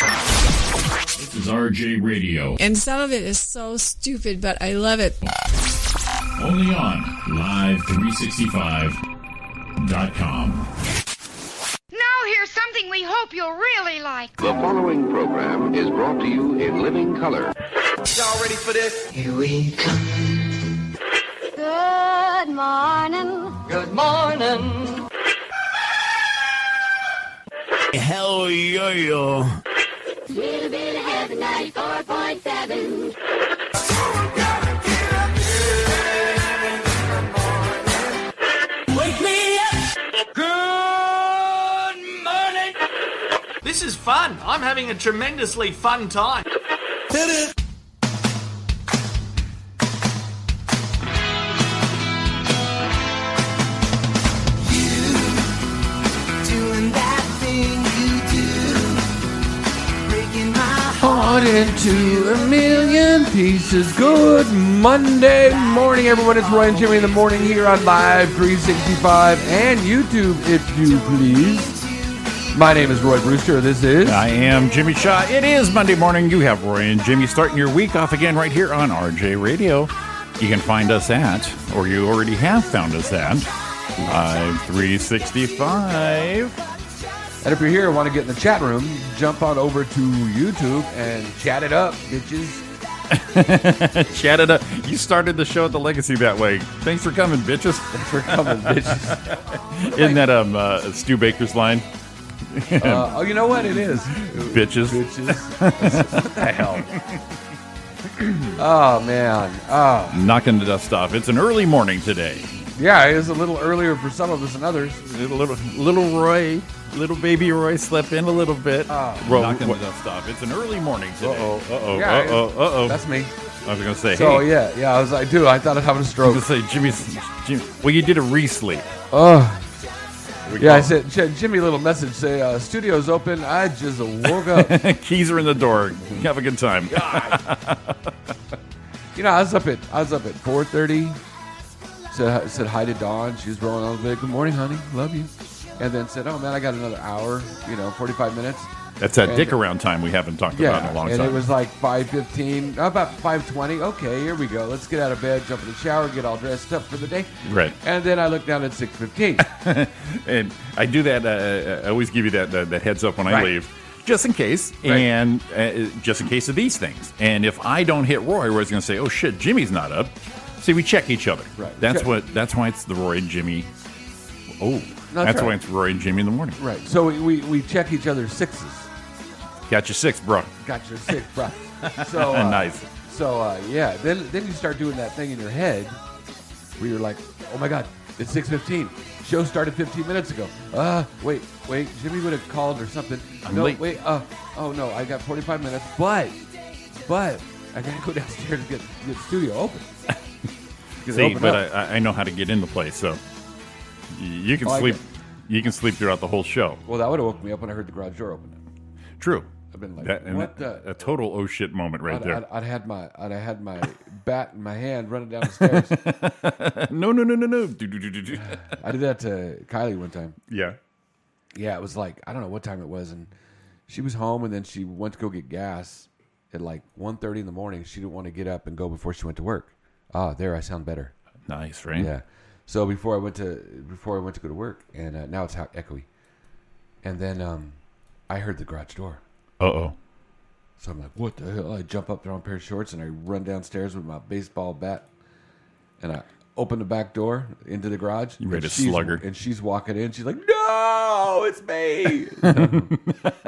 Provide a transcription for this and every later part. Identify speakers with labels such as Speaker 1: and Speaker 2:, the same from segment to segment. Speaker 1: This is RJ Radio,
Speaker 2: And some of it is so stupid, but I love it.
Speaker 1: only on Live365.com.
Speaker 3: Now here's something we hope you'll really like.
Speaker 4: The following program is brought to you in living color.
Speaker 5: Y'all ready for this?
Speaker 6: Here we come.
Speaker 3: Good morning.
Speaker 6: Good morning.
Speaker 5: Hell yo yo.
Speaker 3: Little bit of heaven, 94.7.
Speaker 5: Wake me up. Good morning. This is fun. I'm having a tremendously fun time.
Speaker 6: Doing that thing you do. Breaking my
Speaker 7: Heart into a million pieces. Good Monday morning, everyone. It's Roy and Jimmy in the morning here on Live 365 and YouTube, if you please. My name is Roy Brewster. This is.
Speaker 1: I am Jimmy Shaw. It is Monday morning. You have Roy and Jimmy starting your week off again right here on RJ Radio. You can find us at, or you already have found us at, Live365.
Speaker 7: And if you're here and want to get in the chat room, jump on over to YouTube and chat it up, bitches.
Speaker 1: Chat it up. uh, You started the show at the Legacy that way. Thanks for coming, bitches.
Speaker 7: Thanks for coming, bitches.
Speaker 1: Isn't that um, uh, Stu Baker's line?
Speaker 7: Uh, oh, you know what? It is.
Speaker 1: Bitches.
Speaker 7: Bitches. what the hell? oh, man. Oh.
Speaker 1: Knocking the dust off. It's an early morning today.
Speaker 7: Yeah, it was a little earlier for some of us than others.
Speaker 1: Little, little Roy, little baby Roy slept in a little bit.
Speaker 7: Ah.
Speaker 1: Ro- knocking the dust off. It's an early morning today.
Speaker 7: Uh-oh.
Speaker 1: uh-oh,
Speaker 7: Yeah,
Speaker 1: uh-oh, uh-oh.
Speaker 7: That's me.
Speaker 1: I was going to say,
Speaker 7: So
Speaker 1: Oh, hey,
Speaker 7: yeah, yeah, I was like, dude, I thought I was having a
Speaker 1: I
Speaker 7: stroke.
Speaker 1: was going to say, Jimmy's, Jim, well, you did a re-sleep.
Speaker 7: Oh,
Speaker 1: We
Speaker 7: yeah, I
Speaker 1: call-
Speaker 7: said, J- Jimmy, little message, say uh, studio's open. I just woke up.
Speaker 1: Keys are in the door. Have a good time.
Speaker 7: you know, I was up at I was up at 4:30. Said said hi to Dawn. She was rolling on the bed. Good morning, honey. Love you. And then said, oh man, I got another hour. You know, 45 minutes.
Speaker 1: That's that
Speaker 7: And-
Speaker 1: dick around time we haven't talked
Speaker 7: Yeah,
Speaker 1: about in a long
Speaker 7: and
Speaker 1: time.
Speaker 7: it was like 5:15, about 5:20. Okay, here we go. Let's get out of bed, jump in the shower, get all dressed up for the day.
Speaker 1: Right.
Speaker 7: And then I looked down at 6:15.
Speaker 1: and I do that. Uh, I always give you that, that, that heads up when I
Speaker 7: Right.
Speaker 1: leave, just in case,
Speaker 7: Right.
Speaker 1: and uh, just in case of these things. And if I don't hit Roy, Roy's going to say, "Oh shit, Jimmy's not up." See, we check each other.
Speaker 7: Right.
Speaker 1: That's
Speaker 7: Check.
Speaker 1: what. That's why it's the Roy and Jimmy. Oh, that's,
Speaker 7: right.
Speaker 1: why it's Roy and Jimmy in the morning.
Speaker 7: right. So we, we, we check each other's sixes.
Speaker 1: Got your six, bro.
Speaker 7: Got your six, bro. So uh,
Speaker 1: Nice.
Speaker 7: So uh, yeah, then then you start doing that thing in your head where you're like, oh my god, it's 6:15. Show started 15 minutes ago. Uh, wait, wait, Jimmy would have called or something.
Speaker 1: I'm
Speaker 7: no,
Speaker 1: late.
Speaker 7: wait. Uh, oh no, I got 45 minutes, but but I gotta go downstairs and get get the studio open. Get it
Speaker 1: See,
Speaker 7: opened
Speaker 1: but I,
Speaker 7: up.
Speaker 1: I- I know how to get into place, so y- you can
Speaker 7: I like
Speaker 1: sleep.
Speaker 7: it.
Speaker 1: You can sleep throughout the whole show.
Speaker 7: well, that would have woke me up when I heard the garage door open.
Speaker 1: True.
Speaker 7: I've been like,
Speaker 1: and
Speaker 7: what the-
Speaker 1: a total oh shit moment right
Speaker 7: I'd,
Speaker 1: there.
Speaker 7: I'd, I'd had my I'd had my bat in my hand running down the stairs.
Speaker 1: no, no, no, no, no. Do, do, do, do, do.
Speaker 7: I did that to Kylie one time.
Speaker 1: yeah.
Speaker 7: Yeah, it was like I don't know what time it was, and she was home, and then she went to go get gas at like 1.30 in the morning. She didn't want to get up and go before she went to work. Ah, there I sound better.
Speaker 1: Nice, right?
Speaker 7: Yeah. So before I went to before I went to go to work, and uh, now it's ho- echoey. And then um, I heard the garage door,
Speaker 1: Uh oh.
Speaker 7: so I'm like, "What the hell?" I jump up there on a pair of shorts, and I run downstairs with my baseball bat, and I open the back door into the garage. You
Speaker 1: made a slugger.
Speaker 7: and she's walking in. She's like, "No, it's me."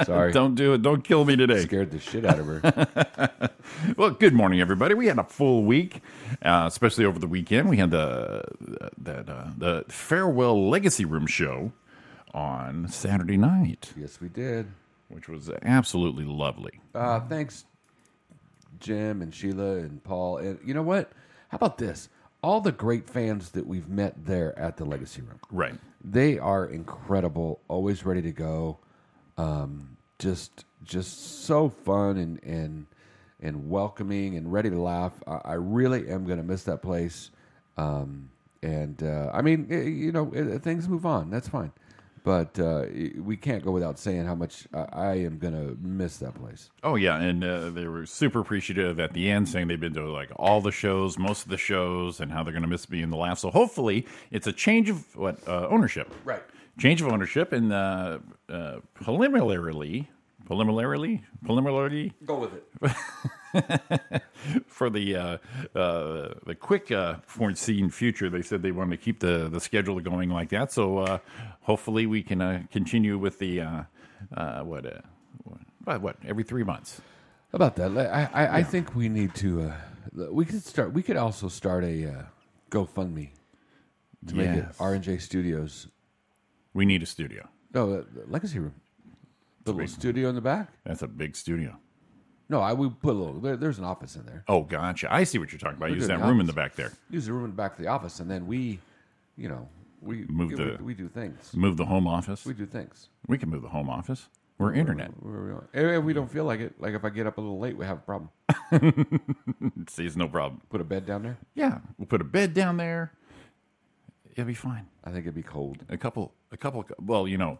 Speaker 7: Sorry.
Speaker 1: Don't do it. Don't kill me today.
Speaker 7: scared the shit out of her.
Speaker 1: Well, good morning, everybody. We had a full week, uh, especially over the weekend. We had the that uh, the farewell legacy room show on Saturday night,
Speaker 7: yes, we did.
Speaker 1: which was absolutely lovely.
Speaker 7: Uh, thanks, Jim and Sheila and Paul. And you know what? How about this? All the great fans that we've met there at the Legacy Room,
Speaker 1: Right.
Speaker 7: they are incredible. Always ready to go. Um, just, just so fun and and and welcoming and ready to laugh. I, I really am going to miss that place. Um, and uh, I mean, eh, you know, eh, things move on. That's fine. But uh, y- we can't go without saying how much I, I am going to miss that place.
Speaker 1: Oh yeah, and uh, they were super appreciative at the end, saying they've been to like all the shows, most of the shows, and how they're going to miss being the last. So hopefully, it's a change of what uh, ownership,
Speaker 7: Right.
Speaker 1: Change of ownership, and uh, uh, preliminarily, preliminarily, preliminarily
Speaker 7: Go with it.
Speaker 1: for the uh, uh, the quick uh, foreseen future, they said they wanted to keep the the schedule going like that. So uh, hopefully, we can uh, continue with the uh, uh, what. Uh, what, what every three months
Speaker 7: About that, Like, I, I, I think we need to. Uh, we could start. We could also start a uh, GoFundMe to make it
Speaker 1: Yes.
Speaker 7: RNJ Studios.
Speaker 1: we need a studio
Speaker 7: No, the, the Legacy Room, the little studio in the back.
Speaker 1: That's a big studio.
Speaker 7: No, I we put a little. There, there's an office in there.
Speaker 1: Oh, gotcha. I see what you're talking about. Use
Speaker 7: doing
Speaker 1: that room in
Speaker 7: office.
Speaker 1: the back there.
Speaker 7: Use the room in the back of the office, and then we, you know, we
Speaker 1: Move
Speaker 7: we,
Speaker 1: the-
Speaker 7: we do things.
Speaker 1: Move the home office.
Speaker 7: We
Speaker 1: We,
Speaker 7: do things.
Speaker 1: can move the home office. We're internet.
Speaker 7: Where we are. Eh, If we don't feel like it, like if I get up a little late, we have a problem.
Speaker 1: See, it's no problem.
Speaker 7: Put a bed down there.
Speaker 1: Yeah, we'll put a bed down there. It'll be fine.
Speaker 7: I think it'd be cold.
Speaker 1: A couple, a couple. Well, you know,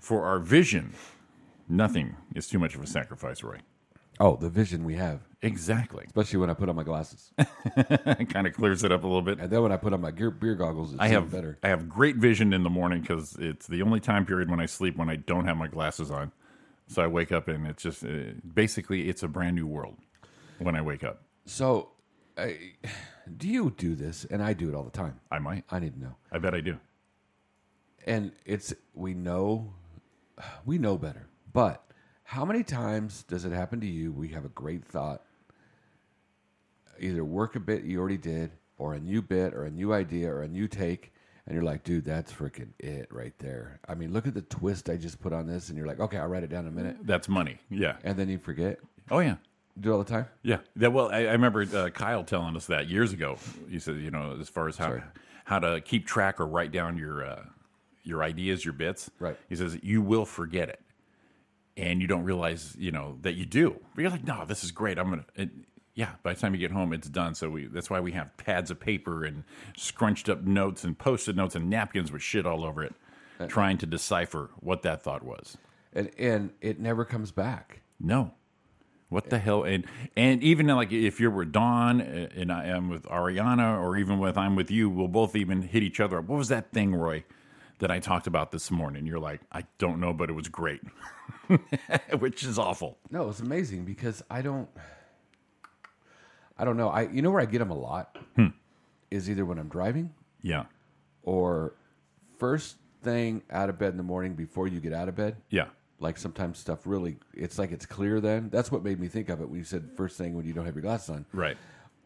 Speaker 1: for our vision, nothing is too much of a sacrifice, Roy.
Speaker 7: Oh, the vision we have,
Speaker 1: Exactly.
Speaker 7: especially when I put on my glasses,
Speaker 1: It kind of clears it up a little bit.
Speaker 7: and then when I put on my gear, beer goggles, it's
Speaker 1: I
Speaker 7: even
Speaker 1: have
Speaker 7: better.
Speaker 1: I have great vision in the morning because it's the only time period when I sleep when I don't have my glasses on. So I wake up and it's just uh, basically it's a brand new world when I wake up.
Speaker 7: So, I, do you do this? And I do it all the time.
Speaker 1: I might.
Speaker 7: I need to know.
Speaker 1: I bet I do.
Speaker 7: and it's we know we know better but how many times does it happen to you we have a great thought either work a bit you already did or a new bit or a new idea or a new take and you're like dude that's freaking it right there i mean look at the twist i just put on this and you're like okay i'll write it down in a minute
Speaker 1: That's money. Yeah.
Speaker 7: and then you forget
Speaker 1: Oh yeah.
Speaker 7: do it all the time
Speaker 1: Yeah. That well, I, I remember uh, Kyle telling us that years ago. He said, you know, as far as how
Speaker 7: Sorry.
Speaker 1: how to keep track or write down your uh, your ideas, your bits.
Speaker 7: Right.
Speaker 1: He says you will forget it, and you don't realize, you know, that you do. But you're like, no, this is great. I'm gonna. It, yeah, by the time you get home, it's done. So we, that's why we have pads of paper and scrunched up notes and post-it notes and napkins with shit all over it,
Speaker 7: Uh,
Speaker 1: trying to decipher what that thought was.
Speaker 7: and and it never comes back
Speaker 1: No. What the hell? And and even like if you're with Dawn uh, and I am with Ariana, or even with I'm with you, we'll both even hit each other up. What was that thing, Roy, that I talked about this morning? You're like, I don't know, but it was great, which is awful.
Speaker 7: No, it's amazing because I don't. I don't know. I you know where I get them a lot is either when I'm driving
Speaker 1: Yeah,
Speaker 7: or first thing out of bed in the morning before you get out of bed.
Speaker 1: yeah,
Speaker 7: Like sometimes stuff really, it's like it's clear. Then that's what made me think of it when you said first thing when you don't have your glasses on,
Speaker 1: right.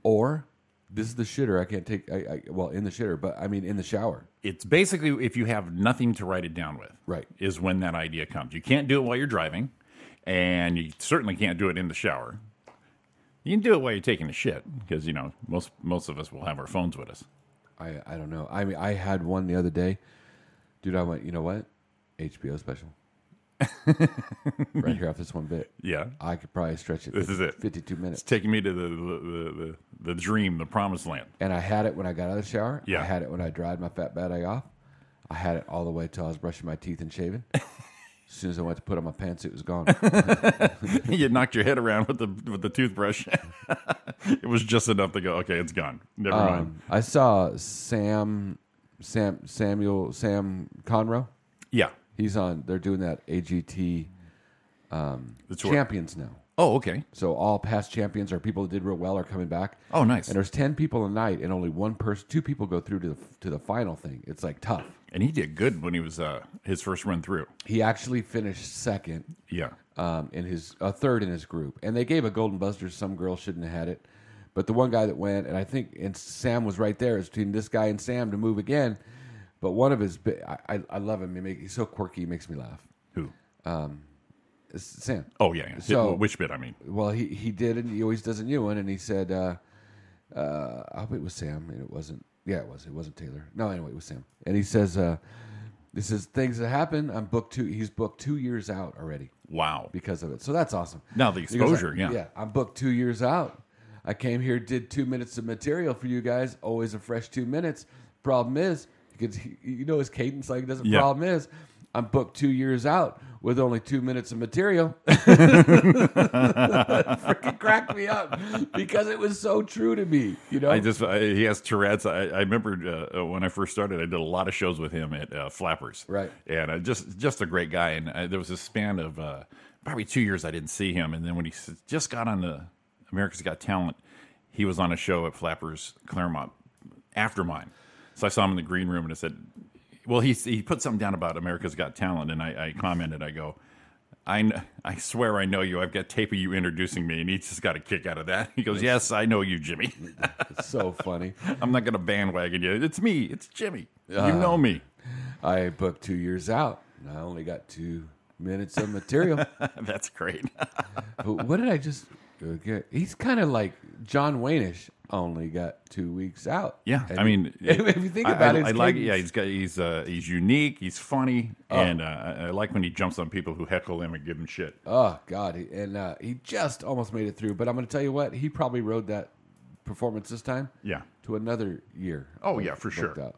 Speaker 7: Or this is the shitter. I can't take. I, I well in the shitter, but I mean in the shower.
Speaker 1: It's basically if you have nothing to write it down with,
Speaker 7: Right.
Speaker 1: is when that idea comes. You can't do it while you're driving, and you certainly can't do it in the shower. You can do it while you're taking a shit because you know most most of us will have our phones with us.
Speaker 7: I I don't know. I mean I had one the other day, dude. I went. You know what? HBO special. right here off this one bit.
Speaker 1: Yeah.
Speaker 7: I could probably stretch it.
Speaker 1: This is it.
Speaker 7: 52 minutes.
Speaker 1: It's taking me to the the, the, the dream, the promised land.
Speaker 7: And I had it when I got out of the shower.
Speaker 1: Yeah.
Speaker 7: I had it when I dried my fat bad egg off. I had it all the way till I was brushing my teeth and shaving. as soon as I went to put on my pants, it was gone.
Speaker 1: you knocked your head around with the with the toothbrush. it was just enough to go. Okay, it's gone. Never mind.
Speaker 7: Um, I saw Sam, Sam, Samuel, Sam Conroe.
Speaker 1: Yeah,
Speaker 7: He's on. They're doing that AGT
Speaker 1: it's where-
Speaker 7: champions now.
Speaker 1: Oh, okay.
Speaker 7: So all past champions or people that did real well are coming back.
Speaker 1: Oh, nice.
Speaker 7: And there's ten people a night, and only one person, two people go through to the to the final thing. It's like tough.
Speaker 1: And he did good when he was uh, his first run through.
Speaker 7: He actually finished second.
Speaker 1: Yeah,
Speaker 7: um, in his a third in his group, and they gave a Golden Buzzer. Some girl shouldn't have had it, but the one guy that went, and I think and Sam was right there. It's between this guy and Sam to move again. But one of his, bi- I, I, I love him. He make, he's so quirky. He makes me laugh.
Speaker 1: who?
Speaker 7: It's Sam.
Speaker 1: Oh, yeah. yeah.
Speaker 7: So-
Speaker 1: which bit? I mean,
Speaker 7: Well, he he did, and he always does a new one. And he said, uh, uh, "I hope it was Sam." And it wasn't. Yeah, it was. It wasn't Taylor. No, anyway, it was Sam. And he says, uh, "This is things that happen." I'm booked two. He's booked two years out already.
Speaker 1: wow.
Speaker 7: because of it. So that's awesome.
Speaker 1: No, the
Speaker 7: Because I-
Speaker 1: exposure, yeah.
Speaker 7: Yeah, I'm booked two years out. I came here, did two minutes of material for you guys. Always a fresh two minutes. Problem is, because he, you know his cadence. Like, that's the
Speaker 1: Yeah.
Speaker 7: problem is, I'm booked two years out with only two minutes of material. Freaking cracked me up because it was so true to me. You know,
Speaker 1: I just I, he has Tourette's. I, I remember uh, uh, when I first started, I did a lot of shows with him at uh, Flappers,
Speaker 7: Right.
Speaker 1: And uh, just just a great guy. And uh there was a span of uh, probably two years I didn't see him, and then when he s- just got on the America's Got Talent, he was on a show at Flappers Claremont after mine. So I saw him in the green room, and I said, "Well, he he put something down about America's Got Talent," and I, I commented, "I go." I, kn- I swear I know you. I've got tape of you introducing me, and he just got a kick out of that. He goes, "Yes, I know you, Jimmy."
Speaker 7: it's so funny.
Speaker 1: I'm not going to bandwagon you. It's me. It's Jimmy. you
Speaker 7: Uh-huh.
Speaker 1: know me.
Speaker 7: I booked two years out, and I only got two minutes of material.
Speaker 1: That's great.
Speaker 7: but what did I just? Okay, he's kind of like John Wayneish. Only got two weeks out.
Speaker 1: Yeah,
Speaker 7: And
Speaker 1: I mean,
Speaker 7: if you think
Speaker 1: I-
Speaker 7: about
Speaker 1: I,
Speaker 7: it,
Speaker 1: I
Speaker 7: his
Speaker 1: like.
Speaker 7: cadence- Uh-huh.
Speaker 1: Yeah, he's got. He's uh, he's unique. He's funny, and uh, I I like when he jumps on people who heckle him and give him shit.
Speaker 7: Oh God! He- And uh, he just almost made it through. But I'm going to tell you what he probably rode that performance this time.
Speaker 1: Yeah.
Speaker 7: To another year.
Speaker 1: Oh,
Speaker 7: of
Speaker 1: yeah, for
Speaker 7: booked
Speaker 1: sure.
Speaker 7: out.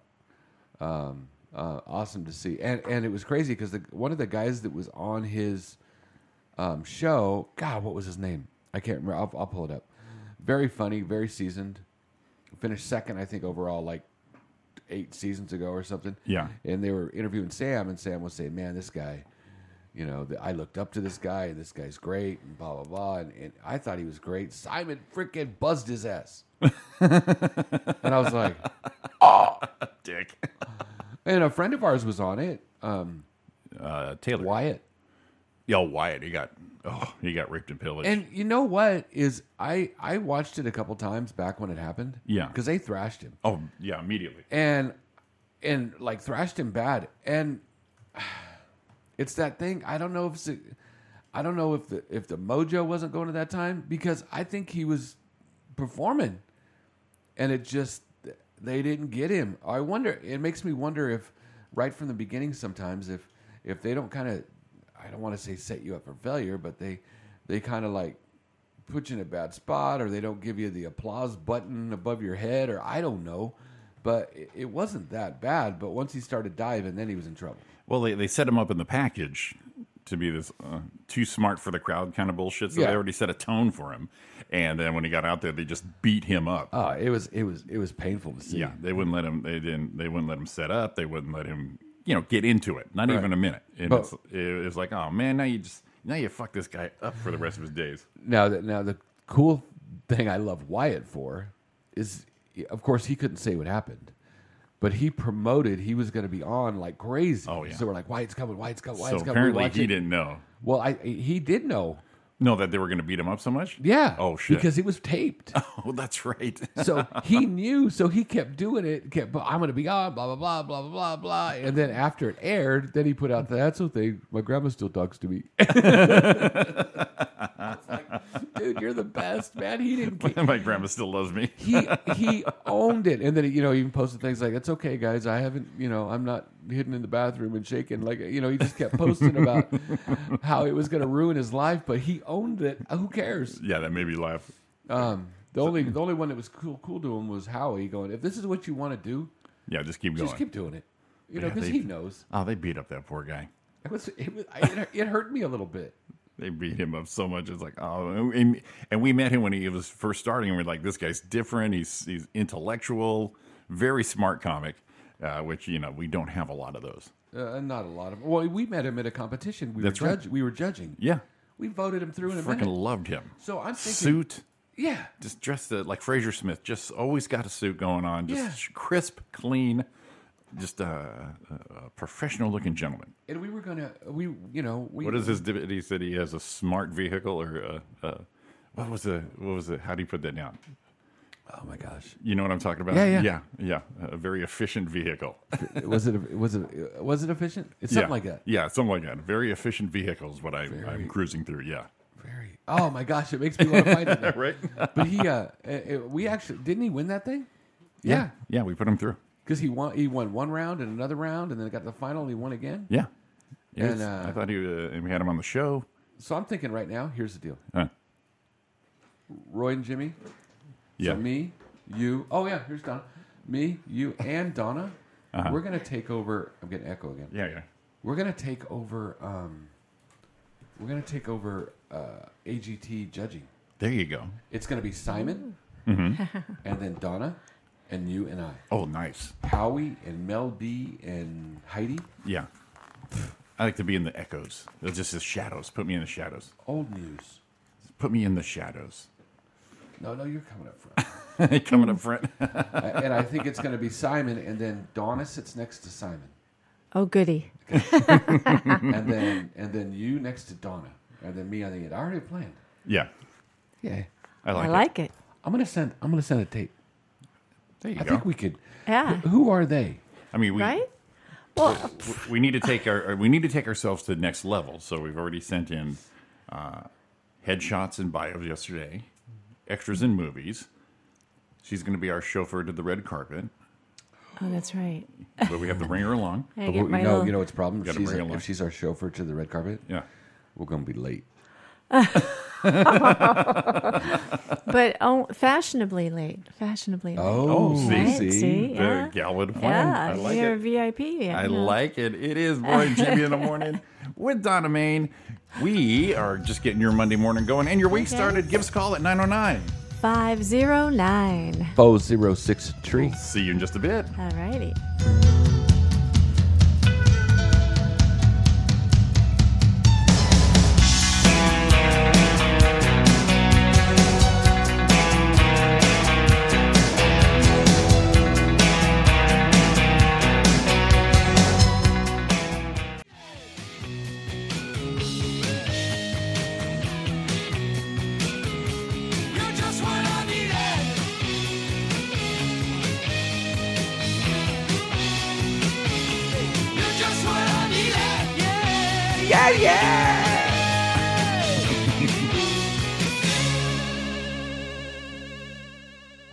Speaker 7: Um, uh, awesome to see, and and it was crazy because one of the guys that was on his um, show, God, what was his name? I can't remember. I'll, I'll pull it up. Very funny, very seasoned. Finished second, I think, overall, like eight seasons ago or something.
Speaker 1: Yeah.
Speaker 7: And they were interviewing Sam, and Sam was saying, "Man, this guy, you know, th I looked up to this guy, and this guy's great, and blah blah blah." And, and I thought he was great. Simon freaking buzzed his ass, and I was like,
Speaker 1: Dick
Speaker 7: and a friend of ours was on it, um,
Speaker 1: uh, Taylor.
Speaker 7: Wyatt.
Speaker 1: Yo, Wyatt. He got. Oh, he got raped and pillaged.
Speaker 7: And you know what is I I watched it a couple times back when it happened.
Speaker 1: Yeah.
Speaker 7: because they thrashed him
Speaker 1: oh, yeah, immediately.
Speaker 7: and and like thrashed him bad. And it's that thing. I don't know if it's a, I don't know if the if the mojo wasn't going at that time because I think he was performing, and it just they didn't get him. I wonder. It makes me wonder if right from the beginning sometimes if if they don't kind of I don't want to say set you up for failure, but they they kind of like put you in a bad spot or they don't give you the applause button above your head or I don't know. But it- it wasn't that bad. But once he started diving, then he was in trouble.
Speaker 1: Well, they, they set him up in the package to be this uh, too smart for the crowd kind of bullshit. So
Speaker 7: Yeah.
Speaker 1: they already set a tone for him, and then when he got out there, they just beat him up.
Speaker 7: Oh, it was it was it was painful to see.
Speaker 1: Yeah, they wouldn't let him. They didn't. They wouldn't let him set up. They wouldn't let him. You know, get into it. Not
Speaker 7: Right.
Speaker 1: even a minute. And
Speaker 7: But-
Speaker 1: it's, it was like, oh man, now you just now you fuck this guy up for the rest of his days.
Speaker 7: Now that now the cool thing I love Wyatt for is, of course, he couldn't say what happened, but he promoted he was going to be on like crazy.
Speaker 1: Oh, yeah.
Speaker 7: So we're like Wyatt's coming, Wyatt's coming, Wyatt's
Speaker 1: so
Speaker 7: coming.
Speaker 1: apparently,
Speaker 7: Watch
Speaker 1: he
Speaker 7: it.
Speaker 1: didn't know.
Speaker 7: Well, I he did know.
Speaker 1: Know that they were going to beat him up so much.
Speaker 7: Yeah.
Speaker 1: Oh shit.
Speaker 7: Because it was taped.
Speaker 1: oh, that's right.
Speaker 7: So he knew, so he kept doing it. Kept, but I'm going to be on, blah, blah, blah, blah, blah, blah, blah. And then after it aired, then he put out, that's the thing. My grandma still talks to me. I was like, dude, you're the best, man. He didn't ca-
Speaker 1: My grandma still loves me.
Speaker 7: he he owned it, and then you know he even posted things like, "It's okay, guys. I haven't, you know, I'm not hidden in the bathroom and shaking." Like you know, he just kept posting about how it was going to ruin his life, but he owned it. Who cares?
Speaker 1: Yeah, that made me laugh.
Speaker 7: Um, the only the only one that was cool cool to him was Howie going, if this is what you want to do,
Speaker 1: Yeah, just keep
Speaker 7: just
Speaker 1: going.
Speaker 7: keep doing it. You know,
Speaker 1: Yeah,
Speaker 7: because
Speaker 1: they-
Speaker 7: he knows.
Speaker 1: oh, they beat up that poor guy.
Speaker 7: It was it, was, I, it, hurt- it hurt me a little bit.
Speaker 1: They beat him up so much. It's like, oh, and, and we met him when he was first starting. And we're like, this guy's different. He's he's intellectual, very smart comic, uh, which you know we don't have a lot of those.
Speaker 7: Uh, not a lot of. Well, we met him at a competition. We
Speaker 1: That's
Speaker 7: were
Speaker 1: right.
Speaker 7: judge, We were judging.
Speaker 1: Yeah,
Speaker 7: We voted him through in a
Speaker 1: freaking
Speaker 7: minute.
Speaker 1: loved him.
Speaker 7: So I'm thinking,
Speaker 1: suit,
Speaker 7: yeah.
Speaker 1: just dressed uh, like Fraser Smith. Just always got a suit going on. Just
Speaker 7: Yeah.
Speaker 1: sh- crisp, clean, just a, a professional looking gentleman.
Speaker 7: And we were gonna, we, you know, we.
Speaker 1: What is his? div- He said he has a smart vehicle or a, a, what was the what was it? How do you put that down?
Speaker 7: Oh my gosh!
Speaker 1: You know what I'm talking about?
Speaker 7: Yeah, yeah.
Speaker 1: yeah, yeah. A very efficient vehicle.
Speaker 7: was it was it was it efficient? It's something
Speaker 1: yeah.
Speaker 7: like that.
Speaker 1: Yeah, something like that. Very efficient vehicle is what I, I'm cruising through. Yeah,
Speaker 7: Very. Oh my gosh! It makes me want to find it. now.
Speaker 1: right.
Speaker 7: But he, uh, uh, uh, we actually didn't he win that thing?
Speaker 1: yeah, yeah. We put him through.
Speaker 7: because he won. He won one round and another round, and then got to the final. and He won again.
Speaker 1: Yeah. He
Speaker 7: And,
Speaker 1: was-
Speaker 7: uh,
Speaker 1: I thought he uh, and we had him on the show. Uh,
Speaker 7: So I'm thinking right now. Here's the deal:
Speaker 1: Huh.
Speaker 7: Roy and Jimmy.
Speaker 1: Yeah.
Speaker 7: So me, you. Oh yeah, here's Donna. Me, you, and Donna We're gonna take over. I'm getting echo again.
Speaker 1: Yeah, yeah.
Speaker 7: We're gonna take over. Um, we're gonna take over uh, AGT judging.
Speaker 1: There you go.
Speaker 7: It's gonna be Simon, and then Donna, and you and I,
Speaker 1: Oh, nice.
Speaker 7: Howie and Mel B and Heidi.
Speaker 1: Yeah. I like to be in the echoes. It's just the shadows. Put me in the shadows.
Speaker 7: Old news.
Speaker 1: Put me in the shadows.
Speaker 7: No, no, you're coming up front.
Speaker 1: Coming up front.
Speaker 7: I- and I think it's gonna be Simon, and then Donna sits next to Simon,
Speaker 8: Oh, goody.
Speaker 7: and then and then you next to Donna, and then me on the end. I already planned.
Speaker 1: yeah.
Speaker 7: Yeah.
Speaker 1: I like,
Speaker 8: I
Speaker 1: it.
Speaker 8: like it.
Speaker 7: I'm gonna send. I'm gonna send a tape.
Speaker 1: There you
Speaker 7: I
Speaker 1: go.
Speaker 7: think we could.
Speaker 8: Yeah.
Speaker 7: Wh- Who are they?
Speaker 1: I mean, we
Speaker 8: Right? Well,
Speaker 1: we need to take our we need to take ourselves to the next level. So we've already sent in uh, headshots and bios yesterday, extras in movies. She's going to be our chauffeur to the red carpet,
Speaker 8: oh, that's right.
Speaker 1: but we have to bring her along.
Speaker 8: I
Speaker 7: But
Speaker 8: get
Speaker 7: we-
Speaker 8: my
Speaker 7: you know,
Speaker 8: little-
Speaker 7: you know, it's a problem. If
Speaker 1: Gotta
Speaker 7: she's,
Speaker 1: bring
Speaker 7: a-
Speaker 1: it along.
Speaker 7: if she's our chauffeur to the red carpet,
Speaker 1: Yeah,
Speaker 7: we're gonna be late.
Speaker 8: but oh, fashionably late. Fashionably late.
Speaker 7: Oh,
Speaker 8: Right?
Speaker 7: see,
Speaker 8: See? Yeah.
Speaker 1: the gal with the plan.
Speaker 8: Yeah,
Speaker 1: I like
Speaker 8: you're
Speaker 1: it.
Speaker 8: a VIP.
Speaker 1: I
Speaker 8: yeah.
Speaker 1: like it. It is morning Jimmy in the morning with Donna Main. We are just getting your Monday morning going and your week started. Give us a call at 909.
Speaker 8: 509.
Speaker 7: Four zero six tree.
Speaker 1: See you in just a bit.
Speaker 8: All righty.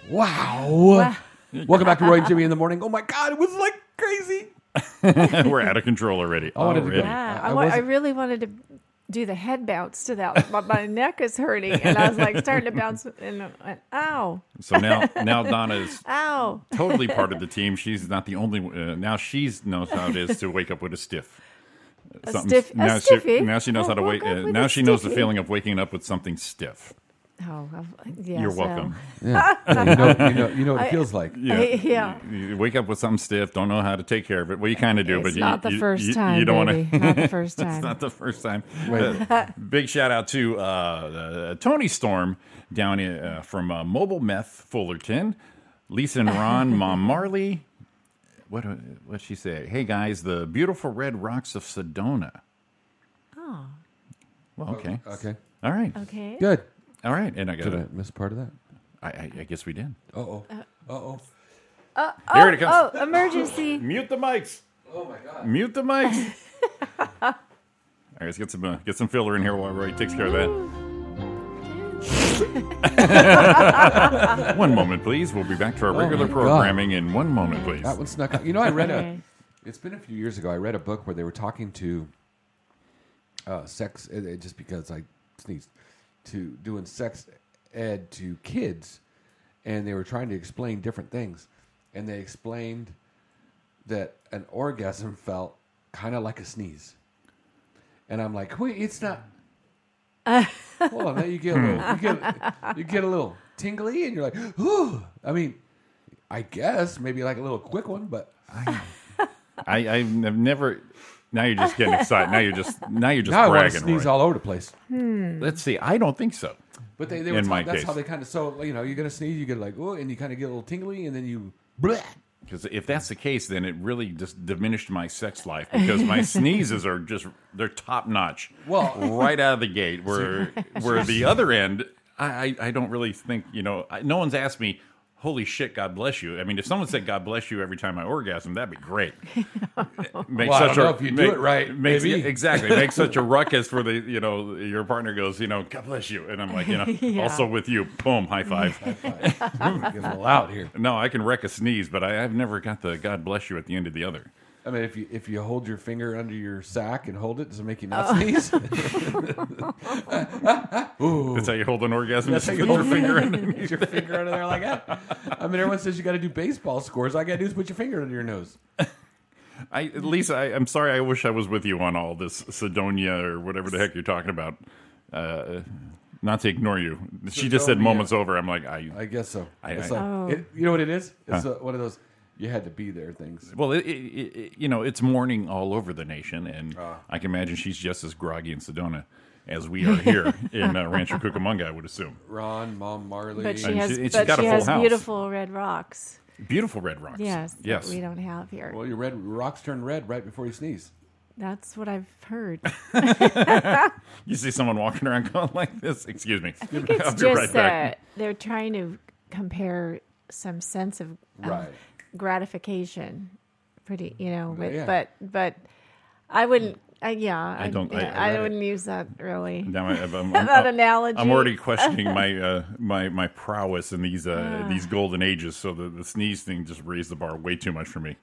Speaker 7: Wow. Welcome back to Roy and Jimmy in the morning. Oh my God, it was like crazy.
Speaker 1: We're out of control already.
Speaker 7: I wanted to go.
Speaker 1: Already.
Speaker 8: Yeah, Uh,
Speaker 7: I-
Speaker 8: I,
Speaker 7: I
Speaker 8: wa- I
Speaker 7: wasn't-
Speaker 8: really wanted to do the head bounce to that. My, my neck is hurting, and I was like starting to bounce, and I went, ow,
Speaker 1: So now, now Donna is
Speaker 8: ow.
Speaker 1: totally part of the team. She's not the only. Uh, now she knows how it is to wake up with a stiff.
Speaker 8: A
Speaker 1: Something-
Speaker 8: stiff- a
Speaker 1: now,
Speaker 8: stiffy.
Speaker 1: She, now she knows
Speaker 8: I
Speaker 1: how to
Speaker 8: woke
Speaker 1: wake.
Speaker 8: up
Speaker 1: Uh,
Speaker 8: with
Speaker 1: now
Speaker 8: a
Speaker 1: she knows the
Speaker 8: stiffy.
Speaker 1: feeling of waking up with something stiff.
Speaker 8: Oh, I've- yeah,
Speaker 1: You're
Speaker 8: so-
Speaker 1: welcome.
Speaker 7: Yeah. Yeah, you, know, you know, you know what it feels like.
Speaker 1: Yeah.
Speaker 8: yeah.
Speaker 1: You, you wake up with something stiff. Don't know how to take care of it. Well, you kind of do,
Speaker 8: It's
Speaker 1: but you,
Speaker 8: not the
Speaker 1: you-
Speaker 8: first
Speaker 1: you-
Speaker 8: time,
Speaker 1: You don't
Speaker 8: baby.
Speaker 1: want to.
Speaker 8: Not the first time.
Speaker 1: It's not the first time.
Speaker 7: Wait.
Speaker 1: Uh, big shout out to uh, uh, Tony Storm down in, uh, from uh, Mobile Meth Fullerton, Lisa and Ron, Mom Marley. What what she say? Hey guys, the beautiful red rocks of Sedona.
Speaker 8: Oh,
Speaker 1: Well, okay,
Speaker 7: Okay.
Speaker 1: all right,
Speaker 8: okay.
Speaker 7: Good.
Speaker 1: all right. And I got.
Speaker 7: Did I
Speaker 1: it.
Speaker 7: miss part of that?
Speaker 1: I, I, I guess we did.
Speaker 7: Uh oh. Uh oh.
Speaker 1: Here it comes.
Speaker 8: Oh, emergency.
Speaker 1: Mute the mics.
Speaker 7: Oh my God.
Speaker 1: Mute the mics. All right, let's get some uh, get some filler in here while Roy takes care of that. one moment, please. We'll be back to our regular
Speaker 7: Oh my God.
Speaker 1: programming in one moment, please.
Speaker 7: That one snuck out. You know, I read a.
Speaker 8: Okay.
Speaker 7: It's been a few years ago. I read a book where they were talking to uh, sex, ed, ed- just because I sneezed, to doing sex ed to kids, and they were trying to explain different things, and they explained that an orgasm felt kind of like a sneeze, and I'm like, wait, it's not. Hold on, now you get a little, you get, you get a little tingly, and you're like, whew. I mean, I guess maybe like a little quick one, but
Speaker 1: I, I've never. Now you're just getting excited. Now you're just now you're just
Speaker 7: now I want to
Speaker 1: bragging.
Speaker 7: sneeze
Speaker 1: Roy.
Speaker 7: all over the place.
Speaker 1: Let's see. I don't think so.
Speaker 7: But they, they were
Speaker 1: In my
Speaker 7: talking, that's
Speaker 1: case.
Speaker 7: how they kind of so you know you're gonna sneeze, you get like oh, and you kind of get a little tingly, and then you bleh.
Speaker 1: Because if that's the case, then it really just diminished my sex life because my sneezes are just they're top notch.
Speaker 7: Well-
Speaker 1: right out of the gate, where where the other end, I, I I don't really think you know. I, no one's asked me, "Holy shit, God bless you." I mean, if someone said "God bless you" every time I orgasm, that'd be great. Make
Speaker 7: Well, I don't know if you do
Speaker 1: make-
Speaker 7: it right,
Speaker 1: makes-
Speaker 7: maybe.
Speaker 1: exactly make such a ruckus for the you know your partner goes you know God bless you, and I'm like you know also with you, boom, high five.
Speaker 7: Get a little out here.
Speaker 1: No, I can wreck a sneeze, but I, I've never got the God bless you at the end of the other.
Speaker 7: I mean, if you if you hold your finger under your sack and hold it, does it make you not sneeze?
Speaker 1: That's how you hold an orgasm.
Speaker 7: That's
Speaker 1: That's
Speaker 7: how
Speaker 1: you
Speaker 7: you
Speaker 1: put your
Speaker 7: hold it.
Speaker 1: finger in.
Speaker 7: Get your finger under there like that. I mean, everyone says you got to do baseball scores. All I got to do is put your finger under your nose.
Speaker 1: I, Lisa, I, I'm sorry. I wish I was with you on all this Sedonia or whatever the heck you're talking about. Uh, not to ignore you. She just said
Speaker 7: Sidonia.
Speaker 1: moments over. I'm like, I.
Speaker 7: I guess so.
Speaker 1: I-
Speaker 7: it's
Speaker 1: I-
Speaker 7: like, it, you know what it is? It's uh one of those you had to be there things.
Speaker 1: well, it, it, it, it- you know, it's morning all over the nation, and
Speaker 7: Ah.
Speaker 1: I can imagine she's just as groggy in Sedona as we are here in uh, Rancho Cucamonga. I would assume
Speaker 7: Ron, Mom, Marley.
Speaker 8: But she
Speaker 1: And
Speaker 8: has,
Speaker 1: she- she's
Speaker 8: but
Speaker 1: got a
Speaker 8: she
Speaker 1: full
Speaker 8: has
Speaker 1: house.
Speaker 8: beautiful red rocks.
Speaker 1: beautiful red rocks.
Speaker 8: Yes, that
Speaker 1: yes.
Speaker 8: we don't have here.
Speaker 7: well, your red rocks turn red right before you sneeze.
Speaker 8: That's what I've heard.
Speaker 1: You see someone walking around going like this. Excuse me.
Speaker 8: I think it's
Speaker 1: I'll be right
Speaker 8: just
Speaker 1: back.
Speaker 8: that they're trying to compare some sense of, of
Speaker 7: Right.
Speaker 8: gratification. Pretty, you know, with,
Speaker 7: Yeah.
Speaker 8: but but I wouldn't. I, yeah, I,
Speaker 1: don't- I-
Speaker 8: I,
Speaker 1: I-
Speaker 8: wouldn't use that really.
Speaker 1: Now I, I'm, I'm,
Speaker 8: That
Speaker 1: I'm-
Speaker 8: analogy.
Speaker 1: I'm already questioning my uh, my my prowess in these uh,
Speaker 8: Ah.
Speaker 1: these golden ages. So the, the sneeze thing just raised the bar way too much for me.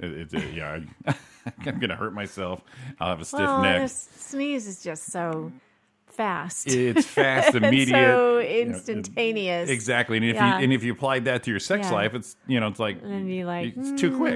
Speaker 1: It, it, it- yeah, I, I'm gonna hurt myself. I'll have a stiff
Speaker 8: well,
Speaker 1: neck.
Speaker 8: Oh, this sneeze is just so fast.
Speaker 1: It's fast,
Speaker 8: it's
Speaker 1: immediate,
Speaker 8: so
Speaker 1: you know, it-
Speaker 8: instantaneous.
Speaker 1: exactly, and if
Speaker 8: Yeah.
Speaker 1: you and if you applied that to your sex
Speaker 8: Yeah.
Speaker 1: life, it's you know it's like,
Speaker 8: then be like, hmm.
Speaker 1: it's too quick.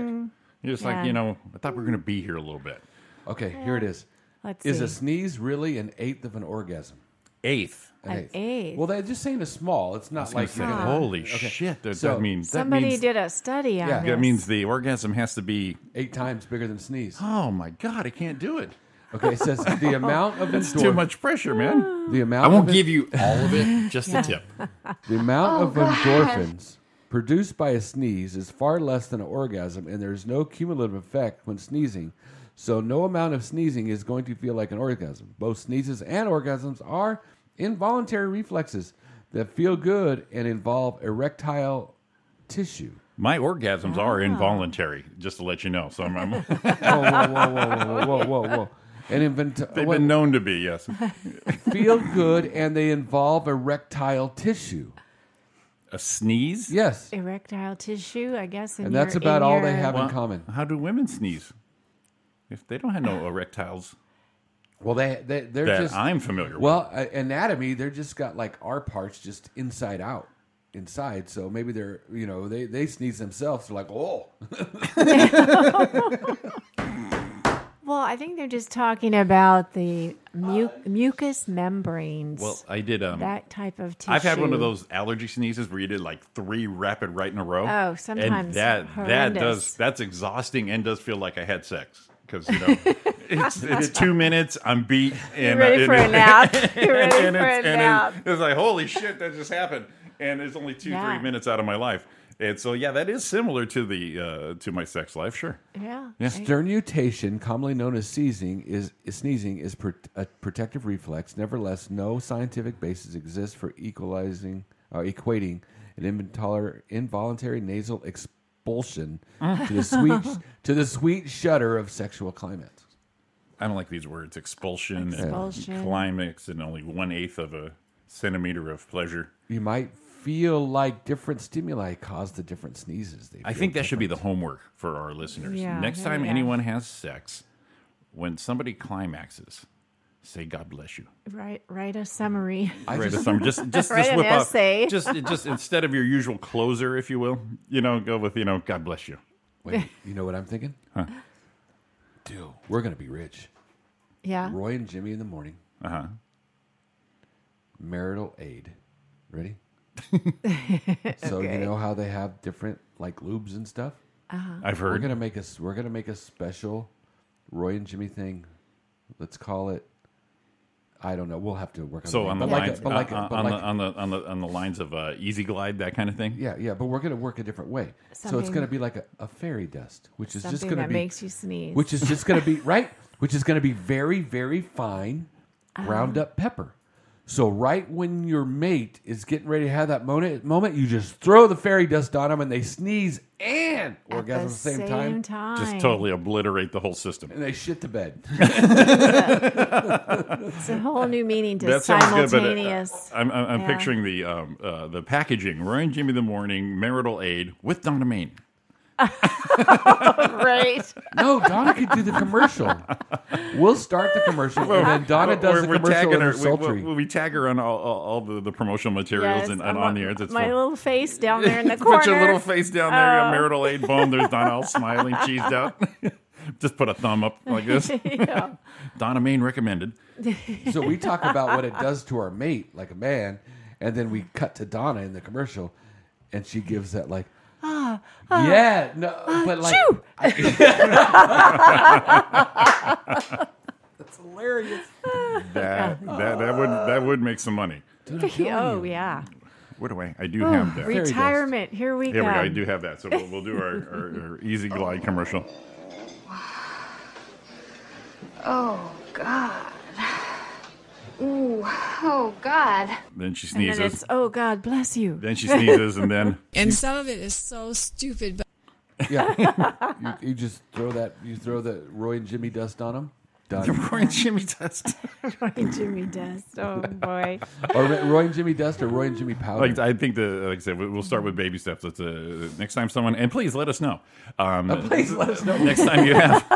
Speaker 1: You're just
Speaker 8: Yeah.
Speaker 1: like you know, I thought we were gonna be here a little bit.
Speaker 7: Okay, here it is.
Speaker 8: Let's
Speaker 7: Is
Speaker 8: see.
Speaker 7: a sneeze really an eighth of an orgasm?
Speaker 1: Eighth.
Speaker 8: An eighth.
Speaker 7: Well, they're just saying a small. It's not like
Speaker 1: Like,
Speaker 7: you're gonna-
Speaker 1: holy shit! That,
Speaker 7: So-
Speaker 1: that means
Speaker 8: Somebody
Speaker 1: that means,
Speaker 8: did a study on
Speaker 7: Yeah.
Speaker 8: this.
Speaker 1: that means the orgasm has to be.
Speaker 7: eight times bigger than sneeze.
Speaker 1: Oh my god, I can't do it.
Speaker 7: Okay, it says the amount of
Speaker 1: It's too
Speaker 7: endorphin-
Speaker 1: much pressure, man.
Speaker 7: The amount.
Speaker 9: I won't
Speaker 7: of
Speaker 9: give you all of it, just
Speaker 8: Yeah.
Speaker 9: the tip.
Speaker 7: The amount of endorphins produced by a sneeze is far less than an orgasm, and there's no cumulative effect when sneezing. So, no amount of sneezing is going to feel like an orgasm. Both sneezes and orgasms are involuntary reflexes that feel good and involve erectile tissue.
Speaker 1: My orgasms are involuntary, just to let you know. So I'm, I'm,
Speaker 7: Whoa, whoa, whoa, whoa, whoa, whoa, whoa, whoa. And invent-
Speaker 1: they've
Speaker 7: what-
Speaker 1: been known to be, yes.
Speaker 7: feel good and they involve erectile tissue.
Speaker 1: A sneeze?
Speaker 7: Yes.
Speaker 8: erectile tissue, I guess. in
Speaker 7: And that's
Speaker 8: your-
Speaker 7: about
Speaker 8: in
Speaker 7: all they
Speaker 8: your-
Speaker 7: have
Speaker 1: Well,
Speaker 7: in common.
Speaker 1: How do women sneeze? If they don't have no erectiles
Speaker 7: Well, they, they, they're
Speaker 1: that
Speaker 7: just.
Speaker 1: I'm familiar
Speaker 7: Well, uh, anatomy, they're just got like our parts just inside out, inside. So maybe they're, you know, they, they sneeze themselves. They're like, oh,
Speaker 8: Well, I think they're just talking about the mu- mucous membranes.
Speaker 1: with. Well, I did. Um,
Speaker 8: that type of tissue.
Speaker 1: I've had one of those allergy sneezes where you did like three rapid right in a row.
Speaker 8: Oh, sometimes
Speaker 1: and that that
Speaker 8: horrendous.
Speaker 1: does that's exhausting and does feel like I had sex because you know it's it's two minutes. I'm beat
Speaker 8: You're
Speaker 1: and uh,
Speaker 8: ready
Speaker 1: and-
Speaker 8: for a nap. You're ready
Speaker 1: and,
Speaker 8: for
Speaker 1: it's,
Speaker 8: a
Speaker 1: and
Speaker 8: nap.
Speaker 1: It, it's like holy shit that just happened and it's only two
Speaker 8: Yeah.
Speaker 1: three minutes out of my life and so yeah that is similar to the uh, to my sex life sure
Speaker 8: yeah.
Speaker 7: sternutation, commonly known as sneezing, is, is sneezing is pr- a protective reflex. Nevertheless, no scientific basis exists for equalizing uh, equating an involuntar- involuntary nasal expulsion to the sweet to the sweet shudder of sexual climax.
Speaker 1: I don't like these words expulsion,
Speaker 8: Expulsion.
Speaker 1: and climax and only one eighth of a centimeter of pleasure
Speaker 7: you might feel like different stimuli cause the different sneezes. They
Speaker 1: I
Speaker 7: feel
Speaker 1: think that should be the
Speaker 7: different.
Speaker 1: homework for our listeners.
Speaker 8: Yeah,
Speaker 1: Next
Speaker 8: there
Speaker 1: time
Speaker 8: we are.
Speaker 1: anyone has sex, when somebody climaxes, say God bless you.
Speaker 8: Write write a summary.
Speaker 7: I
Speaker 1: Right,
Speaker 7: just-
Speaker 1: some just just,
Speaker 8: Write
Speaker 1: just
Speaker 8: an
Speaker 1: whip up
Speaker 8: essay.
Speaker 1: just it just instead of your usual closer, if you will, you know, go with you know God bless you.
Speaker 7: Wait, you know what I'm thinking? Dude, we're gonna be rich.
Speaker 8: Yeah.
Speaker 7: Roy and Jimmy in the morning.
Speaker 1: Uh huh.
Speaker 8: Uh-huh.
Speaker 7: Marital aid. Ready? so you know how they have different like lubes and stuff.
Speaker 1: I've
Speaker 7: We're
Speaker 1: heard.
Speaker 7: gonna make us. We're gonna make a special Roy and Jimmy thing. Let's call it. I don't know. We'll have to work on
Speaker 1: so
Speaker 7: the
Speaker 1: on
Speaker 7: name,
Speaker 1: the
Speaker 7: but like a-
Speaker 1: lines,
Speaker 7: but like a-
Speaker 1: uh, uh,
Speaker 7: but
Speaker 1: on the
Speaker 7: like a-
Speaker 1: on the on the on the lines of uh, Easy Glide, that kind of thing.
Speaker 7: Yeah, yeah, but we're gonna work a different way. So it's
Speaker 8: Something-
Speaker 7: gonna be like a, a fairy dust, which is just
Speaker 8: Something
Speaker 7: gonna
Speaker 8: that
Speaker 7: be
Speaker 8: makes you sneeze.
Speaker 7: which is just gonna be right, which is gonna be very, very fine ground up pepper. So right when your mate is getting ready to have that moment, moment you just throw the fairy dust on them and they sneeze and
Speaker 8: at the
Speaker 7: orgasm at the same, time,
Speaker 8: time.
Speaker 1: Just totally obliterate the whole system.
Speaker 7: and they shit the bed.
Speaker 8: It's a whole new meaning to
Speaker 1: That sounds good, but uh,
Speaker 8: simultaneous.
Speaker 1: I'm, I'm, I'm
Speaker 8: Yeah.
Speaker 1: picturing the um, uh, the packaging. Roy and Jimmy the Morning, marital aid with Donna Main.
Speaker 8: Right.
Speaker 7: No, Donna could do the commercial. We'll start the commercial, and then Donna does the commercial in her
Speaker 1: we,
Speaker 7: sultry.
Speaker 1: we, we tag her on all, all, all the, the promotional materials
Speaker 8: Yes,
Speaker 1: and,
Speaker 8: I
Speaker 1: and on
Speaker 8: want
Speaker 1: the air. That's
Speaker 8: my
Speaker 1: fun.
Speaker 8: little face down there in the corner.
Speaker 1: Put your little face down there, your
Speaker 8: Oh.
Speaker 1: marital aid. Boom, there's Donna all smiling, cheesed out. Just put a thumb up like this.
Speaker 8: yeah.
Speaker 1: Donna Main recommended.
Speaker 7: So we talk about what it does to our mate, like a man, and then we cut to Donna in the commercial, and she gives that like, ah, yeah, no, but like,
Speaker 8: Shoo!
Speaker 7: that's hilarious.
Speaker 1: That, that that would that would make some money.
Speaker 8: oh yeah.
Speaker 1: Where do I? I do have that.
Speaker 7: dust.
Speaker 8: Retirement. Here we
Speaker 1: Here
Speaker 8: go.
Speaker 1: we go. I do have that. So we'll, we'll do our, our, our Easy Glide commercial.
Speaker 3: Oh, God. Ooh, oh, God.
Speaker 1: Then she
Speaker 8: And then
Speaker 1: sneezes.
Speaker 8: it's oh God bless you.
Speaker 1: Then she sneezes, and then
Speaker 2: And some of it is so stupid, but
Speaker 7: Yeah, you, you just throw that, you throw the Roy and Jimmy dust on him. Done.
Speaker 1: Roy and Jimmy test.
Speaker 8: Jimmy Dust. Oh boy.
Speaker 7: or Roy and Jimmy dust, or Roy and Jimmy powder.
Speaker 1: Like I think the like I said, we- we'll start with baby steps. That's uh, next time someone and please let us know. Um,
Speaker 7: please let us know.
Speaker 1: next time you have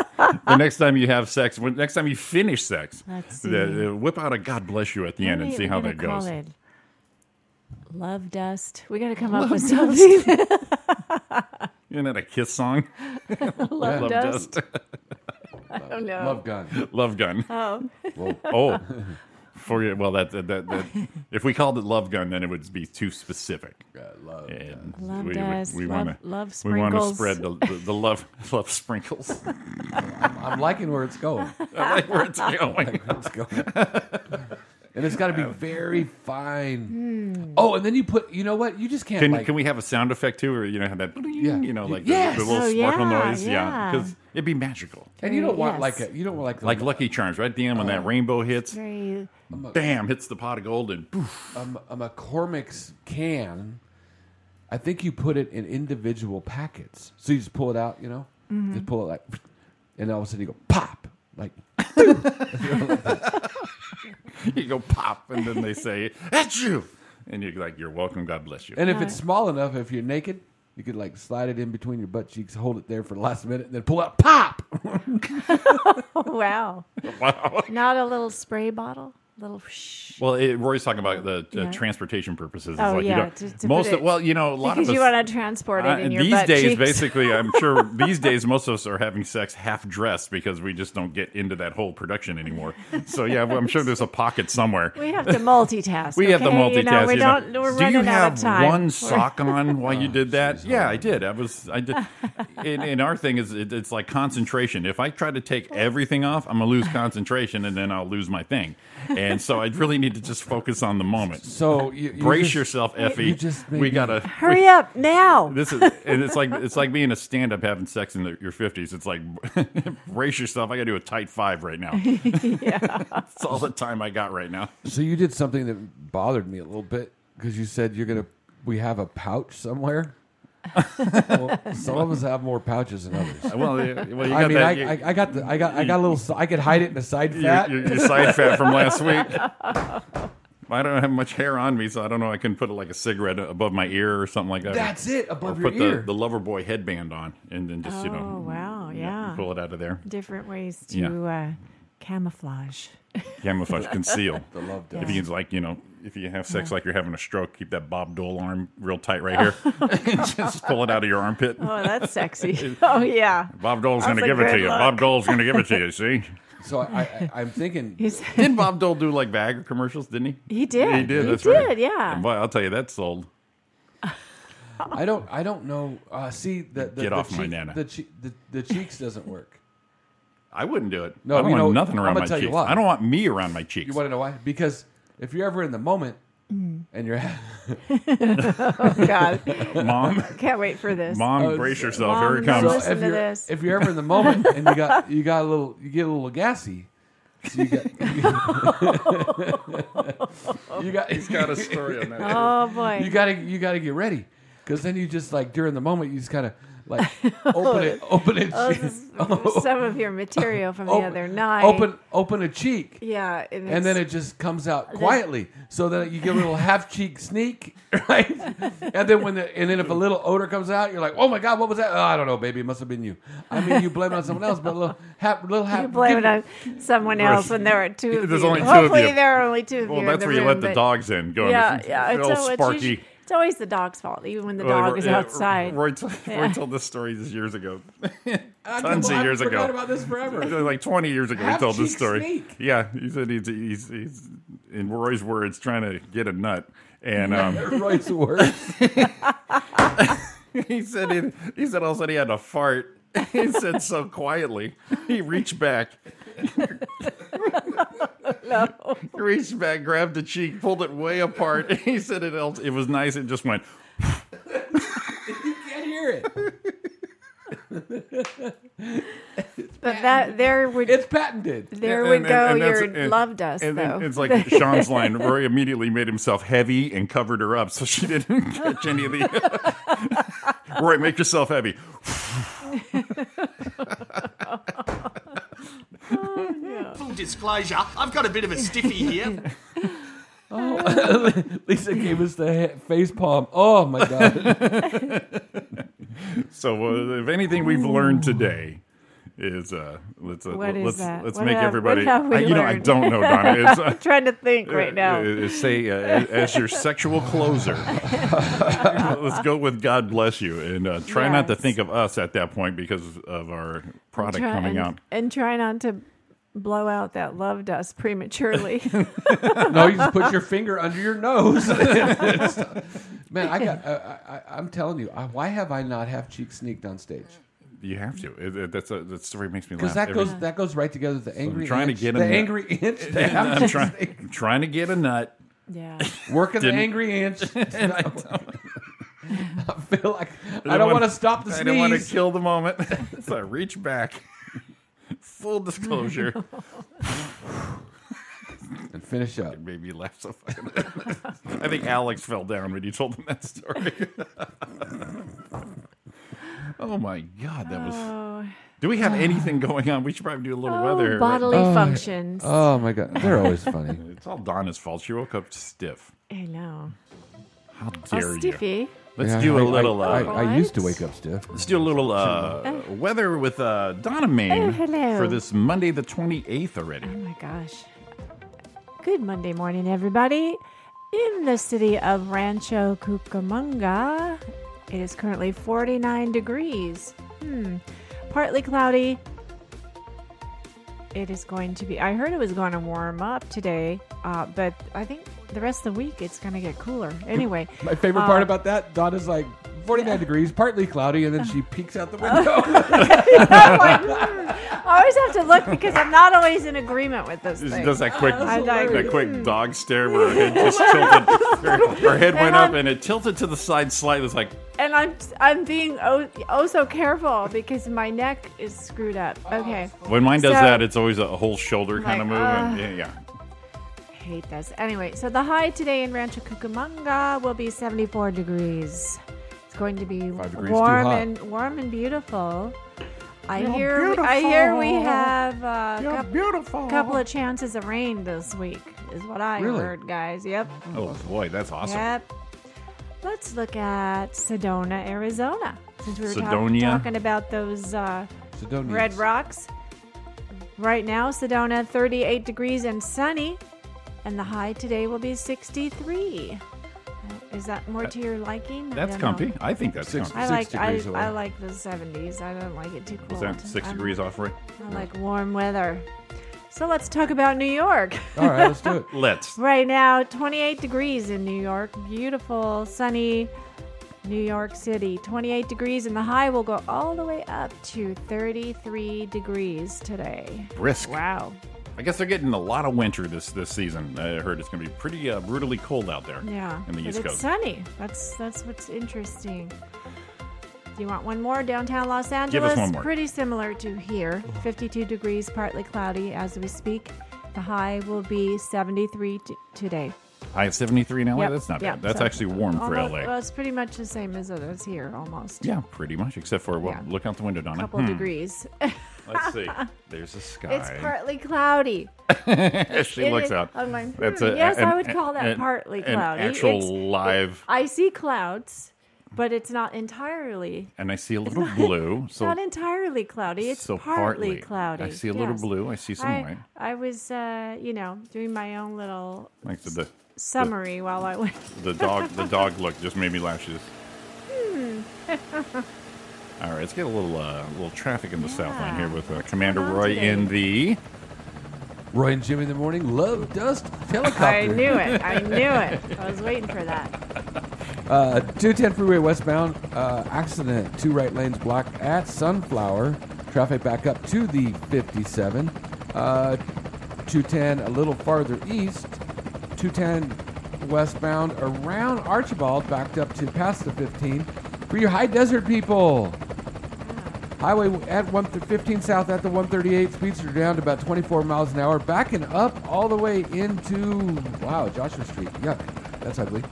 Speaker 1: the next time you have sex. When, next time you finish sex,
Speaker 8: Let's
Speaker 1: the- uh, whip out a God bless you at the end and
Speaker 8: Wait,
Speaker 1: see
Speaker 8: we're
Speaker 1: how
Speaker 8: gonna
Speaker 1: that
Speaker 8: call
Speaker 1: goes.
Speaker 8: it Love dust. We got to come up with something.
Speaker 1: Isn't that a kiss song?
Speaker 8: Love,
Speaker 1: Love
Speaker 8: dust.
Speaker 1: dust,
Speaker 8: I don't know.
Speaker 7: Love gun.
Speaker 1: love gun.
Speaker 8: Oh,
Speaker 7: Well,
Speaker 1: Oh, for you. Well, that, that that that if we called it love gun, then it would be too specific.
Speaker 7: uh, love.
Speaker 1: And
Speaker 8: Love
Speaker 1: we,
Speaker 8: dust,
Speaker 1: We, we
Speaker 8: love-
Speaker 1: wanna,
Speaker 8: love
Speaker 1: We want to
Speaker 8: sprinkles.
Speaker 1: spread the, the, the love love sprinkles.
Speaker 7: I'm liking where it's going.
Speaker 1: I like oh where it's going.
Speaker 7: It's going. and it's got to be
Speaker 1: Um,
Speaker 7: very fine. Oh, and then you put. You know what? You just can't.
Speaker 1: hmm. Can,
Speaker 7: like,
Speaker 1: can we have a sound effect too, or you know, have that, you know, like
Speaker 7: Yes.
Speaker 1: the, the little
Speaker 8: Oh,
Speaker 1: sparkle
Speaker 8: yeah,
Speaker 1: noise, yeah,
Speaker 8: yeah.
Speaker 1: because it'd be magical.
Speaker 7: And you don't want
Speaker 8: Yes.
Speaker 7: like a. You don't want like the-
Speaker 1: Like Lucky Charms, right? At the end when that rainbow hits,
Speaker 8: Oh, very.
Speaker 1: bam, hits the pot of gold, and poof.
Speaker 7: um, a McCormick's can. I think you put it in individual packets. So you just pull it out, you know,
Speaker 1: Mm-hmm.
Speaker 7: just pull it like, and all of a sudden you go pop, like
Speaker 1: you go pop, and then they say, "At you," and you're like, "You're welcome. God bless you."
Speaker 7: And if it's small enough, if you're naked, you could like slide it in between your butt cheeks, hold it there for the last minute, and then pull out, pop.
Speaker 8: Oh, wow. wow. Not a little spray bottle. Little. Whoosh.
Speaker 1: well, it, Roy's talking about the uh,
Speaker 8: Yeah.
Speaker 1: transportation purposes. It's
Speaker 8: Oh,
Speaker 1: like,
Speaker 8: yeah,
Speaker 1: you don't-
Speaker 8: to- to put
Speaker 1: most
Speaker 8: it-
Speaker 1: of, well, you know, a lot
Speaker 8: Because
Speaker 1: of us,
Speaker 8: you want to transport it
Speaker 1: Uh,
Speaker 8: in your
Speaker 1: these
Speaker 8: butt
Speaker 1: days,
Speaker 8: cheeks.
Speaker 1: basically, I'm sure these days most of us are having sex half dressed because we just don't get into that whole production anymore. So yeah, well, I'm sure there's a pocket somewhere.
Speaker 8: we have to multitask.
Speaker 1: We have the
Speaker 8: okay?
Speaker 1: multitask.
Speaker 8: You know, we
Speaker 1: you know.
Speaker 8: don't. We're
Speaker 1: Do you
Speaker 8: running out
Speaker 1: have
Speaker 8: of time.
Speaker 1: one sock on while you did that? yeah, I did. I was. I did. and, and our thing is, it, it's like concentration. If I try to take everything off, I'm gonna lose concentration, and then I'll lose my thing. And so I really need to just focus on the moment.
Speaker 7: So you, you
Speaker 1: Brace
Speaker 7: just-
Speaker 1: yourself, Effie.
Speaker 7: you just made
Speaker 1: we
Speaker 7: me-
Speaker 1: gotta
Speaker 8: Hurry up now.
Speaker 1: this is and it's like it's like being a stand up having sex in the, your fifties. It's like brace yourself. I got to do a tight five right now. yeah, it's all the time I got right now.
Speaker 7: So you did something that bothered me a little bit because you said you're gonna. We have a pouch somewhere. well, some of us have more pouches than others.
Speaker 1: Uh, Well, you- well, you got
Speaker 7: I mean,
Speaker 1: that.
Speaker 7: I,
Speaker 1: you-
Speaker 7: I, I got the, I got, I got a little. I could hide it in a side
Speaker 1: your,
Speaker 7: fat.
Speaker 1: your, your side fat from last week. I don't have much hair on me, so I don't know. I can put like a cigarette above my ear or something like that.
Speaker 7: That's it,
Speaker 1: Or
Speaker 7: above your
Speaker 1: put
Speaker 7: ear.
Speaker 1: the, the lover boy headband on, and then just you
Speaker 8: Oh,
Speaker 1: know,
Speaker 8: wow.
Speaker 1: you know,
Speaker 8: Yeah.
Speaker 1: pull it out of there.
Speaker 8: Different ways to
Speaker 1: Yeah.
Speaker 8: uh, camouflage.
Speaker 1: Camouflage, conceal.
Speaker 7: Love
Speaker 1: If you can, like, you know, if you have sex like you're having a stroke, keep that Bob Dole arm real tight right here. Just pull it out of your armpit.
Speaker 8: Oh, that's sexy. oh, yeah.
Speaker 1: Bob Dole's going
Speaker 8: That's
Speaker 1: to
Speaker 8: a
Speaker 1: give it to
Speaker 8: good
Speaker 1: you.
Speaker 8: look.
Speaker 1: Bob Dole's going to give it to you, see?
Speaker 7: So I, I, I'm thinking
Speaker 8: He's,
Speaker 1: Didn't Bob Dole do like Viagra commercials, didn't he?
Speaker 8: he did.
Speaker 1: He did,
Speaker 8: He
Speaker 1: that's
Speaker 8: did,
Speaker 1: right.
Speaker 8: yeah.
Speaker 1: And boy, I'll tell you, that sold.
Speaker 7: I don't. I don't know. Uh, see, the, the
Speaker 1: Get
Speaker 7: the
Speaker 1: off my
Speaker 7: cheek-
Speaker 1: nana.
Speaker 7: The, che- the the cheeks doesn't work.
Speaker 1: I wouldn't do it.
Speaker 7: No,
Speaker 1: I don't
Speaker 7: you
Speaker 1: want
Speaker 7: know,
Speaker 1: nothing
Speaker 7: I'm
Speaker 1: around
Speaker 7: gonna
Speaker 1: my
Speaker 7: tell you
Speaker 1: cheeks.
Speaker 7: why.
Speaker 1: I don't want me around my cheeks.
Speaker 7: You want to know why? Because if you're ever in the moment and you're,
Speaker 8: God,
Speaker 1: Mom,
Speaker 8: can't wait for this.
Speaker 1: mom,
Speaker 7: Oh,
Speaker 1: brace
Speaker 7: it's-
Speaker 1: yourself.
Speaker 8: Mom,
Speaker 1: Here it comes.
Speaker 8: listen
Speaker 7: if
Speaker 8: to
Speaker 7: you're
Speaker 8: this.
Speaker 7: if you're ever in the moment and you got you got a little you get a little gassy. So you got you got
Speaker 1: He's got a story on that.
Speaker 8: oh boy.
Speaker 7: you got to you got to get ready because then you just like during the moment you just kind of Like open it, open it.
Speaker 9: Oh, this is some of your material from the
Speaker 7: open,
Speaker 9: other night.
Speaker 7: open, open a cheek.
Speaker 9: Yeah. And,
Speaker 7: and then it just comes out quietly, so that you get a little half cheek sneak, right? and then when the and then if a little odor comes out, you're like, oh my god, what was that? Oh, I don't know, baby, it must have been you. I mean, you blame it on someone else, but a little half, little half.
Speaker 9: You blame it
Speaker 7: give-
Speaker 9: on someone else when there are two of
Speaker 1: There's
Speaker 9: you.
Speaker 1: only two of
Speaker 9: Hopefully
Speaker 1: you.
Speaker 9: there are only two of
Speaker 1: Well,
Speaker 9: you. in
Speaker 1: that's
Speaker 9: the
Speaker 1: where you
Speaker 9: room,
Speaker 1: let the
Speaker 9: but-
Speaker 1: dogs in. Going,
Speaker 9: Yeah, yeah. It's,
Speaker 1: all
Speaker 9: al- it's
Speaker 1: sparky.
Speaker 9: usually- it's always the dog's fault, even when the
Speaker 1: Well,
Speaker 9: dog is
Speaker 1: yeah,
Speaker 9: outside.
Speaker 1: Roy, t- Roy told this story just years ago,
Speaker 7: I
Speaker 1: tons of
Speaker 7: I've
Speaker 1: years
Speaker 7: forgot
Speaker 1: ago.
Speaker 7: about this forever.
Speaker 1: like 20 years ago.
Speaker 7: Half
Speaker 1: he told this
Speaker 7: cheek
Speaker 1: story.
Speaker 7: sneak.
Speaker 1: Yeah, he said he's, he's, he's in Roy's words trying to get a nut, and um,
Speaker 7: Roy's words.
Speaker 1: he said he, he said all of a sudden he had a fart. he said so quietly. He reached back. no. Reached back, grabbed the cheek, pulled it way apart. He said it. el- It was nice. It just went.
Speaker 7: Can't hear it.
Speaker 9: But that there would
Speaker 7: It's patented.
Speaker 9: there
Speaker 1: And-
Speaker 9: would
Speaker 1: and-
Speaker 9: go
Speaker 1: and that's-
Speaker 9: your
Speaker 1: and-
Speaker 9: loved us
Speaker 1: and-
Speaker 9: though.
Speaker 1: and it's like Sean's line. Roy immediately made himself heavy and covered her up, so she didn't catch any of the. Roy, make yourself heavy.
Speaker 10: Full disclosure, I've got a bit of a stiffy here.
Speaker 7: Lisa gave us the he- face palm. Oh my god!
Speaker 1: So, uh, if anything we've learned today is uh, let's uh,
Speaker 9: What is
Speaker 1: let's
Speaker 9: that?
Speaker 1: let's
Speaker 9: What
Speaker 1: make
Speaker 9: have- what
Speaker 1: everybody.
Speaker 9: have we
Speaker 1: I, you know, I
Speaker 9: learned?
Speaker 1: don't know, Donna. It's, uh,
Speaker 9: I'm trying to think right now.
Speaker 1: uh, uh, say uh, as your sexual closer. Let's go with God bless you, and uh, try not to
Speaker 9: Yes.
Speaker 1: think of us at that point because of our product
Speaker 9: Try-
Speaker 1: coming
Speaker 9: and,
Speaker 1: out.
Speaker 9: and try not to blow out that love dust prematurely.
Speaker 7: No, you just put your finger under your nose. Man, I got. I, I, I- I'm telling you, I, why have I not half cheek sneaked on stage?
Speaker 1: You have to. It, it, that's a, that story makes me laugh.
Speaker 7: Because that
Speaker 1: every-
Speaker 7: goes that goes right together. with The angry
Speaker 1: trying to
Speaker 7: inch,
Speaker 1: get
Speaker 7: the
Speaker 1: him-
Speaker 7: angry inch. The half
Speaker 1: I'm
Speaker 7: cheek
Speaker 1: trying.
Speaker 7: sneak.
Speaker 1: I'm trying to get a nut.
Speaker 9: yeah.
Speaker 7: Working the
Speaker 1: Didn't-
Speaker 7: angry inch. I feel like I,
Speaker 1: didn't
Speaker 7: don't
Speaker 1: wanna-
Speaker 7: want to stop the
Speaker 1: I don't want to
Speaker 7: sneeze.
Speaker 1: kill the moment. so I reach back. Full disclosure.
Speaker 7: And finish up.
Speaker 1: Made me laugh so fucking. I think Alex fell down when you told him that story. oh my god, that was.
Speaker 9: Oh,
Speaker 1: Do we have anything going on? We should probably do a little weather.
Speaker 9: oh
Speaker 1: right?
Speaker 9: bodily
Speaker 7: Oh,
Speaker 9: functions.
Speaker 7: Oh my god, they're always funny.
Speaker 1: It's all Donna's fault. She woke up stiff.
Speaker 9: I know.
Speaker 1: How dare
Speaker 9: Oh,
Speaker 1: you?
Speaker 9: Stiffy.
Speaker 1: Let's
Speaker 7: Yeah,
Speaker 1: do
Speaker 7: I-
Speaker 1: a little.
Speaker 7: I,
Speaker 1: uh,
Speaker 7: I, I used to
Speaker 9: What?
Speaker 7: wake up stiff.
Speaker 1: Let's do a little uh, weather with uh, Donna Main
Speaker 9: Oh, hello.
Speaker 1: for this Monday the 28th already.
Speaker 9: Oh my gosh. Good Monday morning, everybody. In the city of Rancho Cucamonga, it is currently 49 degrees. Hmm. Partly cloudy. It is going to be, I heard it was going to warm up today, uh, but I think the rest of the week it's going to get cooler. Anyway,
Speaker 7: My favorite
Speaker 9: uh,
Speaker 7: part about that, Donna's like 49 degrees, partly cloudy, and then she peeks out the window.
Speaker 9: I'm like, hmm. I always have to look because I'm not always in agreement with this.
Speaker 1: She
Speaker 9: thing.
Speaker 1: does that quick,
Speaker 9: I like-
Speaker 1: that quick dog stare where her head just tilted. Her, her head went
Speaker 9: And I'm-
Speaker 1: up and it tilted to the side slightly. It's like,
Speaker 9: and I'm I'm being oh, oh so careful because my neck is screwed up. Okay,
Speaker 1: when mine does
Speaker 9: So-
Speaker 1: that, it's always a whole shoulder kind of
Speaker 9: Like,
Speaker 1: move. and-
Speaker 9: uh,
Speaker 1: yeah, yeah.
Speaker 9: hate this. Anyway, so the high today in Rancho Cucamonga will be 74 degrees. It's going to be
Speaker 7: Five degrees too
Speaker 9: warm
Speaker 7: hot.
Speaker 9: and warm and beautiful. I hear I hear we have uh, a
Speaker 1: beautiful.
Speaker 9: couple of chances of rain this week is what I
Speaker 7: Really?
Speaker 9: heard, guys. Yep,
Speaker 1: Oh boy, that's awesome.
Speaker 9: yep. Let's look at Sedona, Arizona. Since we were talk-
Speaker 1: Sedona.
Speaker 9: talking about those. Uh,
Speaker 7: So don't
Speaker 9: Red
Speaker 7: use-
Speaker 9: Rocks. Right now, Sedona, 38 degrees and sunny, and the high today will be 63. Uh, Is that more to your liking? I
Speaker 1: That's
Speaker 9: don't know.
Speaker 1: comfy. I think that's
Speaker 7: Six-
Speaker 1: comfy.
Speaker 9: I
Speaker 7: Six
Speaker 9: like I,
Speaker 7: degrees away.
Speaker 9: I like the 70s. I don't like it too cold.
Speaker 1: Was that six
Speaker 9: I'm-
Speaker 1: degrees off, right?
Speaker 9: I like warm weather. So let's talk about New York.
Speaker 7: All right, let's do it.
Speaker 1: Let's.
Speaker 9: Right now, 28 degrees in New York. Beautiful, sunny New York City. 28 degrees, and the high will go all the way up to 33 degrees today.
Speaker 1: Brisk.
Speaker 9: Wow.
Speaker 1: I guess they're getting a lot of winter this this season. I heard it's going to be pretty uh, brutally cold out there.
Speaker 9: Yeah.
Speaker 1: In the
Speaker 9: but
Speaker 1: East
Speaker 9: it's
Speaker 1: Coast.
Speaker 9: sunny. That's that's what's interesting. Do you want one more? Downtown Los Angeles.
Speaker 1: one more. Oh.
Speaker 9: Pretty similar to here. 52 degrees, partly cloudy as we speak. The high will be 73 t- today.
Speaker 1: High of 73 in LA?
Speaker 8: Yep,
Speaker 1: That's not
Speaker 8: yep,
Speaker 1: bad. That's
Speaker 8: so-
Speaker 1: actually warm for Hmm.
Speaker 8: almost-
Speaker 1: LA.
Speaker 8: Well, it's pretty much the same as it is here, almost.
Speaker 1: yeah, pretty much, except for, well,
Speaker 8: Yeah.
Speaker 1: look out the window,
Speaker 8: A
Speaker 1: Donna.
Speaker 8: couple
Speaker 1: Hmm,
Speaker 8: degrees.
Speaker 1: Let's see. There's a sky.
Speaker 8: It's partly cloudy.
Speaker 1: she
Speaker 8: It
Speaker 1: looks
Speaker 8: is-
Speaker 1: out.
Speaker 8: I'm like, hmm, yes, I would call that partly
Speaker 1: an
Speaker 8: cloudy.
Speaker 1: actual
Speaker 8: It's-
Speaker 1: live,
Speaker 8: I see clouds, but it's not entirely.
Speaker 1: and I see a little blue.
Speaker 8: It's
Speaker 1: So
Speaker 8: not entirely cloudy. It's
Speaker 1: so
Speaker 8: partly,
Speaker 1: partly.
Speaker 8: cloudy.
Speaker 1: I see a little
Speaker 8: yes.
Speaker 1: blue. I see some
Speaker 8: I,
Speaker 1: white.
Speaker 8: I was, uh, you know, doing my own little
Speaker 1: Like the, the
Speaker 8: summary while I went.
Speaker 1: the dog the dog look just made me laugh. She just.
Speaker 8: Hmm.
Speaker 1: All right, let's get a little uh, little traffic in the south line here with uh, Commander
Speaker 8: going on
Speaker 1: Roy
Speaker 8: today?
Speaker 1: in the.
Speaker 7: Roy and Jimmy in the morning, love dust helicopter.
Speaker 8: I knew it. I knew it. I was waiting for that.
Speaker 7: Uh, 210 freeway westbound, uh, accident, two right lanes blocked at Sunflower. Traffic back up to the 57. Uh, 210 a little farther east. 210 westbound around Archibald, backed up to past the 15. For your high desert people, highway at 115 south at the 138. Speeds are down to about 24 miles an hour, backing up all the way into, wow, Joshua Street. Yuck, that's ugly.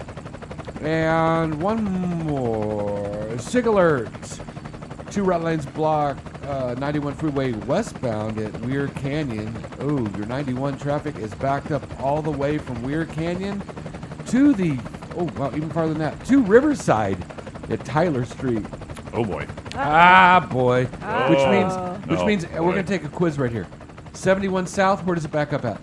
Speaker 7: And one more. Sig alert. Two right lanes block. Uh, 91 freeway westbound at Weir Canyon. Oh, your 91 traffic is backed up all the way from Weir Canyon to the. Oh, wow, even farther than that. To Riverside at Tyler Street.
Speaker 1: Oh boy,
Speaker 7: Ah, boy. Which
Speaker 1: Oh.
Speaker 7: means, which
Speaker 1: No,
Speaker 7: means uh, we're
Speaker 1: boy.
Speaker 7: going to take a quiz right here. 71 south, where does it back up at?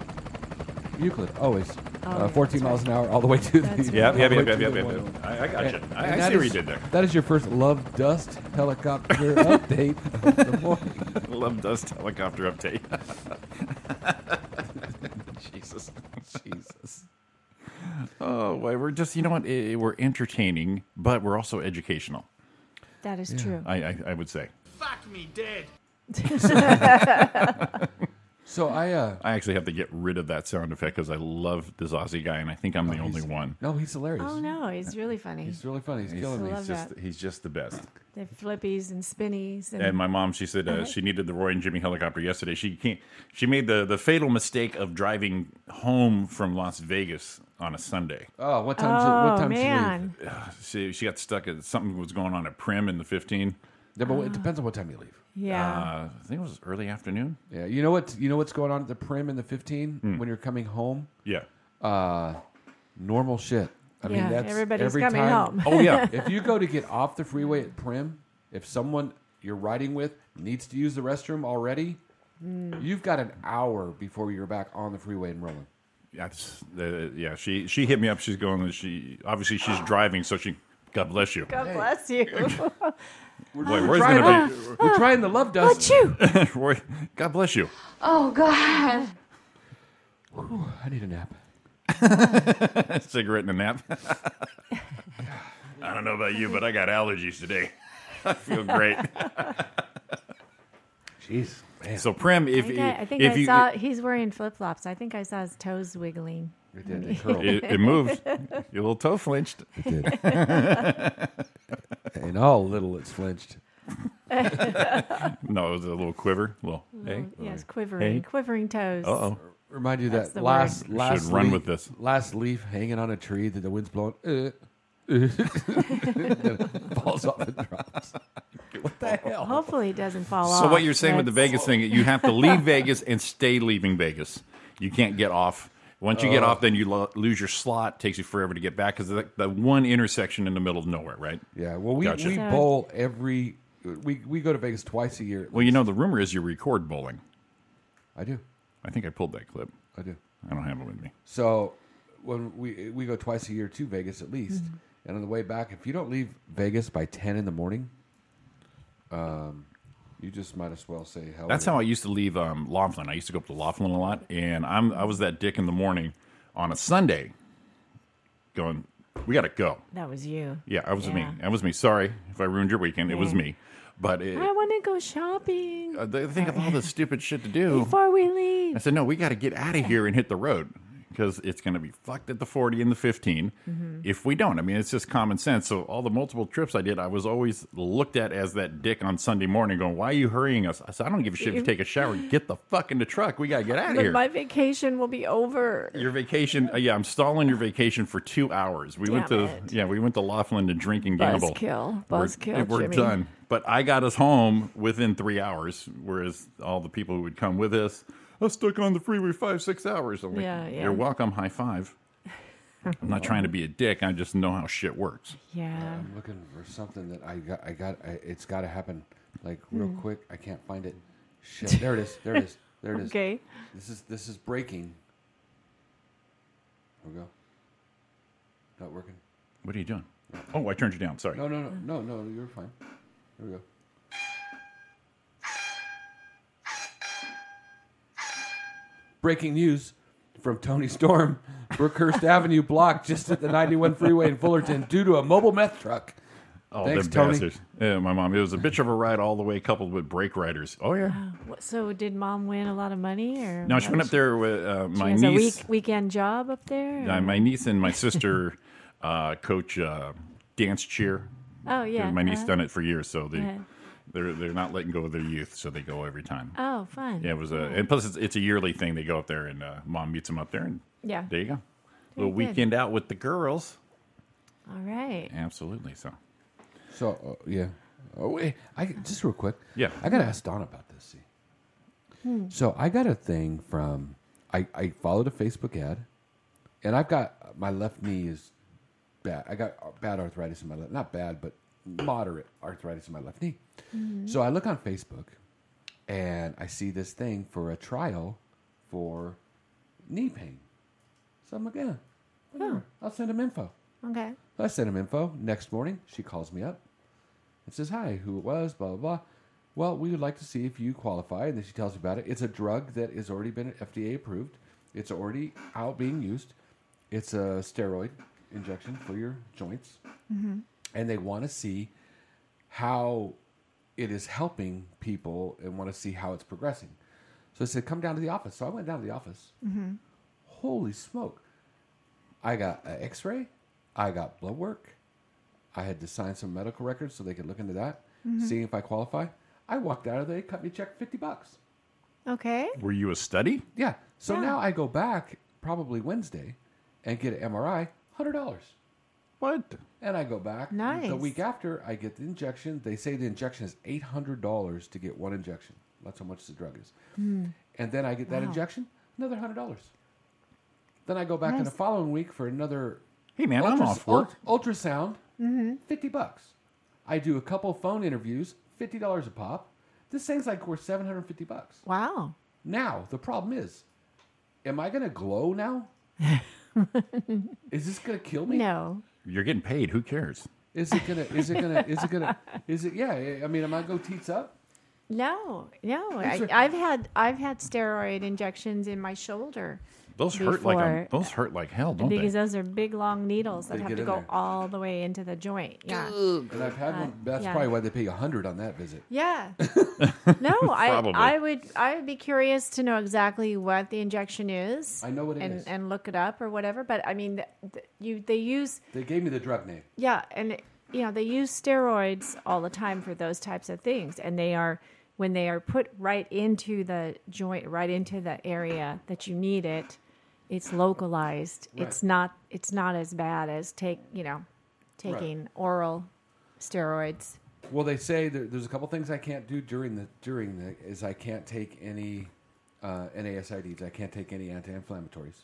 Speaker 7: Euclid, always.
Speaker 8: yeah,
Speaker 7: uh, 14
Speaker 8: Oh, that's
Speaker 7: miles an hour, all the way to
Speaker 8: That's
Speaker 7: the.
Speaker 8: right. Yep,
Speaker 7: all the way to the one-
Speaker 1: I, I got you. I,
Speaker 7: and
Speaker 1: I
Speaker 7: that
Speaker 1: see what you
Speaker 7: is-
Speaker 1: did there.
Speaker 7: That is your first Love Dust helicopter update of the morning.
Speaker 1: Love dust helicopter update. Jesus, Jesus. Oh, well, we're just you know what? eh, we're entertaining, but we're also educational.
Speaker 8: That is true.
Speaker 1: I, I, I would say.
Speaker 5: Fuck me dead.
Speaker 7: So I, uh,
Speaker 1: I actually have to get rid of that sound effect because I love this Aussie guy, and I think I'm the only
Speaker 7: he's-
Speaker 1: one.
Speaker 7: no, he's hilarious.
Speaker 8: oh no, he's really funny.
Speaker 7: He's really funny. He's,
Speaker 8: I
Speaker 7: killing me.
Speaker 8: love
Speaker 1: He's just
Speaker 8: that.
Speaker 1: he's just the best.
Speaker 8: The flippies and spinnies and,
Speaker 1: And my mom, she said
Speaker 8: Uh-huh.
Speaker 1: uh, she needed the Roy and Jimmy helicopter yesterday. She can't. She made the the fatal mistake of driving home from Las Vegas on a Sunday.
Speaker 7: Oh, what time?
Speaker 8: oh
Speaker 7: what time you leave?
Speaker 8: man,
Speaker 1: She she got stuck at something was going on at Prim in the 15.
Speaker 7: Yeah, but it depends on what time you leave.
Speaker 1: Uh,
Speaker 8: yeah.
Speaker 1: I think it was early afternoon.
Speaker 7: Yeah, you know what? You know what's going on at the Prim in the 15
Speaker 1: Hmm.
Speaker 7: when you're coming home.
Speaker 1: Yeah.
Speaker 7: Normal shit. I mean,
Speaker 8: Yeah,
Speaker 7: that's
Speaker 8: everybody's
Speaker 7: every
Speaker 8: coming
Speaker 7: time-
Speaker 8: home.
Speaker 1: Oh yeah.
Speaker 7: if you go to get off the freeway at Prim, if someone you're riding with needs to use the restroom already,
Speaker 8: Mm.
Speaker 7: you've got an hour before you're back on the freeway and rolling.
Speaker 1: That's the yeah. She she hit me up. She's going. She obviously she's driving, so she. God bless you.
Speaker 8: God bless you.
Speaker 1: Boy, Roy's gonna be.
Speaker 7: We're trying the love dust.
Speaker 8: Achoo!
Speaker 1: Roy, God bless you.
Speaker 3: Oh, God.
Speaker 7: I need a nap.
Speaker 1: cigarette and a nap. I don't know about you, but I got allergies today. I feel great.
Speaker 7: Jeez, man.
Speaker 1: So Prim,
Speaker 8: I
Speaker 1: if
Speaker 8: think I, I, think
Speaker 1: if
Speaker 8: I
Speaker 1: you
Speaker 8: saw he's wearing flip flops. I think I saw his toes wiggling.
Speaker 7: It did. It curled.
Speaker 1: it, it moved, your little toe flinched.
Speaker 7: and all little it's flinched.
Speaker 1: No, it was a little quiver. Little hey,
Speaker 8: yes, quivering, quivering toes.
Speaker 1: uh oh,
Speaker 7: Remind you that
Speaker 8: the
Speaker 7: last
Speaker 1: word.
Speaker 7: last
Speaker 1: Should run
Speaker 7: leaf,
Speaker 1: with this.
Speaker 7: last leaf hanging on a tree that the wind's blowing. Uh, uh, falls off and drops. What the hell?
Speaker 8: Hopefully, it doesn't fall off.
Speaker 1: So what you're saying with the
Speaker 8: That's-
Speaker 1: Vegas thing, you have to leave Vegas and stay leaving Vegas. You can't get off. Once you get off, then you lo- lose your slot. Takes you forever to get back because the, the one intersection in the middle of nowhere, right?
Speaker 7: Yeah. Well, we
Speaker 1: Gotcha.
Speaker 7: we
Speaker 8: So-
Speaker 7: bowl every. We we go to Vegas twice a year.
Speaker 1: Well, you know the rumor is you record bowling.
Speaker 7: I do.
Speaker 1: I think I pulled that clip.
Speaker 7: I do.
Speaker 1: I don't have it with me.
Speaker 7: So when we we go twice a year to Vegas at least,
Speaker 8: Mm-hmm.
Speaker 7: and on the way back, if you don't leave Vegas by ten in the morning, um, you just might as well say hell.
Speaker 1: That's how I used to leave um, Laughlin. I used to go up to Laughlin a lot, and I'm I was that dick in the morning on a Sunday, going, "We got to go."
Speaker 8: That was you.
Speaker 1: Yeah, I was me.
Speaker 8: Yeah.
Speaker 1: That was me. Sorry if I ruined your weekend. It was me. But it,
Speaker 8: I want to go shopping
Speaker 1: uh, they think of all the stupid shit to do.
Speaker 8: before we
Speaker 1: I
Speaker 8: leave.
Speaker 1: said, "No, we got to get out of here and hit the road." because it's going to be fucked at the 40 and the 15
Speaker 8: Mm-hmm.
Speaker 1: if we don't. I mean, it's just common sense. So, all the multiple trips I did, I was always looked at as that dick on Sunday morning going, Why are you hurrying us? I said, I don't give a shit if you take a shower. Get the fuck in the truck. We got to get out of
Speaker 8: But
Speaker 1: here.
Speaker 8: my vacation will be over.
Speaker 1: your vacation, uh, yeah, I'm stalling your vacation for two hours. We went to,
Speaker 8: Damn it.
Speaker 1: yeah, we went to Laughlin to drink and gamble.
Speaker 8: Buzzkill.
Speaker 1: We're-
Speaker 8: Buzzkill.
Speaker 1: We're,
Speaker 8: Jimmy.
Speaker 1: done. But I got us home within three hours, whereas all the people who would come with us, I was stuck on the freeway five, six hours. I'm like,
Speaker 8: Yeah, yeah.
Speaker 1: You're welcome. High five. I'm not trying to be a dick. I just know how shit works.
Speaker 8: Yeah.
Speaker 7: I'm looking for something that I got. I got. I, it's got to happen, like real
Speaker 8: Mm.
Speaker 7: quick. I can't find it. Shit, there it is. There it is. There it is.
Speaker 8: Okay.
Speaker 7: This is this is breaking. Here we go. Not working.
Speaker 1: What are you doing? Oh, I turned you down. Sorry.
Speaker 7: No, no, no, no, no. You're fine. There we go. Breaking news from Tony Storm: Brookhurst Avenue blocked just at the 91 freeway in Fullerton due to a mobile meth truck.
Speaker 1: Oh,
Speaker 7: Thanks,
Speaker 1: them
Speaker 7: Tony.
Speaker 1: bastards. Yeah, my mom. It was a bitch of a ride all the way, coupled with brake riders. Oh yeah.
Speaker 8: What- So did mom win a lot of money or?
Speaker 1: Now she went up
Speaker 8: what?
Speaker 1: there with uh,
Speaker 8: Oh, She
Speaker 1: my
Speaker 8: has a
Speaker 1: niece.
Speaker 8: week, weekend job up there.
Speaker 1: Uh,
Speaker 8: or-
Speaker 1: my niece and my sister uh, coach uh, dance cheer.
Speaker 8: oh yeah.
Speaker 1: my niece
Speaker 8: uh,
Speaker 1: done it for years, so they
Speaker 8: Yeah.
Speaker 1: they're they're not letting go of their youth, so they go every time.
Speaker 8: Oh, fun.
Speaker 1: Yeah, it was a and plus it's, it's a yearly thing. They go up there and uh, mom meets them up there, and
Speaker 8: Yeah.
Speaker 1: there you go, little
Speaker 8: Very good.
Speaker 1: weekend out with the girls.
Speaker 8: All right.
Speaker 1: Absolutely, so
Speaker 7: So uh, yeah. Oh wait, I just real quick.
Speaker 1: Yeah.
Speaker 7: I gotta ask Don about this. See. So I got a thing from I, I followed a Facebook ad, and I've got my left knee is bad. I got uh, bad arthritis in my left, not bad, but moderate arthritis in my left knee. So I look on Facebook, and I see this thing for a trial for knee pain. So I'm like, yeah, whatever. I'll send him info.
Speaker 8: Okay.
Speaker 7: I sent him info. Next morning, she calls me up and says, Hi, who it was, blah, blah, blah. Well, we would like to see if you qualify. And then she tells me about it. It's a drug that has already been FDA approved, it's already out being used. It's a steroid injection for your joints. And they want to see how it is helping people and want to see how it's progressing. So I said, Come down to the office. So I went down to the office. Holy smoke. I got an x ray. I got blood work. I had to sign some medical records so they could look into that,
Speaker 8: Mm-hmm.
Speaker 7: seeing if I qualify. I walked out of there, they cut me a check 50 bucks.
Speaker 8: Okay.
Speaker 1: were you a study?
Speaker 7: Yeah. So
Speaker 8: Yeah.
Speaker 7: now I go back probably Wednesday and get an MRI, $100.
Speaker 1: What?
Speaker 7: And I go back.
Speaker 8: Nice.
Speaker 7: The week after, I get the injection. They say the injection is $800 to get one injection. That's how much the drug is.
Speaker 8: Hmm.
Speaker 7: And then I get that injection, another $100. Then I go back in the
Speaker 8: Nice.
Speaker 7: following week for another
Speaker 1: Hey man, I'm
Speaker 7: Ultras-
Speaker 1: off work.
Speaker 7: ult- ultrasound, 50 bucks. I do a couple phone interviews, $50 a pop. This thing's like worth 750 bucks.
Speaker 8: Wow.
Speaker 7: Now, the problem is, am I going to glow now? is this going to kill me?
Speaker 8: No.
Speaker 1: You're getting paid. Who cares?
Speaker 7: Is it going to, is it going to, is it going to, is it, yeah, I mean, am I going to go teats up?
Speaker 8: No. No. I,
Speaker 7: It's a-
Speaker 8: I've had I've had steroid injections in my shoulder
Speaker 1: Those hurt like a,
Speaker 8: Before-
Speaker 1: those hurt like hell, don't
Speaker 8: because
Speaker 1: they?
Speaker 8: those are big long needles that
Speaker 7: They
Speaker 8: have
Speaker 7: get
Speaker 8: to
Speaker 7: in
Speaker 8: go
Speaker 7: there.
Speaker 8: all the way into the joint. Yeah.
Speaker 7: And I've had one, that's
Speaker 8: Uh, yeah.
Speaker 7: probably why they pay you 100 on that visit.
Speaker 8: Yeah. No, I
Speaker 1: Probably.
Speaker 8: I would I would be curious to know exactly what the injection is.
Speaker 7: I know what it
Speaker 8: and
Speaker 7: is.
Speaker 8: and look it up or whatever. But I mean, th- th- you they use
Speaker 7: They gave me the drug name.
Speaker 8: yeah, and it- you know they use steroids all the time for those types of things, and they are when they are put right into the joint, right into the area that you need it. It's localized. It's not it's not as bad as take you know taking oral steroids.
Speaker 7: Well, they say there, there's a couple things I can't do during the during the is I can't take any uh, NASIDs. I can't take any anti-inflammatories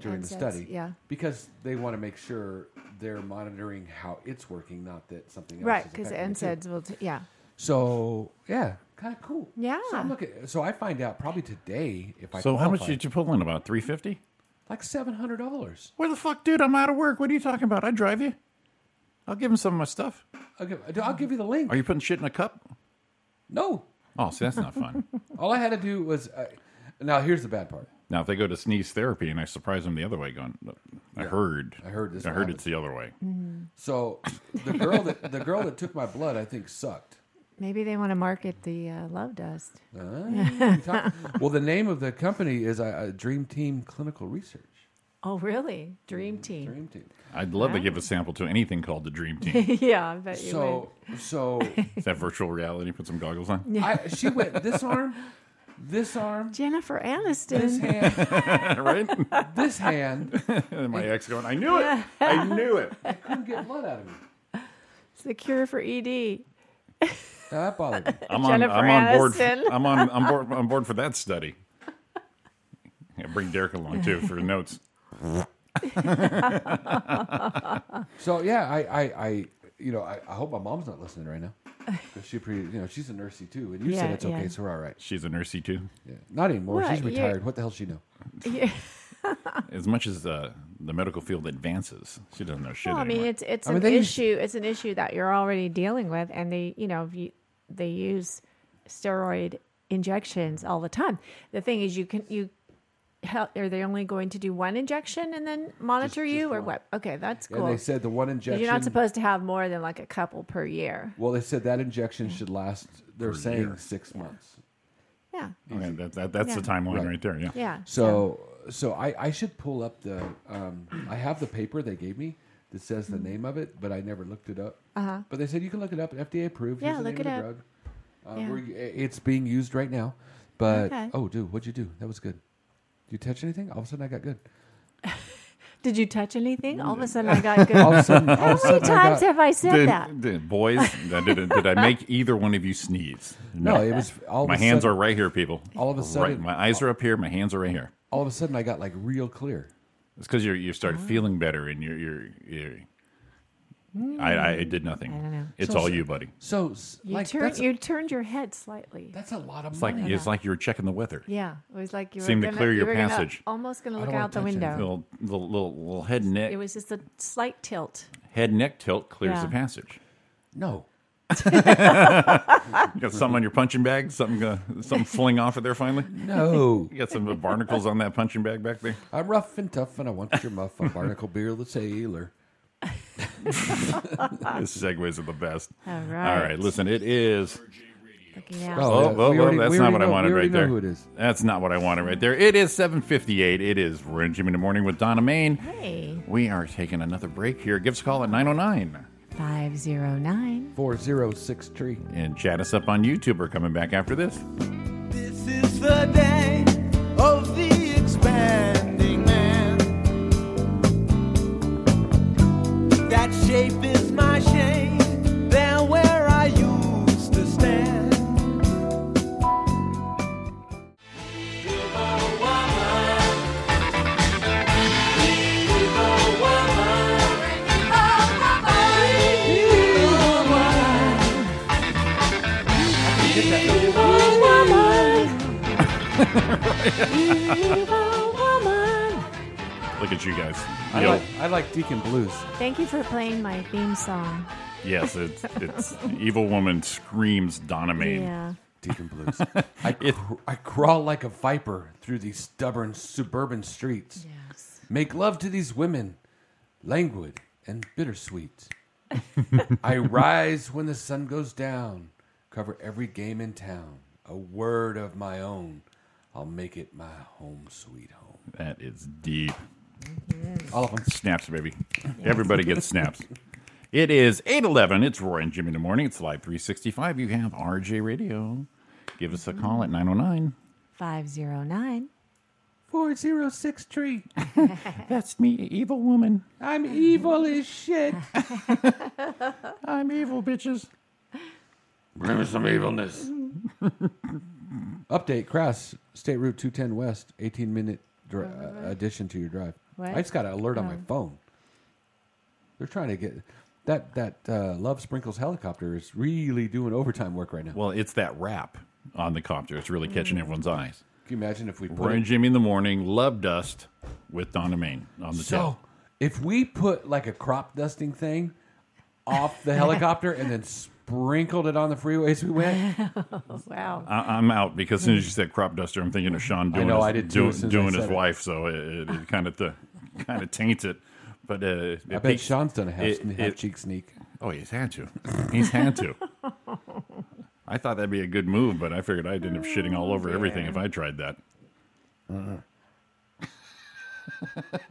Speaker 7: during
Speaker 8: NSAIDs,
Speaker 7: the study.
Speaker 8: Mm-hmm. yeah.
Speaker 7: because they want to make sure they're monitoring how it's working, not that something else.
Speaker 8: Right,
Speaker 7: is
Speaker 8: because
Speaker 7: affecting it, too.
Speaker 8: NSAIDs will, t- yeah.
Speaker 7: So yeah, kind of cool.
Speaker 8: Yeah.
Speaker 7: So I'm looking. So I find out probably today if I.
Speaker 1: So how much
Speaker 7: qualify.
Speaker 1: did you pull in? About three fifty?
Speaker 7: Like seven hundred dollars.
Speaker 1: Where the fuck, dude? I'm out of work. What are you talking about? I drive you. I'll give him some of my stuff.
Speaker 7: I'll give, I'll give you the link.
Speaker 1: Are you putting shit in a cup?
Speaker 7: no,
Speaker 1: Oh, see, that's not fun.
Speaker 7: all I had to do was. Uh, now here's the bad part.
Speaker 1: Now, if they go to sneeze therapy and I surprise them the other way, going, "Look, I heard,
Speaker 7: I heard this
Speaker 1: I
Speaker 7: will
Speaker 1: heard
Speaker 7: happen."
Speaker 1: it's the other way.
Speaker 8: Mm.
Speaker 7: So the girl that the girl that took my blood, I think, sucked.
Speaker 8: Maybe they want to market the uh, love dust.
Speaker 7: Ah, you talk- well, the name of the company is uh, uh, Dream Team Clinical Research.
Speaker 8: Oh, really?
Speaker 7: Mm,
Speaker 8: Dream team.
Speaker 7: Dream team.
Speaker 1: I'd love to give a sample to anything called the Dream Team.
Speaker 8: yeah, I bet you
Speaker 7: So so
Speaker 1: Is that virtual reality? Put some goggles on.
Speaker 7: I, she went this arm, this arm,
Speaker 8: would. Jennifer
Speaker 7: this
Speaker 8: Aniston.
Speaker 7: hand,
Speaker 1: right?
Speaker 7: this hand.
Speaker 1: And my ex going, I knew it. I knew it.
Speaker 7: Couldn't get blood out of me.
Speaker 8: It's the cure for E ED.
Speaker 7: Now, that bothered me.
Speaker 1: I'm on,
Speaker 8: Jennifer
Speaker 1: I'm on board.
Speaker 8: Aniston.
Speaker 1: I'm on, I'm board, I'm on board for that study. Yeah, bring Derek along too for notes.
Speaker 7: So yeah, I, I, I you know, I, I hope my mom's not listening right now. 'Cause She pretty, you know, she's a nursey too, and you said
Speaker 8: Yeah,
Speaker 7: it's okay,
Speaker 8: yeah.
Speaker 7: so we're all right.
Speaker 1: She's a nursey too.
Speaker 7: Yeah. Not anymore.
Speaker 8: What?
Speaker 7: She's
Speaker 8: You-
Speaker 7: retired. What the hell she know?
Speaker 8: Yeah.
Speaker 1: As much as uh, the medical field advances, she doesn't know shit
Speaker 8: Well, I mean,
Speaker 1: anymore.
Speaker 8: it's it's
Speaker 7: I mean,
Speaker 8: an
Speaker 7: they use-
Speaker 8: issue. It's an issue that you're already dealing with, and they you know you, they use steroid injections all the time. The thing is, you can you. How, are they only going to do one injection and then monitor you or what? Okay, that's cool.
Speaker 7: And they said the one injection.
Speaker 8: You're not supposed to have more than like a couple per year.
Speaker 7: well, they said that injection should last. They're saying six months.
Speaker 8: Yeah,
Speaker 1: Okay, that, that, that's the timeline right.
Speaker 7: Right.
Speaker 1: there. Yeah.
Speaker 8: yeah.
Speaker 7: So, so I, I should pull up the. Um, I have the paper they gave me that says
Speaker 8: Mm-hmm.
Speaker 7: the name of it, but I never looked it up. Uh-huh. But they said you can look it up. FDA approved.
Speaker 8: Yeah,
Speaker 7: Here's the
Speaker 8: look
Speaker 7: name
Speaker 8: it
Speaker 7: of
Speaker 8: up.
Speaker 7: the drug. Uh,
Speaker 8: Yeah.
Speaker 7: we're- it's being used right now. But
Speaker 8: Okay.
Speaker 7: oh, dude, what'd you do? That was good. Did you touch anything? All of a sudden, I got good.
Speaker 8: Did you touch anything? All of a sudden, I got good.
Speaker 7: All of a sudden, all of a
Speaker 8: How many
Speaker 7: sudden I
Speaker 8: times
Speaker 7: got,
Speaker 8: have I said
Speaker 1: Did-
Speaker 8: that?
Speaker 1: did- boys, did, did, did I make either one of you sneeze?
Speaker 7: no, it was all.
Speaker 1: My
Speaker 7: of a
Speaker 1: hands are
Speaker 7: sudden,
Speaker 1: right here, people.
Speaker 7: All of a
Speaker 1: Right,
Speaker 7: sudden-
Speaker 1: my eyes are up here. My hands are right here.
Speaker 7: All of a sudden, I got like real clear.
Speaker 1: It's because you you start
Speaker 8: Ah.
Speaker 1: feeling better and you're you're. you're I, I did nothing.
Speaker 8: Mm. I don't know.
Speaker 1: It's
Speaker 7: So-
Speaker 1: all you, buddy.
Speaker 7: So, s-
Speaker 8: You
Speaker 7: like
Speaker 8: turned
Speaker 7: that's,
Speaker 8: you turned your head slightly.
Speaker 7: that's a lot of
Speaker 1: It's like
Speaker 8: Oh
Speaker 7: money.
Speaker 1: it's like you were checking the weather.
Speaker 8: Yeah, it was like you
Speaker 1: Seemed
Speaker 8: were
Speaker 1: to
Speaker 8: gonna,
Speaker 1: clear
Speaker 8: you
Speaker 1: your
Speaker 8: were gonna-
Speaker 1: passage.
Speaker 8: almost going to
Speaker 7: I don't
Speaker 8: look
Speaker 7: wanna
Speaker 8: out the
Speaker 7: touch anything.
Speaker 8: window.
Speaker 1: Little, little little little head and
Speaker 8: It
Speaker 1: neck
Speaker 8: was just a slight tilt.
Speaker 1: head and neck tilt clears
Speaker 8: Yeah.
Speaker 1: the passage.
Speaker 7: no.
Speaker 1: You got something on your punching bag. Something uh, something fling off of there finally.
Speaker 7: No,
Speaker 1: You got some barnacles on that punching bag back there.
Speaker 7: I'm rough and tough, and I want your muff. I'm Barnacle Beer the Sailor.
Speaker 1: His segues are the best.
Speaker 8: All right.
Speaker 1: All right. Listen, it is.
Speaker 8: Looking out.
Speaker 7: Oh.
Speaker 1: Oh,
Speaker 7: yeah.
Speaker 1: oh,
Speaker 7: We
Speaker 1: oh,
Speaker 7: already-
Speaker 1: that's
Speaker 7: we
Speaker 1: not
Speaker 7: already
Speaker 1: what I
Speaker 7: know-
Speaker 1: wanted
Speaker 7: we already
Speaker 1: right
Speaker 7: know
Speaker 1: there.
Speaker 7: who it is.
Speaker 1: That's not what I wanted right there. It is 7:58. It is We're in Jimmy in the Morning with Donna Main.
Speaker 8: Hey,
Speaker 1: We are taking another break here. Give us a call at 909
Speaker 8: five zero nine.
Speaker 7: Four zero six three.
Speaker 1: and chat us up on YouTube. We're coming back after this.
Speaker 6: This is the day of the expanding man. That shape is my shade, there where I used to stand.
Speaker 1: Look at you guys.
Speaker 7: I
Speaker 1: Yo.
Speaker 7: like, I like Deacon Blues.
Speaker 8: Thank you for playing my theme song.
Speaker 1: Yes, it's it's evil woman screams Donna Main.
Speaker 8: Yeah.
Speaker 7: Deacon Blues. I, cr- I crawl like a viper through these stubborn suburban streets.
Speaker 8: Yes.
Speaker 7: Make love to these women, languid and bittersweet. I rise when the sun goes down, cover every game in town. A word of my own, I'll make it my home sweet home.
Speaker 1: That is deep.
Speaker 7: All of them.
Speaker 1: Snaps, baby. Everybody gets snaps. It is 811. It's Roy and Jimmy in the morning. It's live 365. You have RJ Radio. Give us a call at 909.
Speaker 8: Five zero nine.
Speaker 7: 406 tree.
Speaker 1: That's me, evil woman.
Speaker 7: I'm evil as shit.
Speaker 1: I'm evil, bitches.
Speaker 7: Bring me some evilness. Update: Crass State Route 210 West, 18 minute dri- uh, addition to your drive.
Speaker 8: What?
Speaker 7: I just got an alert on my phone. They're trying to get that that uh, Love Sprinkles helicopter is really doing overtime work right now.
Speaker 1: Well, it's that rap on the copter. It's really catching everyone's eyes.
Speaker 7: Can you imagine if we put
Speaker 1: Roy and
Speaker 7: it-
Speaker 1: Jimmy in the morning, love dust with Donna Main on the
Speaker 7: so
Speaker 1: tip.
Speaker 7: if we put like a crop dusting thing off the helicopter and then sprinkled it on the freeways we went?
Speaker 8: Wow.
Speaker 1: I, I'm out because as soon as you said crop duster, I'm thinking of Sean doing
Speaker 7: know,
Speaker 1: his,
Speaker 7: Mm. I did too,
Speaker 1: doing,
Speaker 7: as soon as I
Speaker 1: doing his
Speaker 7: said it.
Speaker 1: wife, so it, it kind of kind of taints it. But uh, it
Speaker 7: I bet
Speaker 1: peaks-
Speaker 7: Sean's done a half,
Speaker 1: it-
Speaker 7: half
Speaker 1: it-
Speaker 7: cheek sneak.
Speaker 1: Oh, he's had to. He's had to. I thought that'd be a good move, but I figured I'd end up shitting all over everything if I tried that.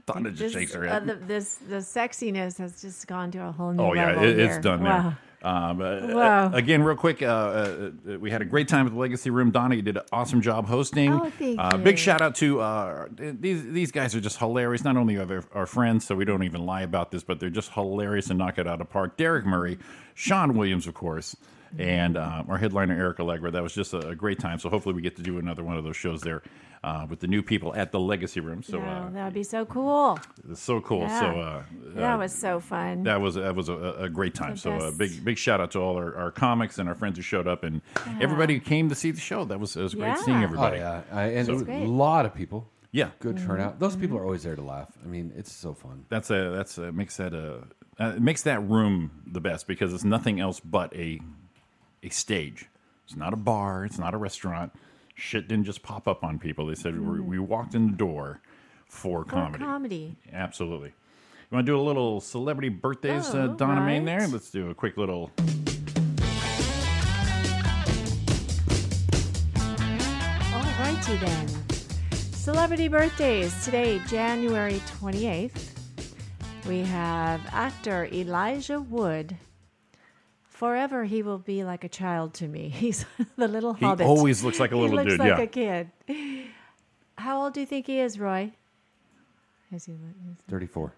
Speaker 1: Donna just
Speaker 8: This-
Speaker 1: shakes her
Speaker 8: uh,
Speaker 1: head.
Speaker 8: the, this the sexiness has just gone to a whole new
Speaker 1: Oh yeah,
Speaker 8: level
Speaker 1: it, it's
Speaker 8: here.
Speaker 1: done
Speaker 8: Wow.
Speaker 1: there. Um, uh,
Speaker 8: Wow.
Speaker 1: Again, real quick, uh, uh, uh, we had a great time at the Legacy Room. Donna, you did an awesome job hosting.
Speaker 8: Oh, thank
Speaker 1: uh,
Speaker 8: you.
Speaker 1: Big shout out to uh, these these guys are just hilarious. Not only are they our friends, so we don't even lie about this, but they're just hilarious and knock it out of park. Derek Murray, Sean Williams, of course. And uh, our headliner Eric Allegra. That was just a, a great time. So hopefully we get to do another one of those shows there uh, with the new people at the Legacy Room. So
Speaker 8: Wow,
Speaker 1: uh,
Speaker 8: that would be so cool.
Speaker 1: it's so cool.
Speaker 8: Yeah.
Speaker 1: So uh,
Speaker 8: that
Speaker 1: uh,
Speaker 8: was so fun.
Speaker 1: that was that was a, a great time.
Speaker 8: The
Speaker 1: So a
Speaker 8: best.
Speaker 1: big big shout out to all our, our comics and our friends who showed up and everybody who came to see the show. That was it was great
Speaker 8: Yeah.
Speaker 1: seeing
Speaker 7: Oh
Speaker 1: everybody.
Speaker 7: yeah, I, and
Speaker 1: That's
Speaker 7: a
Speaker 8: great. Mm-hmm.
Speaker 7: lot of people.
Speaker 1: Yeah.
Speaker 7: Good turnout. Those people are always there to laugh. I mean, it's so fun.
Speaker 1: That's a that's a makes that a uh, it makes that room the best because it's nothing else but a a stage. It's not a bar. It's not a restaurant. Shit didn't just pop up on people. They said we, we walked in the door for,
Speaker 8: For comedy.
Speaker 1: Absolutely. You want to do a little celebrity birthdays,
Speaker 8: Oh,
Speaker 1: uh, Donna Main
Speaker 8: right.
Speaker 1: there? Let's do a quick little.
Speaker 8: Alrighty then. Celebrity birthdays today, January 28th. We have actor Elijah Wood. Forever he will be like a child to me. He's the little
Speaker 1: He
Speaker 8: hobbit.
Speaker 1: always looks like a
Speaker 8: He
Speaker 1: little
Speaker 8: looks
Speaker 1: dude,
Speaker 8: like
Speaker 1: yeah.
Speaker 8: a kid. How old do you think he is, Roy? Is he is-
Speaker 7: Thirty-four.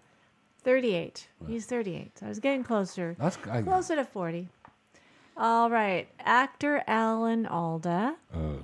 Speaker 8: 38. He's 38. So I was getting closer.
Speaker 7: That's I,
Speaker 8: Closer to 40. All right. Actor Alan Alda.
Speaker 7: Oh.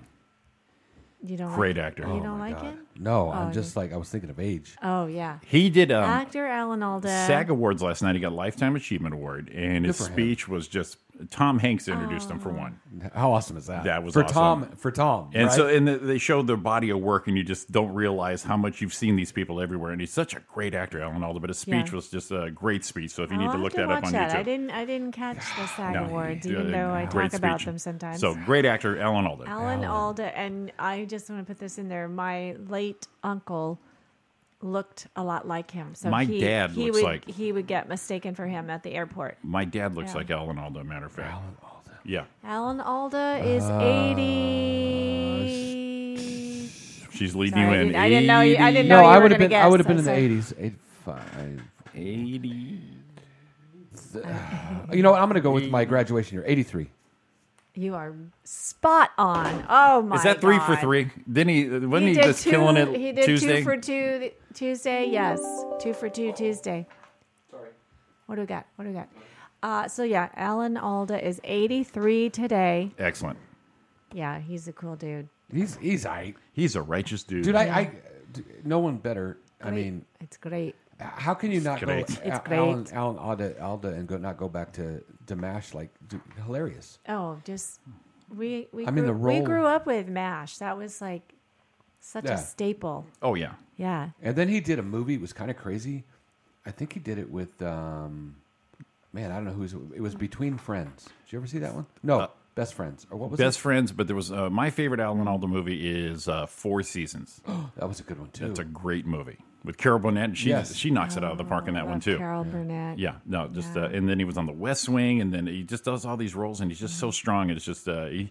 Speaker 8: You don't
Speaker 1: Great
Speaker 8: like,
Speaker 1: actor.
Speaker 8: You
Speaker 1: Oh
Speaker 8: don't
Speaker 7: my
Speaker 8: like
Speaker 7: God.
Speaker 8: him?
Speaker 7: No,
Speaker 8: Oh,
Speaker 7: I'm just like I was thinking of age.
Speaker 8: Oh, yeah.
Speaker 1: He did um,
Speaker 8: Actor Alan Alda.
Speaker 1: SAG Awards last night. He got Lifetime Achievement Award, and his
Speaker 7: for him.
Speaker 1: speech was just Tom Hanks introduced him for one,
Speaker 7: How awesome is that?
Speaker 1: That was
Speaker 7: for
Speaker 1: awesome.
Speaker 7: Tom. For Tom,
Speaker 1: and
Speaker 7: right?
Speaker 1: so and the, they showed their body of work, and you just don't realize how much you've seen these people everywhere. And he's such a great actor, Alan Alda. But his speech
Speaker 8: Yeah.
Speaker 1: was just a great speech. So if you
Speaker 7: Oh,
Speaker 8: I'll
Speaker 1: need to
Speaker 8: have
Speaker 1: look that
Speaker 8: watch
Speaker 1: up on
Speaker 8: that.
Speaker 1: YouTube,
Speaker 8: I didn't. I didn't catch the SAG
Speaker 1: No,
Speaker 8: awards,
Speaker 1: he-
Speaker 8: even though I
Speaker 1: great
Speaker 8: talk about
Speaker 1: speech.
Speaker 8: them sometimes.
Speaker 1: So great actor Alan Alda.
Speaker 8: Alan Alda, and I just want to put this in there. My late uncle looked a lot like him. So
Speaker 1: My
Speaker 8: he,
Speaker 1: dad
Speaker 8: he
Speaker 1: looks
Speaker 8: would,
Speaker 1: like-
Speaker 8: he would get mistaken for him at the airport.
Speaker 1: My dad looks
Speaker 8: Yeah.
Speaker 1: like Alan Alda. Matter of fact, Alan Alda. Yeah,
Speaker 8: Alan Alda
Speaker 1: Uh,
Speaker 8: is eighty.
Speaker 1: she's
Speaker 8: Sorry,
Speaker 1: leading you
Speaker 8: I
Speaker 1: in.
Speaker 8: didn't- I didn't know you- I didn't
Speaker 7: no,
Speaker 8: No, you
Speaker 7: I
Speaker 8: were
Speaker 7: would have
Speaker 8: gonna
Speaker 7: been. I
Speaker 8: guess.
Speaker 7: would have been
Speaker 8: I'm
Speaker 7: in the
Speaker 8: sorry.
Speaker 7: eighties. Eighty-five.
Speaker 1: 80.
Speaker 7: You know what? I'm going to go with
Speaker 1: Mm.
Speaker 7: my graduation year. Eighty-three.
Speaker 8: You are spot on. Oh my!
Speaker 1: Is that three for
Speaker 8: God.
Speaker 1: three? Didn't he? uh, Wasn't he,
Speaker 8: did
Speaker 1: just
Speaker 8: two-
Speaker 1: killing it
Speaker 8: He did
Speaker 1: Tuesday?
Speaker 8: two for two th- Tuesday. Yes, two for two Tuesday. Sorry. What do we got? What do we got? Uh, so yeah, Alan Alda is 83 today.
Speaker 1: Excellent.
Speaker 8: Yeah, he's a cool dude.
Speaker 7: He's he's I
Speaker 1: He's a righteous dude.
Speaker 7: dude. I, I no one better. I
Speaker 8: Great.
Speaker 7: mean,
Speaker 8: it's great.
Speaker 7: how can you not
Speaker 1: great.
Speaker 7: go
Speaker 1: It's
Speaker 7: Al-
Speaker 8: great.
Speaker 7: Alan, Alan Alda Alda and go not go back to to Mash like dude, hilarious.
Speaker 8: Oh, just we we
Speaker 7: I
Speaker 8: grew,
Speaker 7: mean, the
Speaker 8: we
Speaker 7: role-
Speaker 8: grew up with Mash. That was like such
Speaker 7: Yeah.
Speaker 8: a staple.
Speaker 1: oh yeah.
Speaker 8: Yeah.
Speaker 7: And then he did a movie. It was kind of crazy. I think he did it with um, man, I don't know who's. It was Between Friends. Did you ever see that one? No, Best Friends or what was
Speaker 1: Uh, Best
Speaker 7: it?
Speaker 1: friends, but there was uh, my favorite Alan Alda movie is uh, Four Seasons.
Speaker 7: That was a good one too.
Speaker 1: That's a great movie with Carol Burnett. and She
Speaker 7: Yes.
Speaker 1: she knocks it out of the park in that
Speaker 8: Oh, Love
Speaker 1: one too.
Speaker 8: Carol Burnett.
Speaker 1: Yeah, no, just
Speaker 8: Yeah.
Speaker 1: Uh, and then he was on The West Wing, and then he just does all these roles, and he's just so
Speaker 8: Mm-hmm.
Speaker 1: strong. It's just uh, he,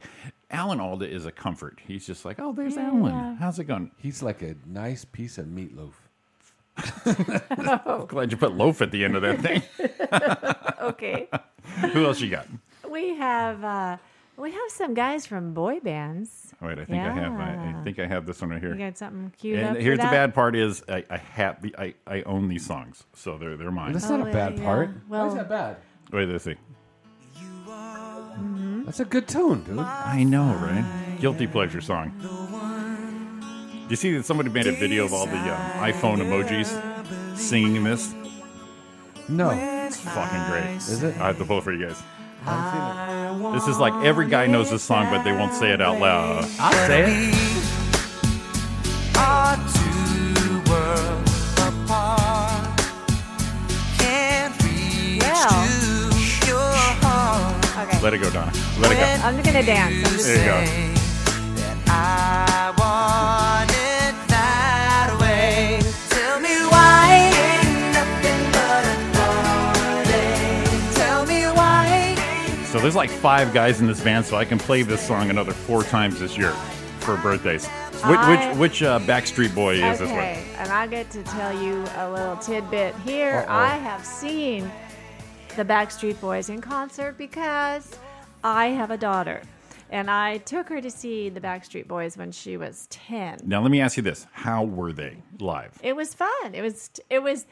Speaker 1: Alan Alda is a comfort. He's just like, oh, there's Alan. How's it going?
Speaker 7: He's like a nice piece of meatloaf.
Speaker 1: Glad you put loaf at the end of that thing.
Speaker 8: Okay.
Speaker 1: Who else you got?
Speaker 8: we have uh, we have some guys from boy bands.
Speaker 1: Wait, I think I have. I, I
Speaker 8: Yeah.
Speaker 1: think I have this one right here.
Speaker 8: You got something cute up
Speaker 1: and
Speaker 8: for
Speaker 1: here's the
Speaker 8: that?
Speaker 1: bad part: is I, I have the I, I own these songs, so they're they're mine.
Speaker 7: That's
Speaker 8: Oh,
Speaker 7: not a
Speaker 8: yeah,
Speaker 7: bad
Speaker 8: yeah.
Speaker 7: part.
Speaker 8: Well-
Speaker 7: Why is that bad?
Speaker 1: Wait, let's see.
Speaker 7: That's a good tune, dude.
Speaker 1: I know, right? Guilty pleasure song. You see that somebody made a video of all the uh, iPhone emojis singing this?
Speaker 7: No.
Speaker 1: It's fucking great.
Speaker 7: Is it?
Speaker 1: I have to pull it for you guys. This is like every guy knows this song, but they won't say it out loud.
Speaker 7: I'll say it.
Speaker 9: Our two worlds apart. Can't reach
Speaker 8: Well.
Speaker 9: to your heart.
Speaker 8: Okay.
Speaker 1: Let it go, Donna. Let it
Speaker 8: I'm gonna dance. I'm just
Speaker 1: There you go.
Speaker 9: Say that I want it that way. Tell me why ain't nothing but a heartache. Tell me why.
Speaker 1: go. So there's like five guys in this band, so I can play this song another four times this year. for birthdays?
Speaker 8: I-
Speaker 1: Which which, which uh, Backstreet Boy is this one?
Speaker 8: Okay, and I get to tell you a little tidbit here.
Speaker 7: Uh-oh.
Speaker 8: I have seen the Backstreet Boys in concert because I have a daughter. And I took her to see the Backstreet Boys when she was 10.
Speaker 1: Now let me ask you this: How were they live?
Speaker 8: It was fun. It was it was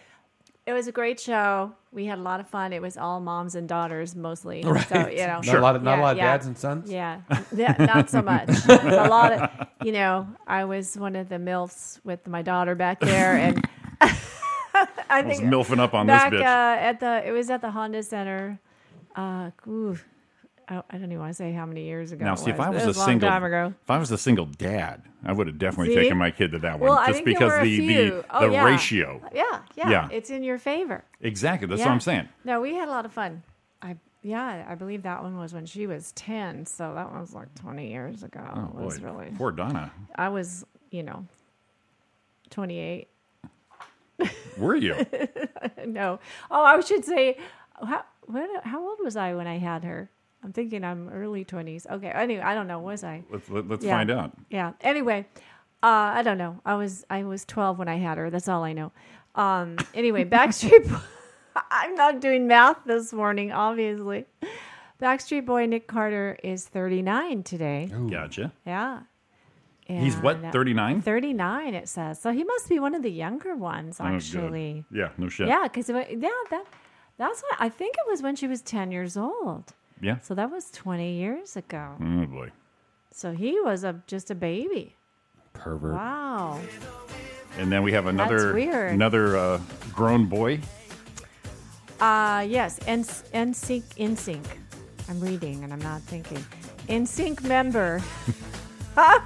Speaker 8: it was a great show. We had a lot of fun. It was all moms and daughters mostly. So, you know,
Speaker 7: Not a lot of, not a
Speaker 8: Yeah,
Speaker 7: lot of
Speaker 8: yeah.
Speaker 7: dads and sons.
Speaker 8: Yeah, yeah, not so much. a lot of, you know, I was one of the milfs with my daughter back there, and I
Speaker 1: I was
Speaker 8: think
Speaker 1: milfing up on
Speaker 8: back
Speaker 1: this
Speaker 8: uh,
Speaker 1: bitch.
Speaker 8: at the it was at the Honda Center. Uh, ooh, I, I don't even want to say how many years ago.
Speaker 1: now,
Speaker 8: it
Speaker 1: see if I
Speaker 8: It
Speaker 1: was,
Speaker 8: was
Speaker 1: a
Speaker 8: long
Speaker 1: single,
Speaker 8: time ago.
Speaker 1: if I was a single dad, I would have definitely
Speaker 8: See?
Speaker 1: taken my kid to that one,
Speaker 8: Well, I
Speaker 1: just
Speaker 8: think there
Speaker 1: because
Speaker 8: were a
Speaker 1: the
Speaker 8: few.
Speaker 1: the,
Speaker 8: Oh,
Speaker 1: the
Speaker 8: yeah.
Speaker 1: ratio.
Speaker 8: Yeah, yeah,
Speaker 1: Yeah.
Speaker 8: it's in your favor.
Speaker 1: Exactly. That's
Speaker 8: Yeah.
Speaker 1: what I'm saying.
Speaker 8: No, we had a lot of fun. I yeah, I believe that one was when she was ten, so that one was like twenty years ago. it was
Speaker 1: Oh, Boy,
Speaker 8: really
Speaker 1: Poor Donna.
Speaker 8: I was, you know, 28.
Speaker 1: Were you?
Speaker 8: No. Oh, I should say, how, what, how old was I when I had her? I'm thinking I'm early 20s. Okay. Anyway, I don't know. Was I?
Speaker 1: let's let, let's
Speaker 8: Yeah.
Speaker 1: find out.
Speaker 8: Yeah. Anyway, uh, I don't know. I was I was 12 when I had her. That's all I know. Um, anyway, Backstreet. Boy- I'm not doing math this morning, obviously. Backstreet Boy Nick Carter is 39 today.
Speaker 1: Gotcha.
Speaker 8: Yeah.
Speaker 1: He's what?
Speaker 8: And-
Speaker 1: 39.
Speaker 8: 39 it says so he must be one of the younger ones
Speaker 1: Oh, good.
Speaker 8: actually
Speaker 1: Yeah. No shit.
Speaker 8: yeah because yeah that that's what i think it was when she was 10 years old
Speaker 1: Yeah.
Speaker 8: so that was 20 years ago
Speaker 1: Oh boy.
Speaker 8: so he was a, just a baby
Speaker 7: Pervert.
Speaker 8: wow
Speaker 1: And then we have another
Speaker 8: weird.
Speaker 1: another uh, grown boy.
Speaker 8: uh yes and and sync in sync i'm reading and i'm not thinking in sync member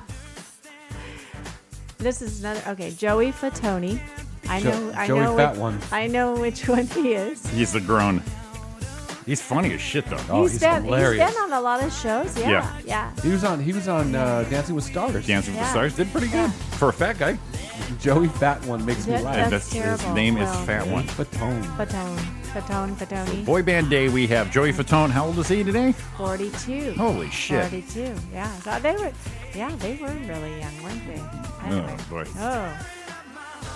Speaker 8: this is another okay joey fatoni I
Speaker 7: Jo-
Speaker 8: know, I
Speaker 7: Joey
Speaker 8: know
Speaker 7: Fat
Speaker 8: which,
Speaker 7: One.
Speaker 8: I know which one he is.
Speaker 1: He's the grown. He's funny as shit though.
Speaker 7: Oh,
Speaker 8: he's
Speaker 7: he's
Speaker 8: been
Speaker 7: hilarious.
Speaker 8: he's been on a lot of shows. Yeah,
Speaker 1: Yeah.
Speaker 8: yeah.
Speaker 7: He was on. He was on uh, Dancing with Stars.
Speaker 1: Dancing with the
Speaker 8: Yeah.
Speaker 1: Stars did pretty good for a fat guy.
Speaker 7: Joey Fat One makes me
Speaker 8: That-
Speaker 1: And
Speaker 7: laugh.
Speaker 8: That's
Speaker 1: his
Speaker 8: terrible.
Speaker 1: name is
Speaker 8: Well-
Speaker 1: Fat One.
Speaker 7: Fatone.
Speaker 8: Fatone, Fatone, Fatone.
Speaker 1: Boy band day. We have Joey Fatone. How old is he today?
Speaker 8: Forty-two.
Speaker 1: Holy shit.
Speaker 8: Forty-two. Yeah. So they were, yeah, they were really young, weren't they? I don't
Speaker 1: Oh
Speaker 8: know.
Speaker 1: boy.
Speaker 8: Oh.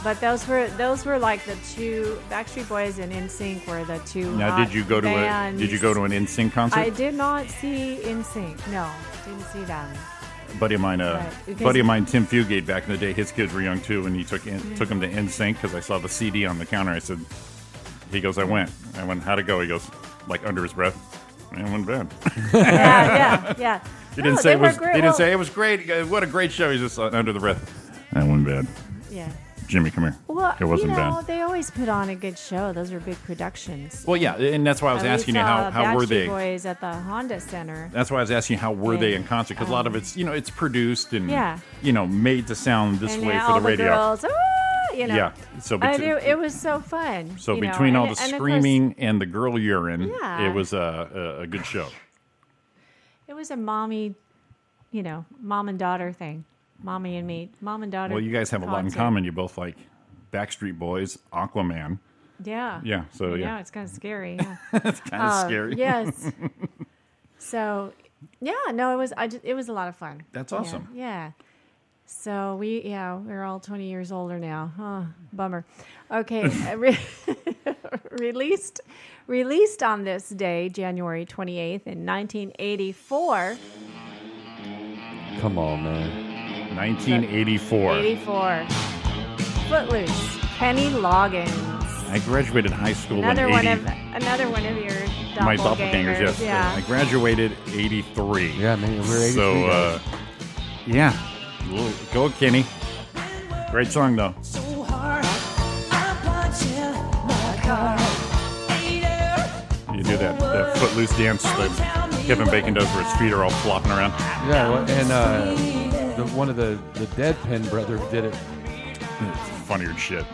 Speaker 8: But those were those were like the two Backstreet Boys and NSYNC were the two.
Speaker 1: Now,
Speaker 8: hot
Speaker 1: did you go to a
Speaker 8: bands.
Speaker 1: did you go to an NSYNC concert?
Speaker 8: Uh, I did not see NSYNC. No, didn't see them.
Speaker 1: A buddy of mine, uh,
Speaker 8: Right, because-
Speaker 1: buddy of mine, Tim Fugate, back in the day, his kids were young too, and he took in, took him to NSYNC because I saw the CD on the counter. I said, "He goes, I went. I went. How'd it go?" He goes, like under his breath, "It wasn't bad."
Speaker 8: Yeah, yeah, yeah.
Speaker 1: He
Speaker 8: No,
Speaker 1: didn't say
Speaker 8: they
Speaker 1: it
Speaker 8: were
Speaker 1: was.
Speaker 8: great.
Speaker 1: He
Speaker 8: Well,
Speaker 1: didn't say it was great. Uh, What a great show! He's just uh, under the breath. That wasn't bad.
Speaker 8: Yeah.
Speaker 1: Jimmy, come here.
Speaker 8: Well,
Speaker 1: it wasn't
Speaker 8: you know,
Speaker 1: bad.
Speaker 8: they always put on a good show. Those are big productions.
Speaker 1: Well, yeah, and that's why I was
Speaker 8: And we
Speaker 1: asking you
Speaker 8: saw
Speaker 1: how how were
Speaker 8: uh, Backstreet
Speaker 1: they.
Speaker 8: Boys at the Honda Center.
Speaker 1: That's why I was asking you how were
Speaker 8: Yeah.
Speaker 1: they in concert because a lot of it's you know it's produced and
Speaker 8: um, Yeah.
Speaker 1: you know made to sound this
Speaker 8: and
Speaker 1: way
Speaker 8: now
Speaker 1: for
Speaker 8: all
Speaker 1: the radio.
Speaker 8: girls, "Ah," you know.
Speaker 1: Yeah. So
Speaker 8: I
Speaker 1: between-
Speaker 8: knew- it was so fun.
Speaker 1: So
Speaker 8: you know,
Speaker 1: between all
Speaker 8: and-
Speaker 1: the
Speaker 8: and of course,
Speaker 1: screaming and the girl urine,
Speaker 8: Yeah.
Speaker 1: it was a, a, a good show.
Speaker 8: it was a mommy, you know, mom and daughter thing. Mommy and me, mom and daughter.
Speaker 1: Well, you guys have a lot in
Speaker 8: concert.
Speaker 1: common. You both like Backstreet Boys, Aquaman.
Speaker 8: Yeah. Oh,
Speaker 1: Yeah, so, yeah.
Speaker 8: it's kind of scary. Yeah.
Speaker 1: Kind of scary.
Speaker 8: yes. so, yeah, no, it was. I just, it was a lot of fun.
Speaker 1: That's
Speaker 8: Yeah,
Speaker 1: awesome.
Speaker 8: Yeah. So we, yeah, we're all 20 years older now. Huh, bummer. Okay, uh, re- released, released on this day, January 28th in 1984.
Speaker 7: Come on, man.
Speaker 1: 1984.
Speaker 8: 84. Footloose. Penny Loggins.
Speaker 1: I graduated high school
Speaker 8: Another
Speaker 1: in
Speaker 8: one
Speaker 1: 80.
Speaker 8: of another one of your doppelgangers.
Speaker 1: my doppelgangers, yes. I
Speaker 8: Yeah.
Speaker 1: graduated 83.
Speaker 7: Yeah, man. We're 83
Speaker 1: So,
Speaker 7: guys.
Speaker 1: uh, yeah. Well, Go, Kenny. Great song, though. You do that, that footloose dance that Kevin Bacon does where his feet are all flopping around.
Speaker 7: yeah, well, and uh, the, one of the the Deadpan brother did it.
Speaker 1: It's funnier shit.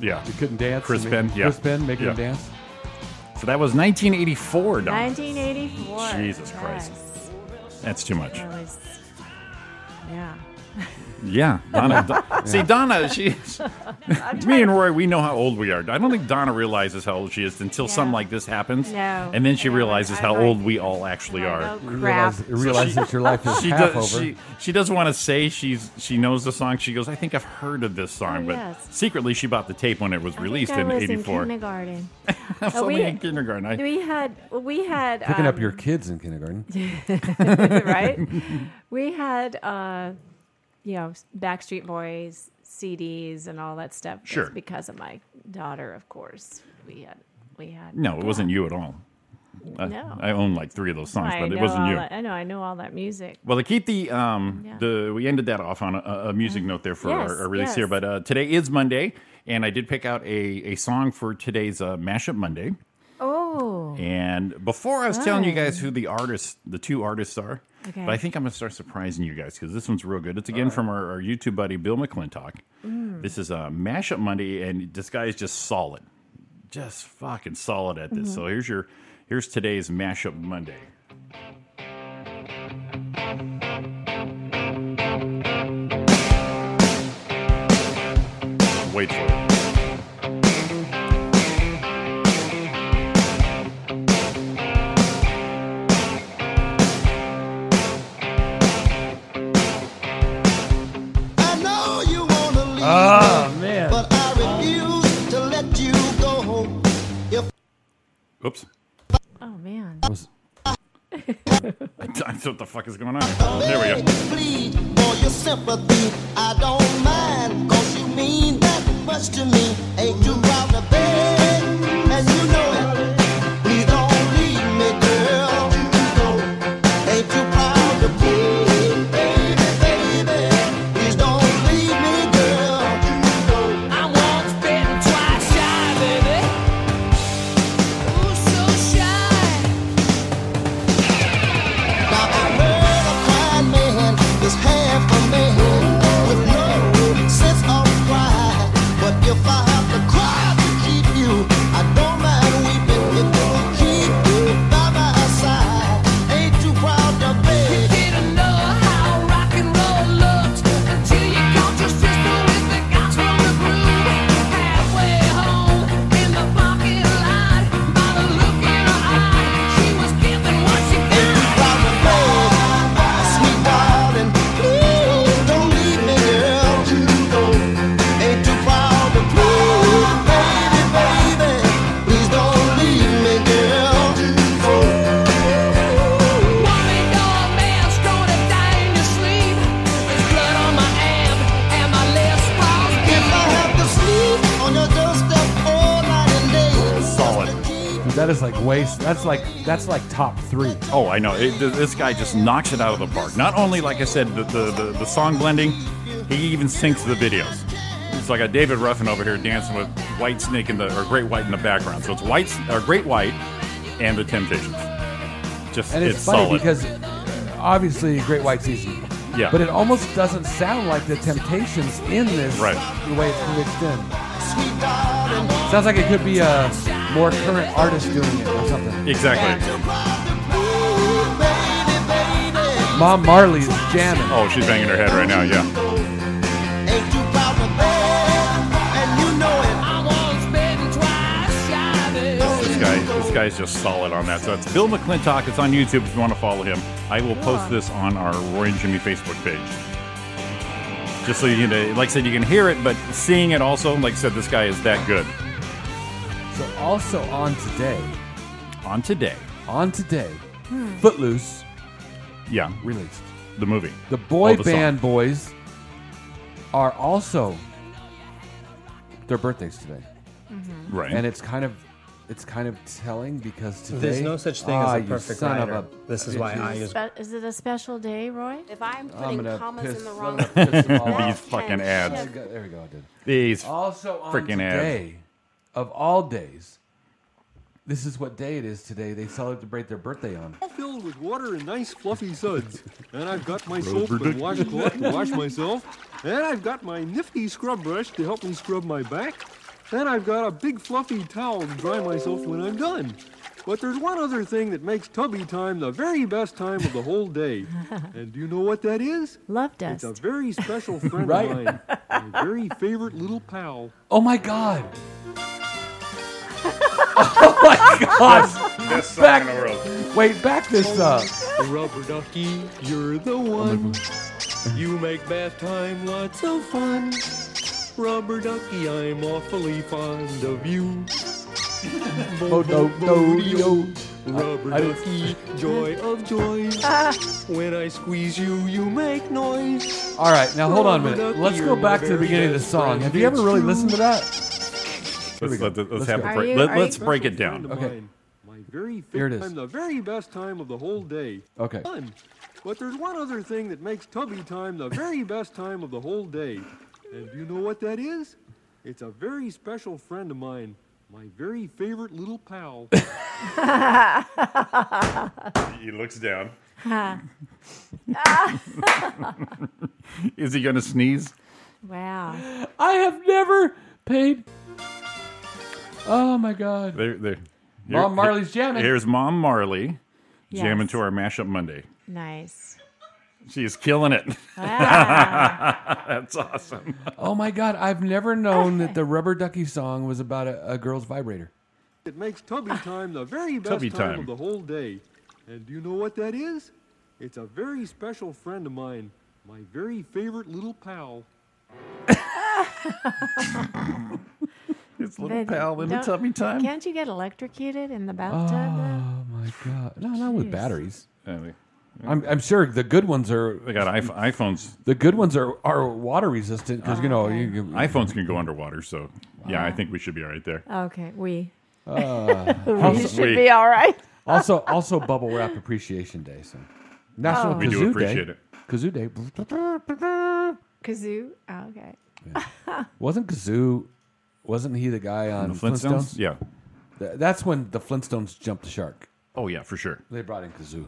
Speaker 1: Yeah.
Speaker 7: He couldn't dance.
Speaker 1: Chris
Speaker 7: He made-
Speaker 1: Penn, yeah.
Speaker 7: Chris Penn making
Speaker 1: Yeah.
Speaker 7: him dance.
Speaker 1: So that was 1984, Don.
Speaker 8: 1984.
Speaker 1: Jesus Christ.
Speaker 8: Yes.
Speaker 1: That's too much.
Speaker 8: That was, yeah.
Speaker 1: Yeah, Donna. Don- See, Donna, she's. me and Roy, we know how old we are. I don't think Donna realizes how old she is until something like this happens.
Speaker 8: No.
Speaker 1: And then she
Speaker 8: No,
Speaker 1: realizes
Speaker 8: I
Speaker 1: how
Speaker 8: like-
Speaker 1: old we all actually are.
Speaker 8: Oh,
Speaker 7: You
Speaker 8: crap.
Speaker 7: realize, you realize that your life is
Speaker 1: She
Speaker 7: half
Speaker 1: does.
Speaker 7: over.
Speaker 1: She she does want to say she's she knows the song. She goes, I think I've heard of this song,
Speaker 8: Oh,
Speaker 1: but
Speaker 8: yes.
Speaker 1: secretly she bought the tape when it was
Speaker 8: I think
Speaker 1: released
Speaker 8: I
Speaker 1: in
Speaker 8: was
Speaker 1: '84.
Speaker 8: kindergarten.
Speaker 1: I was
Speaker 8: Oh,
Speaker 1: only
Speaker 8: we-
Speaker 1: in kindergarten. I,
Speaker 8: We had we had
Speaker 7: Picking
Speaker 8: um,
Speaker 7: up your kids in kindergarten.
Speaker 8: right? we had, uh, you know, Backstreet Boys CDs and all that stuff. It's
Speaker 1: Sure.
Speaker 8: because of my daughter, of course. We had, we had.
Speaker 1: no, it wasn't you at all. I,
Speaker 8: No.
Speaker 1: I own like three of those songs,
Speaker 8: I
Speaker 1: but it
Speaker 8: know
Speaker 1: wasn't
Speaker 8: all
Speaker 1: you.
Speaker 8: That, I know. I know all that music.
Speaker 1: Well, to keep the um
Speaker 8: Yeah. Mm-hmm.
Speaker 1: the we ended that off on a, a music note there for
Speaker 8: Yes,
Speaker 1: our, our release
Speaker 8: yes.
Speaker 1: here, but uh, today is Monday, and I did pick out a a song for today's uh, mashup Monday.
Speaker 8: Oh,
Speaker 1: And before I was telling you guys who the artists, the two artists are,
Speaker 8: Okay.
Speaker 1: but I think I'm gonna start surprising you guys because this one's real good. It's again from our, our YouTube buddy Bill McClintock. This is a mashup Monday, and this guy is just solid, just fucking solid at this. So here's your here's today's mashup Monday. Wait for it.
Speaker 11: I know you wanna leave,
Speaker 7: man.
Speaker 11: but I refuse to let you go. If
Speaker 1: Oops.
Speaker 8: oh man.
Speaker 7: Was-
Speaker 1: I what the fuck is going on. There we go.
Speaker 11: plead for your sympathy, I don't mind, 'cause you mean that much to me. Ain't too proud to beg, and you know it. Please don't leave me, girl. No. Ain't too proud to plead, baby, baby. Please don't leave me, girl. No.
Speaker 9: I'm once bitten, twice shy, baby.
Speaker 2: Oh, so shy.
Speaker 11: Now I heard a blind man is half a man with no sense of pride. But if I have to cry to keep you, I don't mind weeping if you keep you by my side. Ain't too proud to beg.
Speaker 9: Didn't know how rock and roll looked until you caught your sister with the gospel groove. Halfway home in the parking lot, by the look in her eye, she was giving what she
Speaker 11: Ain't too
Speaker 9: got.
Speaker 11: proud to beg. Sweet darling, please don't leave me, girl. Ain't too proud to plead, baby, baby. Please don't leave me, girl.
Speaker 9: Worried old man's gonna die in his sleep. There's blood on my amp and my left palm's
Speaker 11: If I have to sleep on your doorstep all night and day,
Speaker 1: Solid.
Speaker 7: Dude, that is like waste. That's like that's like top three.
Speaker 1: Oh, I know. It, th- this guy just knocks it out of the park. Not only, like I said, the, the, the, the song blending, he even syncs the videos. It's like a David Ruffin over here dancing with White Snake in the or Great White in the background. So it's White or Great White and the Temptations. Just
Speaker 7: And it's, funny
Speaker 1: solid.
Speaker 7: because obviously Great White's easy.
Speaker 1: Yeah.
Speaker 7: But it almost doesn't sound like the Temptations in this
Speaker 1: Right.
Speaker 7: the way it's mixed in. Sounds like it could be a more current artist doing it or something.
Speaker 1: exactly.
Speaker 7: Mom Marley is jamming.
Speaker 1: Oh, she's banging her head right now. Yeah.
Speaker 11: ain't too proud to beg, and you know it.
Speaker 9: I once bitten, twice shy, baby.
Speaker 1: This guy, this guy's just solid on that. So it's Bill McClintock. It's on YouTube if you want to follow him. I will post this on our Roy and Jimmy Facebook page. Just so you can, like I said, you can hear it, but seeing it also, like I said, this guy is that good. Oh.
Speaker 7: So also on today,
Speaker 1: On today,
Speaker 7: on today, Footloose
Speaker 1: yeah,
Speaker 7: released.
Speaker 1: the movie.
Speaker 7: The boy
Speaker 1: Oh, the song.
Speaker 7: band boys are also their birthdays today.
Speaker 1: right.
Speaker 7: and it's kind of it's kind of telling because today
Speaker 12: There's no such thing as
Speaker 7: Ah,
Speaker 12: a
Speaker 7: you
Speaker 12: perfect
Speaker 7: son of
Speaker 12: writer.
Speaker 7: a
Speaker 12: This is why I
Speaker 7: bitches.
Speaker 12: use.
Speaker 8: Spe- is it a special day, Roy?
Speaker 13: If I'm
Speaker 7: I'm
Speaker 13: putting
Speaker 7: gonna
Speaker 13: commas
Speaker 7: piss,
Speaker 13: in the
Speaker 7: I'm
Speaker 13: wrong
Speaker 7: gonna piss them all
Speaker 1: These
Speaker 7: off.
Speaker 1: fucking
Speaker 13: That's
Speaker 1: ads.
Speaker 7: There we go. I did.
Speaker 1: These.
Speaker 7: Also on
Speaker 1: Freaking ads.
Speaker 7: today, of all days, this is what day it is today. They celebrate their birthday on.
Speaker 6: Filled with water and nice fluffy suds. And I've got my soap and washcloth to wash myself. And I've got my nifty scrub brush to help me scrub my back.
Speaker 12: Then I've got a big fluffy towel to dry myself when I'm done. But there's one other thing that makes tubby time the very best time of the whole day. And do you know what that is?
Speaker 8: Love
Speaker 12: It's a
Speaker 8: dust.
Speaker 12: very special friend
Speaker 7: Right.
Speaker 12: of mine. My very favorite little pal.
Speaker 7: Oh my god. oh my god.
Speaker 13: Best song
Speaker 7: Back-
Speaker 13: in the world.
Speaker 7: Wait, back this up. Oh
Speaker 12: Rubber ducky, you're the one. You make bath time lots of fun. Rubber ducky, I'm awfully fond of you.
Speaker 7: Oh, no, no, no.
Speaker 12: Rubber
Speaker 7: I-
Speaker 12: ducky, joy of joys. When I squeeze you, you make noise.
Speaker 7: All right, now hold on a minute. Let's go back to the beginning of the song. Have you ever really listened to that?
Speaker 1: Let's, let, us have
Speaker 8: go.
Speaker 1: a
Speaker 8: Are
Speaker 1: break.
Speaker 8: you-
Speaker 1: let,
Speaker 8: are you-
Speaker 1: us break it down.
Speaker 7: Okay.
Speaker 12: Mine. My very
Speaker 7: Here it
Speaker 12: favorite
Speaker 7: is.
Speaker 12: time, the very best time of the whole day.
Speaker 7: Okay.
Speaker 12: Fun. But there's one other thing that makes tubby time the very best time of the whole day. And do you know what that is? It's a very special friend of mine. My very favorite little pal.
Speaker 13: He looks down.
Speaker 1: Is he gonna sneeze?
Speaker 8: Wow.
Speaker 7: I have never paid. Oh my god.
Speaker 1: There, there.
Speaker 7: Mom Marley's jamming.
Speaker 1: Here's Mom Marley
Speaker 8: Yes.
Speaker 1: jamming to our mashup Monday.
Speaker 8: Nice.
Speaker 1: She is killing it.
Speaker 8: Ah,
Speaker 1: That's awesome.
Speaker 7: Oh my god, I've never known that the Rubber Ducky song was about a, a girl's vibrator.
Speaker 12: It makes tubby time the very best
Speaker 1: Tubby
Speaker 12: time,
Speaker 1: time.
Speaker 12: of the whole day. And do you know what that is? It's a very special friend of mine. My very favorite little pal.
Speaker 1: His little
Speaker 8: Then
Speaker 1: pal in the
Speaker 8: don't-
Speaker 1: tubby time.
Speaker 8: can't you get electrocuted in the bathtub? though?
Speaker 7: Oh my god. No, not with batteries.
Speaker 1: Uh, they-
Speaker 7: I'm, I'm sure the good ones are
Speaker 1: They got iPh- iPhones.
Speaker 7: the good ones are, are water resistant because you know you, you-
Speaker 1: iPhones can go underwater, so yeah, I think we should be all right there.
Speaker 8: Okay, we.
Speaker 1: Ah.
Speaker 7: also,
Speaker 8: You should be all right.
Speaker 7: also also bubble wrap appreciation day. So National
Speaker 1: We
Speaker 7: Kazoo
Speaker 1: do appreciate
Speaker 7: day.
Speaker 1: it.
Speaker 7: Kazoo day
Speaker 8: Kazoo. Oh, okay.
Speaker 7: wasn't Kazoo. Wasn't he the guy on
Speaker 8: Um,
Speaker 1: The Flintstones? Yeah.
Speaker 7: Th- That's when the Flintstones jumped the shark.
Speaker 1: Oh yeah, for sure.
Speaker 7: They brought in Kazoo.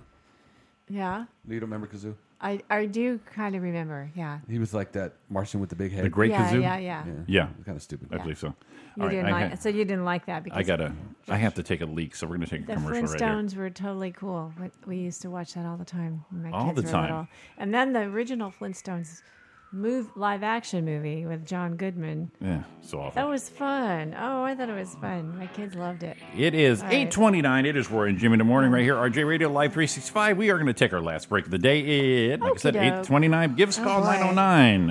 Speaker 8: Yeah.
Speaker 7: You don't remember Kazoo?
Speaker 8: I, I do kind of remember. Yeah.
Speaker 7: He was like that Martian with the big head.
Speaker 1: The Great
Speaker 8: yeah,
Speaker 1: Kazoo.
Speaker 8: yeah, yeah,
Speaker 1: Yeah,
Speaker 7: kind of stupid.
Speaker 1: I believe so.
Speaker 8: You
Speaker 1: All right,
Speaker 8: didn't
Speaker 1: I,
Speaker 8: like
Speaker 1: ha-
Speaker 8: so you didn't like that because
Speaker 1: I gotta. I have to take a leak, so we're gonna take a
Speaker 8: the
Speaker 1: commercial right here.
Speaker 8: Flintstones were totally cool. We, we used to watch that all the time. when my
Speaker 1: All
Speaker 8: kids
Speaker 1: the
Speaker 8: were
Speaker 1: time.
Speaker 8: Little. And then the original Flintstones move live action movie with John Goodman.
Speaker 1: Yeah, so
Speaker 8: That
Speaker 1: awful.
Speaker 8: was fun. Oh, I thought it was fun. My kids loved it.
Speaker 1: It is
Speaker 8: right.
Speaker 1: 829. It is Roy and Jimmy in the morning right here, RJ Radio Live 365. We are going to take our last break of the day. It, like I said,
Speaker 8: Okey-doke.
Speaker 1: 829. Give us a
Speaker 8: Oh,
Speaker 1: call
Speaker 8: boy.
Speaker 1: 909.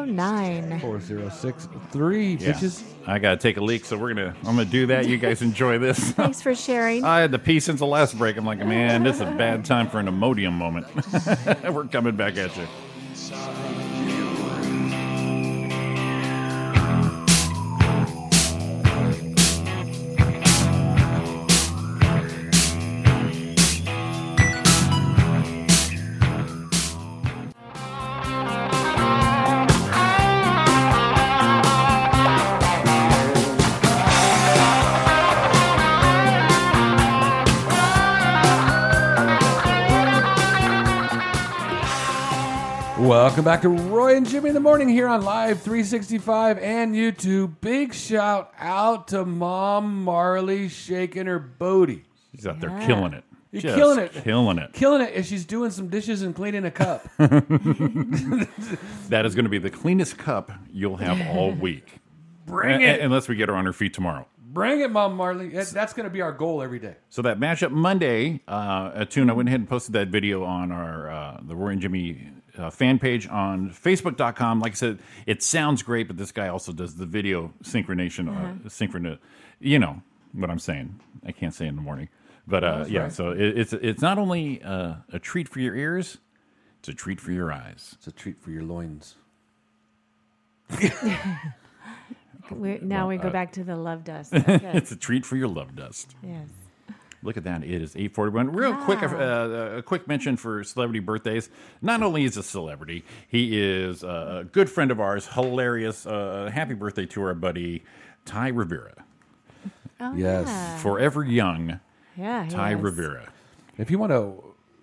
Speaker 8: 509.
Speaker 7: Four zero six three,
Speaker 1: Yeah.
Speaker 7: bitches.
Speaker 1: I got to take a leak, so we're going to, I'm going to do that. You guys enjoy this.
Speaker 8: Thanks for sharing.
Speaker 1: I had the pee since the last break. I'm like, man, this is a bad time for an Imodium moment. We're coming back at you.
Speaker 7: Welcome back to Roy and Jimmy in the morning here on Live 365 and YouTube. Big shout out to Mom Marley shaking her booty.
Speaker 1: She's out there
Speaker 8: Yeah.
Speaker 1: killing it.
Speaker 7: You're
Speaker 1: Just
Speaker 7: killing it.
Speaker 1: Killing it.
Speaker 7: Killing it if she's doing some dishes and cleaning a cup.
Speaker 1: That is going to be the cleanest cup you'll have all week.
Speaker 7: Bring
Speaker 1: A- a-
Speaker 7: it.
Speaker 1: Unless we get her on her feet tomorrow.
Speaker 7: Bring it, Mom Marley. That- That's going to be our goal every day.
Speaker 1: So that matchup Monday, uh, a tune. I went ahead and posted that video on our uh, the Roy and Jimmy uh, fan page on Facebook.com. Like I said, it sounds great, but this guy also does the video synchronization, uh, synchron. You know what I'm saying? I can't say in the morning, but uh, yeah. So it, it's it's not only uh, a treat for your ears, it's a treat for your eyes.
Speaker 7: It's a treat for your loins.
Speaker 8: We're, now we go
Speaker 1: uh,
Speaker 8: back to the love dust.
Speaker 1: It's a treat for your love dust.
Speaker 8: yes.
Speaker 1: Look at that! It is eight forty-one. Real quick, uh, uh, a quick mention for celebrity birthdays. Not only is a celebrity, he is uh, a good friend of ours. Hilarious! Uh, happy birthday to our buddy Ty Rivera.
Speaker 8: Oh,
Speaker 7: Yes.
Speaker 8: Yeah.
Speaker 1: Forever young,
Speaker 8: yeah he
Speaker 1: Ty
Speaker 8: was.
Speaker 1: Rivera.
Speaker 7: If you want to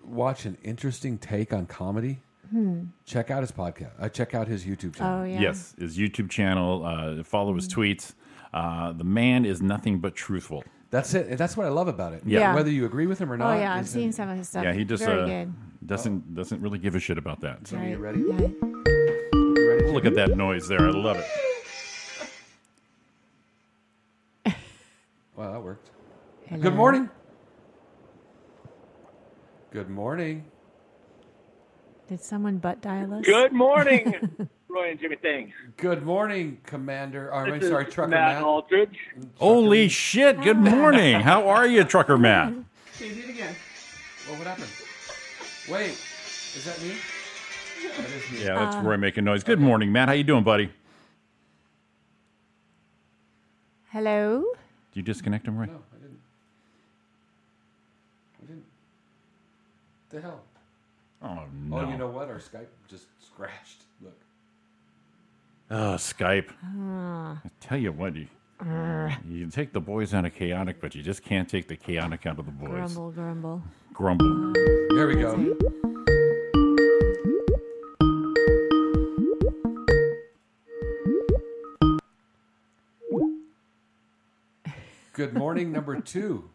Speaker 7: watch an interesting take on comedy,
Speaker 8: Hmm.
Speaker 7: check out his podcast. Uh, check out his YouTube channel.
Speaker 8: Oh, yeah. Mm-hmm.
Speaker 1: Yes, his YouTube channel. Uh, follow his tweets. Uh, the man is nothing but truthful.
Speaker 7: That's it. That's what I love about it.
Speaker 1: Yeah. Yeah.
Speaker 7: Whether you agree with him or
Speaker 8: Oh
Speaker 7: not.
Speaker 8: yeah, I've
Speaker 7: it's-
Speaker 8: seen some of his stuff.
Speaker 1: Yeah, he just
Speaker 8: very
Speaker 1: uh,
Speaker 8: good.
Speaker 1: doesn't doesn't really give a shit about that. So
Speaker 8: Right.
Speaker 1: look at that noise there. I love it.
Speaker 7: Wow, that worked.
Speaker 8: Hello.
Speaker 7: Good morning. Good morning.
Speaker 8: Did someone butt dial us?
Speaker 10: Good morning, Roy and Jimmy Thing.
Speaker 7: Good morning, Commander. Or, I'm
Speaker 10: This
Speaker 7: sorry,
Speaker 10: is
Speaker 7: Trucker
Speaker 10: Matt
Speaker 7: Matt.
Speaker 10: Aldridge.
Speaker 1: Holy shit! Good morning. How are you, Trucker Matt?
Speaker 7: She did again. Well, what happened? Wait, is that me? That is me.
Speaker 1: Yeah, that's
Speaker 8: Uh,
Speaker 1: where I'm making noise. Good morning, Matt. How you doing, buddy? Did
Speaker 8: Hello.
Speaker 1: you disconnect him right?
Speaker 7: No, I didn't. I didn't. The hell?
Speaker 1: Oh no.
Speaker 7: Oh, you know what? Our Skype just scratched. Look.
Speaker 1: Oh, Skype.
Speaker 7: Ah.
Speaker 1: I tell you what, you,
Speaker 8: Arr.
Speaker 1: you can take the boys out of chaotic, but you just can't take the chaotic out of the boys.
Speaker 8: Grumble, grumble.
Speaker 1: Grumble.
Speaker 7: There we go. Good morning, number two.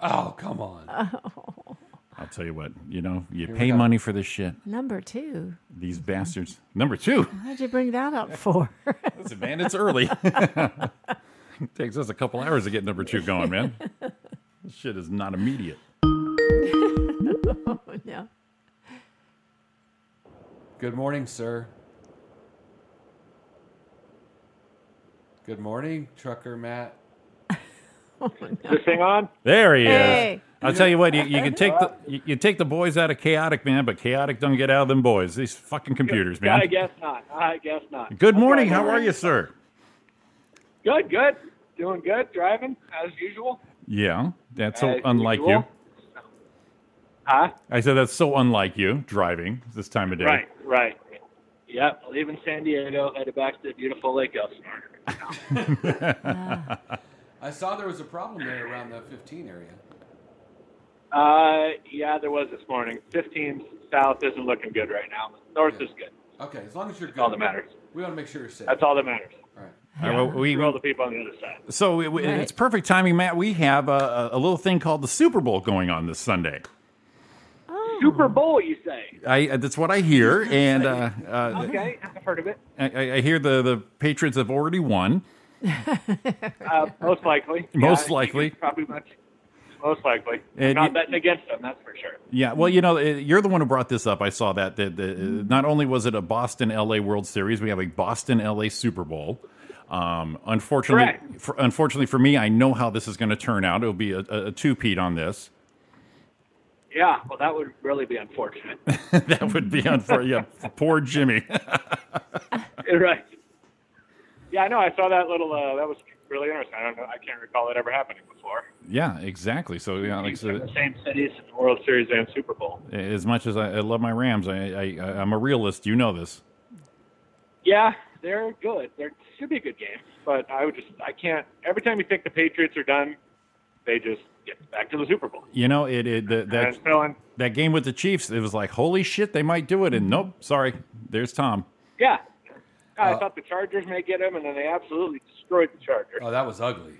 Speaker 7: Oh, come on.
Speaker 1: I'll tell you what, you know, you
Speaker 8: Here we
Speaker 1: pay
Speaker 8: go.
Speaker 1: money for this shit.
Speaker 8: Number two.
Speaker 1: These bastards. Number two.
Speaker 8: How'd you bring that up for? Oh,
Speaker 1: Listen, man, it's early. Takes us a couple hours to get number two going, man. This shit is not immediate.
Speaker 8: oh, no.
Speaker 7: Good morning, sir. Good morning, Trucker Matt.
Speaker 8: Oh,
Speaker 10: Is this thing on?
Speaker 1: There he is.
Speaker 10: Hey.
Speaker 1: I'll tell you what, you, you can take the you, you take the boys out of chaotic, man, but chaotic don't get out of them boys. These fucking computers, man.
Speaker 10: I guess not. I guess not.
Speaker 1: Good morning. How are you, sir?
Speaker 10: Good, good. Doing good. Driving as usual.
Speaker 1: Yeah, that's so
Speaker 10: As
Speaker 1: unlike you.
Speaker 10: usual. Huh?
Speaker 1: I said that's so unlike you driving this time of day.
Speaker 10: Right, right. Yep. Leaving San Diego, headed back to the beautiful Lake Elsinore.
Speaker 7: I saw there was a problem there around the 15 area.
Speaker 10: uh, yeah, there was this morning. 15 south isn't looking good right now. North is good.
Speaker 7: Okay, as long as you're good.
Speaker 10: all that matters.
Speaker 7: We want to make sure you're safe.
Speaker 10: That's all that matters.
Speaker 7: All right.
Speaker 1: All right, Uh, well, we-
Speaker 10: For all the people on the other side.
Speaker 1: So it, it- it's perfect timing, Matt. We have a, a, a little thing called the Super Bowl going on this Sunday.
Speaker 10: Super Bowl, you say?
Speaker 1: I uh, that's what I hear, and uh, uh,
Speaker 10: okay, I've heard of it.
Speaker 1: I- I, I hear the the Patriots have already won.
Speaker 10: Uh, most likely.
Speaker 1: Most
Speaker 10: I think
Speaker 1: likely.
Speaker 10: it's Probably much. Most likely.
Speaker 1: And
Speaker 10: Not
Speaker 1: you-
Speaker 10: betting against them, that's for sure.
Speaker 1: Yeah, well, you know, eh, you're the one who brought this up. I saw that. That, that eh, not only was it a Boston LA World Series, we have a Boston LA Super Bowl. Um, unfortunately, for, unfortunately for me, I know how this is going to turn out. It'll be a, a, a two-peat on this.
Speaker 10: Yeah, well, that would really be unfortunate.
Speaker 1: that would be unfortunate. yeah, poor Jimmy.
Speaker 10: right. Yeah, I know. I saw that little. Uh, that was really interesting. I don't know. I can't recall it ever happening before.
Speaker 1: yeah, exactly. So, yeah, like I
Speaker 10: In the
Speaker 1: said, eh,
Speaker 10: same cities, in the World Series and Super Bowl.
Speaker 1: as much as I, I love my Rams, I, I, I- I'm a realist. You know this.
Speaker 10: Yeah, they're good. They should be a good game, but I would just. I can't. Every time you think the Patriots are done, they just get back to the Super Bowl.
Speaker 1: You know, it, it that
Speaker 10: And
Speaker 1: that,
Speaker 10: it's feeling-
Speaker 1: that game with the Chiefs, it was like, holy shit, they might do it. And nope, sorry, there's Tom.
Speaker 10: Yeah. I
Speaker 1: Uh,
Speaker 10: thought the Chargers may get him, and then they absolutely destroyed the Chargers.
Speaker 7: Oh, that was ugly.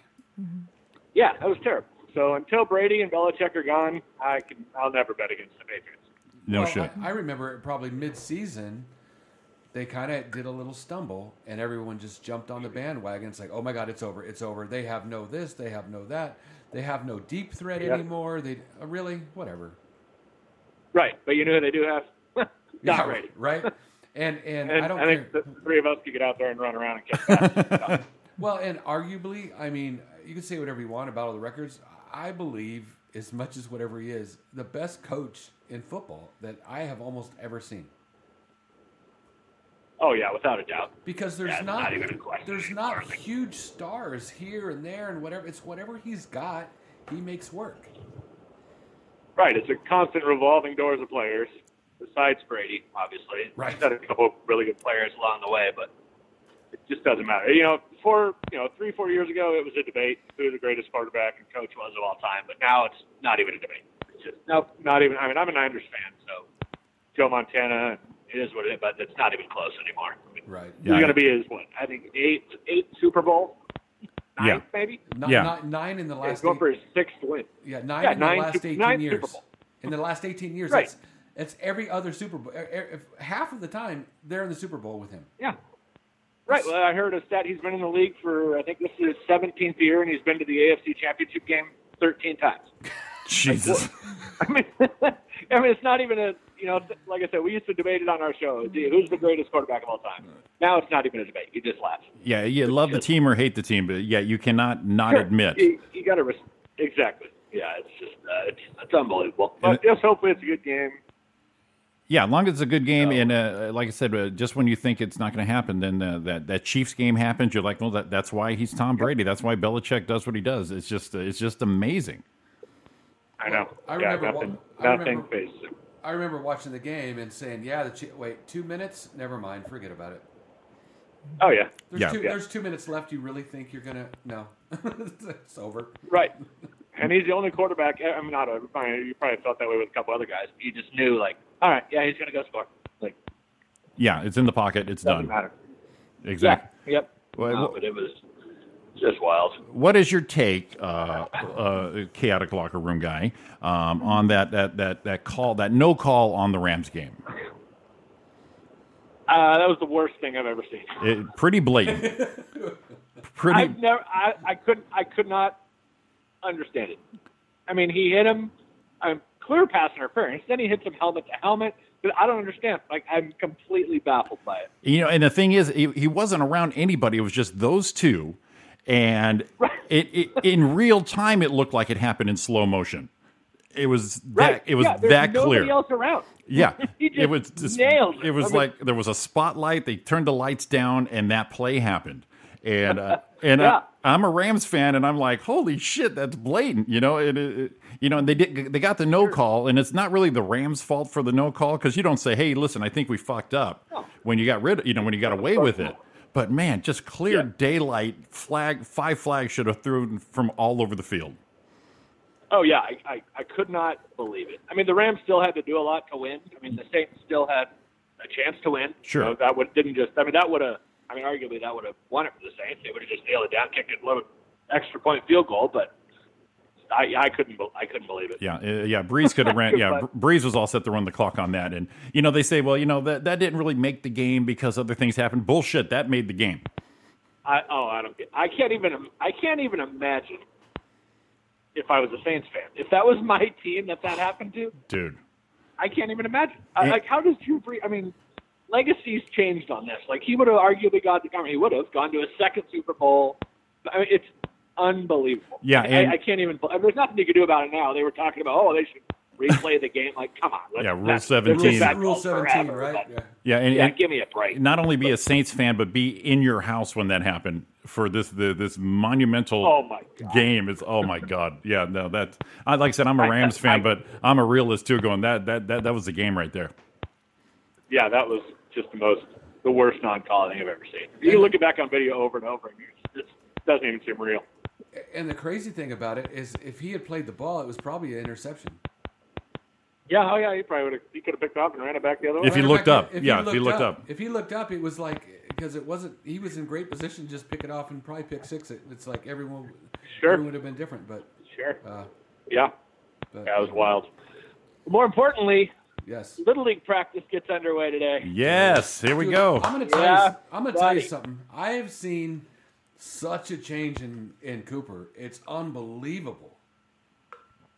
Speaker 10: Yeah, that was terrible. So until Brady and Belichick are gone, I can I'll never bet against the Patriots.
Speaker 1: No
Speaker 7: Well,
Speaker 1: shit.
Speaker 7: I, I remember probably mid-season, they kind of did a little stumble, and everyone just jumped on the bandwagon. It's like, oh my god, it's over, it's over. They have no this, they have no that, they have no deep threat
Speaker 10: Yep.
Speaker 7: anymore. They uh, really, whatever.
Speaker 10: Right, but you know who they do have? Not
Speaker 7: Yeah,
Speaker 10: Brady.
Speaker 7: right? And and,
Speaker 10: And
Speaker 7: I don't
Speaker 10: think the three of us could get out there and run around and kick that.
Speaker 7: Well, and arguably, I mean, you can say whatever you want about all the records. I believe, as much as whatever he is, the best coach in football that I have almost ever seen.
Speaker 10: oh yeah, without a doubt.
Speaker 7: Because there's
Speaker 10: Yeah, it's
Speaker 7: not,
Speaker 10: not even a question
Speaker 7: there's not huge stars here and there and whatever. It's whatever he's got, he makes work.
Speaker 10: Right, it's a constant revolving doors of players. Besides Brady, obviously,
Speaker 7: Right.
Speaker 10: He's had a couple of really good players along the way, but it just doesn't matter. You know, four, you know, three, four years ago, it was a debate who the greatest quarterback and coach was of all time. But now it's not even a debate. It's just nope, not even. I mean, I'm a Niners fan, so Joe Montana. It is what it is, but it's not even close anymore. I mean,
Speaker 7: Right.
Speaker 10: He's going to be his what? I think eight eight Super Bowl.
Speaker 1: Yeah.
Speaker 10: Ninth, maybe.
Speaker 7: Ni- ni- nine in the
Speaker 10: Yeah, he's
Speaker 7: last.
Speaker 10: going
Speaker 7: eight-
Speaker 10: for his sixth win.
Speaker 7: yeah, nine
Speaker 10: yeah,
Speaker 7: in
Speaker 10: nine
Speaker 7: the last
Speaker 10: Sup-
Speaker 7: eighteen
Speaker 10: nine Super
Speaker 7: years.
Speaker 10: Bowl.
Speaker 7: In the last eighteen years,
Speaker 10: Right.
Speaker 7: that's that's every other Super Bowl. er- er- if- half of the time they're in the Super Bowl with him.
Speaker 10: Yeah. Right. Well, I heard a stat. He's been in the league for I think this is his 17th year, and he's been to the AFC Championship game 13 times.
Speaker 1: Jesus.
Speaker 10: I mean, it's not even a you know, th- like I said, we used to debate it on our show. D- Who's the greatest quarterback of all time? Now it's not even a debate. You just laugh.
Speaker 1: Yeah, you love the team or hate the team, but yeah, you cannot not
Speaker 10: Sure.
Speaker 1: admit.
Speaker 10: You, you got to res- exactly. Yeah, it's just uh, it's, it's unbelievable. But just hopefully it's a good game.
Speaker 1: Yeah, as long as it's a good game, and uh, like I said, uh, just when you think it's not going to happen, then uh, that that Chiefs game happens. You're like, well, that, that's why he's Tom Brady. That's why Belichick does what he does. It's just uh, it's just amazing.
Speaker 10: I know.
Speaker 7: I
Speaker 10: yeah,
Speaker 7: remember
Speaker 10: nothing,
Speaker 7: one- I remember-
Speaker 10: nothing faces him.
Speaker 7: I remember watching the game and saying, "Yeah, the Chi wait two minutes. Never mind. Forget about it."
Speaker 10: Oh yeah.
Speaker 7: There's two, There's two minutes left. You really think you're gonna? No, it's over.
Speaker 10: Right. And he's the only quarterback. eh, I mean, not everybody. You probably felt that way with a couple other guys. You just knew, like, all right, yeah, he's gonna go score. Like,
Speaker 1: Yeah, it's in the pocket. It's
Speaker 10: doesn't
Speaker 1: done.
Speaker 10: matter.
Speaker 1: Exactly.
Speaker 10: Yep.
Speaker 1: Well,
Speaker 10: No,
Speaker 1: well-
Speaker 10: but it was just wild.
Speaker 1: What is your take, uh, uh, chaotic locker room guy, um, on that, that that that call, that no call on the Rams game?
Speaker 10: Uh, that was the worst thing I've ever seen.
Speaker 1: It, pretty blatant. Pretty-
Speaker 10: I've never. I, I couldn't. I could not understand it. I mean, he hit him. I'm clear pass interference. Then he hits him helmet to helmet. But I don't understand. Like, I'm completely baffled by it.
Speaker 1: You know, and the thing is, he, he wasn't around anybody. It was just those two, and it, it in real time it looked like it happened in slow motion. It was that it was
Speaker 10: yeah, there's
Speaker 1: that
Speaker 10: nobody
Speaker 1: clear.
Speaker 10: else around.
Speaker 1: Yeah,
Speaker 10: He just
Speaker 1: it was just,
Speaker 10: nailed it.
Speaker 1: It was
Speaker 10: I mean-
Speaker 1: like there was a spotlight. They turned the lights down, and that play happened. And uh, and uh, I'm a Rams fan, and I'm like, holy shit, that's blatant, you know. And it, it- you know, and they did they got the no call, and it's not really the Rams' fault for the no call because you don't say, hey, listen, I think we fucked up when you got rid, of, you know, when you got away with it. But man, just clear daylight, flag, five flags should have thrown from all over the field.
Speaker 10: Oh yeah, I, I I could not believe it. I mean, the Rams still had to do a lot to win. I mean, the Saints still had a chance to win.
Speaker 1: Sure.
Speaker 10: So that would didn't just. I mean, that would have. I mean, arguably that would have won it for the Saints. They would have just nailed it down, kicked it low, extra point field goal. But I I couldn't be- I couldn't believe it.
Speaker 1: Yeah, uh, yeah. Breeze could have ran. Yeah,
Speaker 10: But-
Speaker 1: Breeze was all set to run the clock on that, and you know they say, well, you know that that didn't really make the game because other things happened. Bullshit. That made the game.
Speaker 10: I oh I don't get. I can't even I can't even imagine if I was a Saints fan. If that was my team that that happened to,
Speaker 1: Dude.
Speaker 10: I can't even imagine. I,
Speaker 1: And-
Speaker 10: like, how does Drew Brees? I mean, legacy's changed on this. Like, he would have arguably got the. I mean, he would have gone to a second Super Bowl. I mean, it's unbelievable.
Speaker 1: Yeah,
Speaker 10: I,
Speaker 1: and-
Speaker 10: I can't even. I mean, there's nothing you can do about it now. They were talking about, oh, they should replay the game. Like, come on. let's-
Speaker 1: Yeah, Rule
Speaker 10: that's-
Speaker 1: seventeen.
Speaker 10: that's
Speaker 7: Rule seventeen,
Speaker 10: forever,
Speaker 7: right? Yeah.
Speaker 1: Yeah, and,
Speaker 10: Yeah,
Speaker 1: and
Speaker 10: give me a break.
Speaker 1: Not only be a Saints fan, but be in your house when that happened for this the, this monumental
Speaker 10: Oh, my
Speaker 1: game. It's oh my god. Yeah, no, that I like I said, I'm a
Speaker 10: I-
Speaker 1: Rams fan,
Speaker 10: I-
Speaker 1: but I'm a realist too. Going that that that that was the game right there.
Speaker 10: Yeah, that was just the most, the worst non-call I think I've ever seen. You can look it back on video over and over, and it just doesn't even seem real.
Speaker 7: And the crazy thing about it is, if he had played the ball, it was probably an interception.
Speaker 10: Yeah, oh yeah, he probably would have. He could have picked it up and ran it back the other way.
Speaker 1: If he looked up, yeah, if he looked up.
Speaker 7: If he looked up, it was like because it wasn't. He was in great position, to just pick it off and probably pick six. It, it's like everyone,
Speaker 10: Sure.
Speaker 7: everyone would have been different. But
Speaker 10: sure,
Speaker 7: uh,
Speaker 10: Yeah. that was wild. More importantly,
Speaker 7: yes,
Speaker 10: Little League practice gets underway today.
Speaker 1: Yes, here we go.
Speaker 7: I'm gonna tell
Speaker 10: Yeah,
Speaker 7: you. I'm gonna tell you
Speaker 10: buddy.
Speaker 7: something. I have seen such a change in in Cooper. It's unbelievable.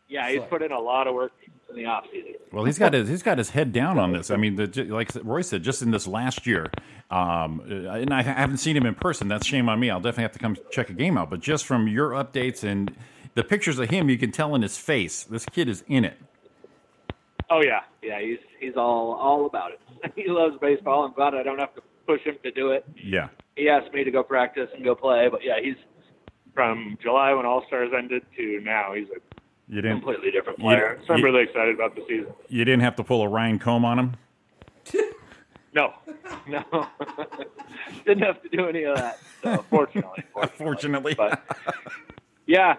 Speaker 10: Yeah, he's
Speaker 7: Sorry.
Speaker 10: put in a lot of work in the off season.
Speaker 1: Well, he's got his he's got his head down on this. I mean, the, ju- like Roy said, just in this last year, um, uh, and I ha- haven't seen him in person. That's shame on me. I'll definitely have to come check a game out. But just from your updates and the pictures of him, you can tell in his face this kid is in it.
Speaker 10: Oh yeah, yeah, he's he's all all about it. he loves baseball. I'm glad I don't have to push him to do it.
Speaker 1: Yeah,
Speaker 10: He asked me to go practice and go play, but yeah, he's from July when All Stars ended to now. He's a
Speaker 1: you didn't
Speaker 10: completely different
Speaker 1: you-
Speaker 10: player. so I'm
Speaker 1: you-
Speaker 10: really excited about the season.
Speaker 1: you didn't have to pull a Ryan Comb on him.
Speaker 10: No, no, didn't have to do any of that. So fortunately,
Speaker 1: Fortunately,
Speaker 10: but Yeah.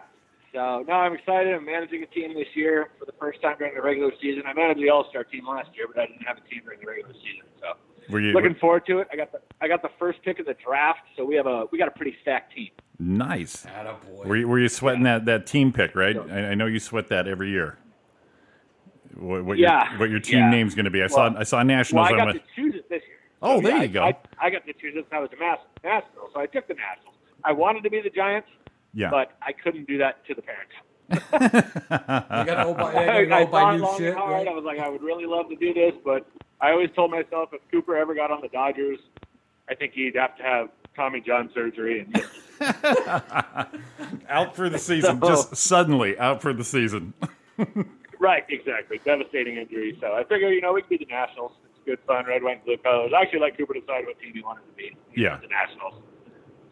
Speaker 10: So no, I'm excited. I'm managing a team this year for the first time during the regular season. I managed the All Star team last year, but I didn't have a team during the regular season. So
Speaker 1: Were you
Speaker 10: Looking forward to it. I got the I got the first pick of the draft, so we have a we got a pretty stacked team.
Speaker 1: nice? Were you, were you sweating that, that team pick? Right. I, I know you sweat that every year. What, what
Speaker 10: Yeah,
Speaker 1: Your, what your team
Speaker 10: yeah.
Speaker 1: name's going to be? I saw
Speaker 10: Well-
Speaker 1: I saw nationals.
Speaker 10: Well, I
Speaker 1: and I
Speaker 10: got
Speaker 1: went,
Speaker 10: to choose it this year.
Speaker 1: Oh,
Speaker 10: So,
Speaker 1: there
Speaker 10: yeah,
Speaker 1: you go.
Speaker 10: I, I, I got to choose this when I was a Mas- Nationals, so I took the Nationals. I wanted to be the Giants,
Speaker 1: Yeah.
Speaker 10: but I couldn't do that to the parents.
Speaker 1: you
Speaker 7: gotta hope I-
Speaker 10: I,
Speaker 7: you gotta
Speaker 10: I
Speaker 7: hope I
Speaker 10: thought
Speaker 7: knew
Speaker 10: long
Speaker 7: shit,
Speaker 10: and hard.
Speaker 7: right?
Speaker 10: I was like, I would really love to do this, but I always told myself if Cooper ever got on the Dodgers, I think he'd have to have Tommy John surgery and
Speaker 1: out for the season,
Speaker 10: So-
Speaker 1: just suddenly out for the season.
Speaker 10: Right, exactly. Devastating injury. So I figure, you know, we could be the Nationals. It's good fun, red, white, and blue colors. I actually let Cooper decide what team he wanted to be.
Speaker 1: Yeah,
Speaker 10: The Nationals.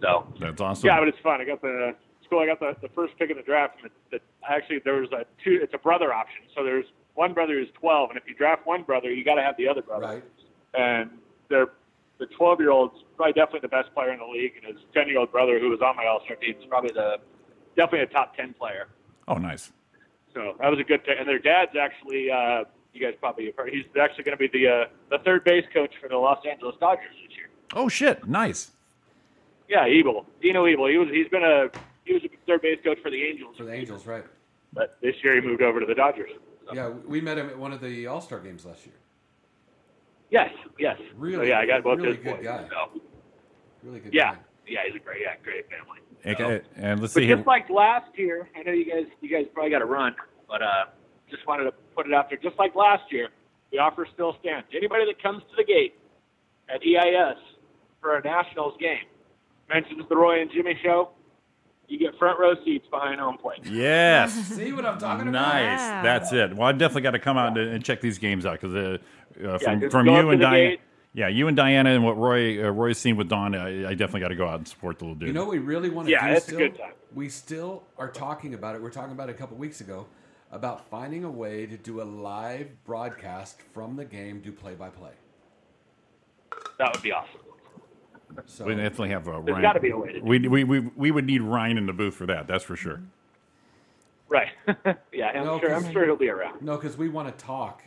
Speaker 10: So
Speaker 1: that's awesome.
Speaker 10: Yeah, but it's fun. I got the it's cool. I got the, the first pick in the draft. And the, the, actually, there was a two. It's a brother option. So there's one brother who's 12, and if you draft one brother, you got to have the other brother. Right. And they're the 12 year old's probably definitely the best player in the league, and his 10 year old brother, who was on my All Star team, is probably the definitely a top 10 player.
Speaker 1: oh, nice.
Speaker 10: So that was a good thing. And their dad's actually, uh, you guys probably have heard, he's actually going to be the uh, the third base coach for the Los Angeles Dodgers this year.
Speaker 1: Oh shit, nice.
Speaker 10: Yeah, Ebel, Dino Ebel. He was he's been a he was a third base coach for the Angels. For the
Speaker 7: Angels, right?
Speaker 10: But this year he moved over to the Dodgers.
Speaker 7: Yeah, we met him at one of the All Star games last year.
Speaker 10: Yes, yes.
Speaker 7: Really,
Speaker 10: So, yeah, I got both
Speaker 7: really
Speaker 10: his
Speaker 7: good
Speaker 10: boys.
Speaker 7: guy.
Speaker 10: So,
Speaker 7: Really good.
Speaker 10: yeah, yeah, he's a great, yeah, great family.
Speaker 1: Okay, and let's
Speaker 10: but
Speaker 1: see.
Speaker 10: just like last year, I know you guys you guys probably got to run, but uh, just wanted to put it out there. Just like last year, the offer still stands. Anybody that comes to the gate at EIS for a Nationals game mentions the Roy and Jimmy show, you get front row seats behind home plate.
Speaker 1: Yes.
Speaker 7: See what I'm talking about?
Speaker 1: Nice. That's it. Well, I definitely got to come out and, and check these games out because uh, uh, from,
Speaker 10: just
Speaker 1: from
Speaker 10: go up
Speaker 1: you
Speaker 10: to
Speaker 1: and
Speaker 10: the
Speaker 1: Diana,
Speaker 10: gate.
Speaker 1: yeah, you and Diana and what Roy uh, Roy's seen with Don, I, I definitely got to go out and support the little dude.
Speaker 7: You know, what we really want to
Speaker 10: Yeah,
Speaker 7: do.
Speaker 10: that's a
Speaker 7: still,
Speaker 10: good time.
Speaker 7: We still are talking about it. We We're talking about it a couple weeks ago about finding a way to do a live broadcast from the game, do play by play.
Speaker 10: That would be awesome.
Speaker 7: So
Speaker 1: we definitely have uh,
Speaker 10: There's
Speaker 1: Ryan.
Speaker 10: gotta be a way to do
Speaker 1: we, we we we would need Ryan in the booth for that. That's for
Speaker 7: Mm-hmm.
Speaker 1: sure.
Speaker 10: Right. yeah, I'm
Speaker 7: No,
Speaker 10: sure.
Speaker 7: 'cause-
Speaker 10: I'm sure he'll be around.
Speaker 7: No, because we want to talk.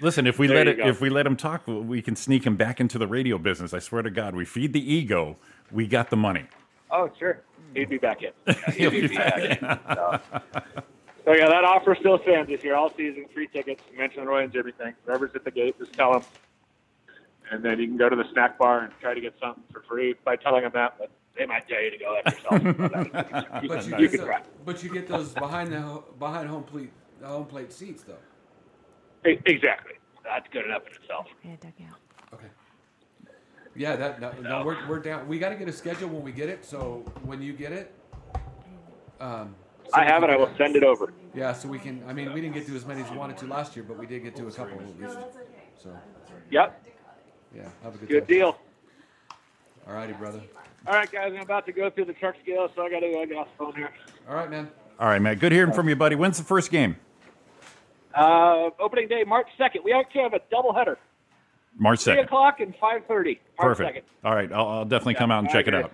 Speaker 1: Listen, if we
Speaker 10: There
Speaker 1: let
Speaker 10: you
Speaker 1: it,
Speaker 10: go.
Speaker 1: if we let him talk, we can sneak him back into the radio business. I swear to God, we feed the ego, we got the money.
Speaker 10: Oh, sure. He'd be back in. Yeah,
Speaker 1: He'll be back
Speaker 10: in. So, so, yeah, that offer still stands this year. All season, free tickets. Mention the Roy and Jimmy thing. Whoever's at the gate, just tell them. And then you can go to the snack bar and try to get something for free by telling them that. But they might tell you to go after yourself.
Speaker 7: But you,
Speaker 10: you
Speaker 7: get
Speaker 10: can
Speaker 7: the-
Speaker 10: try.
Speaker 7: but you get those behind the ho- behind home plate the home plate seats though.
Speaker 10: E- Exactly. That's good enough in itself.
Speaker 7: Yeah, that no, no we're, we're down. We got to get a schedule when we get it. So when you get it, um, so
Speaker 10: I
Speaker 7: we
Speaker 10: have it.
Speaker 7: can-
Speaker 10: I will send it over.
Speaker 7: Yeah, so we can. I mean, we didn't get to as many as we wanted to last year, but we did get to a couple at least. So
Speaker 10: Yep.
Speaker 7: yeah, have a good,
Speaker 10: Good
Speaker 7: time.
Speaker 10: deal.
Speaker 7: All righty, brother.
Speaker 10: All right, guys. I'm about to go through the truck scale, so I got to go get off the phone here.
Speaker 7: All right, man.
Speaker 1: All right, Matt. Good hearing from you, buddy. When's the first game?
Speaker 10: Uh, opening day, March second. We actually have a doubleheader:
Speaker 1: March
Speaker 10: three
Speaker 1: second.
Speaker 10: o'clock and five thirty. March
Speaker 1: Perfect.
Speaker 10: second.
Speaker 1: All right, I'll, I'll definitely come out and
Speaker 10: I
Speaker 1: check it
Speaker 10: agree.
Speaker 1: out.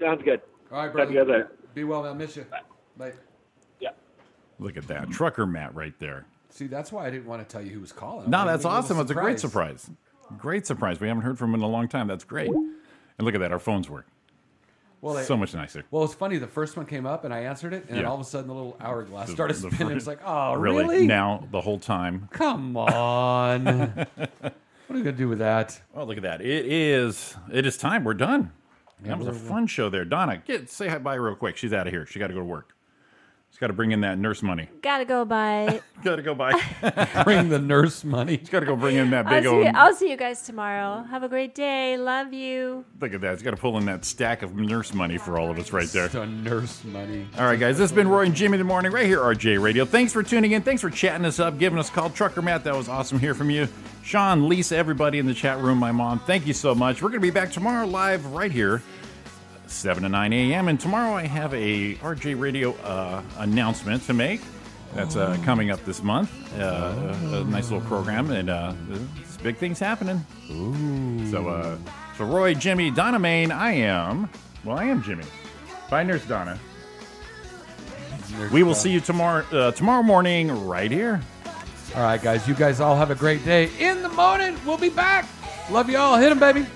Speaker 10: Sounds good.
Speaker 7: All right,
Speaker 10: Talk to you guys
Speaker 7: brother.
Speaker 10: later.
Speaker 7: Be well, man. Miss you. Bye.
Speaker 1: Look at that trucker Matt right there.
Speaker 7: See, that's why I didn't want to tell you who was calling. I
Speaker 1: No,
Speaker 7: wanted to
Speaker 1: that's
Speaker 7: give you
Speaker 1: awesome.
Speaker 7: little
Speaker 1: It's a great surprise. Great surprise. We haven't heard from him in a long time. That's great. And look at that. Our phones work.
Speaker 7: Well, they-
Speaker 1: so much nicer.
Speaker 7: Well, it's funny. The first one came up, and I answered it, and then
Speaker 1: Yeah.
Speaker 7: all of a sudden, the little hourglass
Speaker 1: The-
Speaker 7: started
Speaker 1: the
Speaker 7: spinning.
Speaker 1: first-
Speaker 7: It's like, oh,
Speaker 1: really?
Speaker 7: really?
Speaker 1: Now the whole time.
Speaker 7: Come on. what are we gonna do with that?
Speaker 1: Oh, look at that. It is. It is time. We're done.
Speaker 7: Yeah,
Speaker 1: that was a
Speaker 7: we're-
Speaker 1: fun show there. Donna, get say hi bye real quick. She's out of here. She got to go to work. She's got to bring in that nurse money.
Speaker 8: Gotta go by.
Speaker 1: Got to go by.
Speaker 7: bring the nurse money. She's
Speaker 1: got to go bring in that
Speaker 8: I'll
Speaker 1: big
Speaker 8: see,
Speaker 1: old.
Speaker 8: you, I'll see you guys tomorrow. Have a great day. Love you.
Speaker 1: Look at that. She's got to pull in that stack of nurse money for all of us right there.
Speaker 7: The nurse money.
Speaker 1: All right, guys. This has been Roy and Jimmy in the morning right here, RJ Radio. Thanks for tuning in. Thanks for chatting us up, giving us a call. Trucker Matt, that was awesome to hear from you. Sean, Lisa, everybody in the chat room, my mom, thank you so much. We're going to be back tomorrow live right here, 7 to 9 a.m. And tomorrow I have a RJ Radio uh, announcement to make. That's uh, coming up this month. Uh, a nice little program, and uh, it's big things happening. Ooh. So, uh, so Roy, Jimmy, Donna Main, I am. Well, I am Jimmy. Bye, Nurse Donna. We will see you tomorrow uh, tomorrow morning right here.
Speaker 7: All right, guys. You guys all have a great day. In the morning, we'll be back. Love you all. Hit them, baby.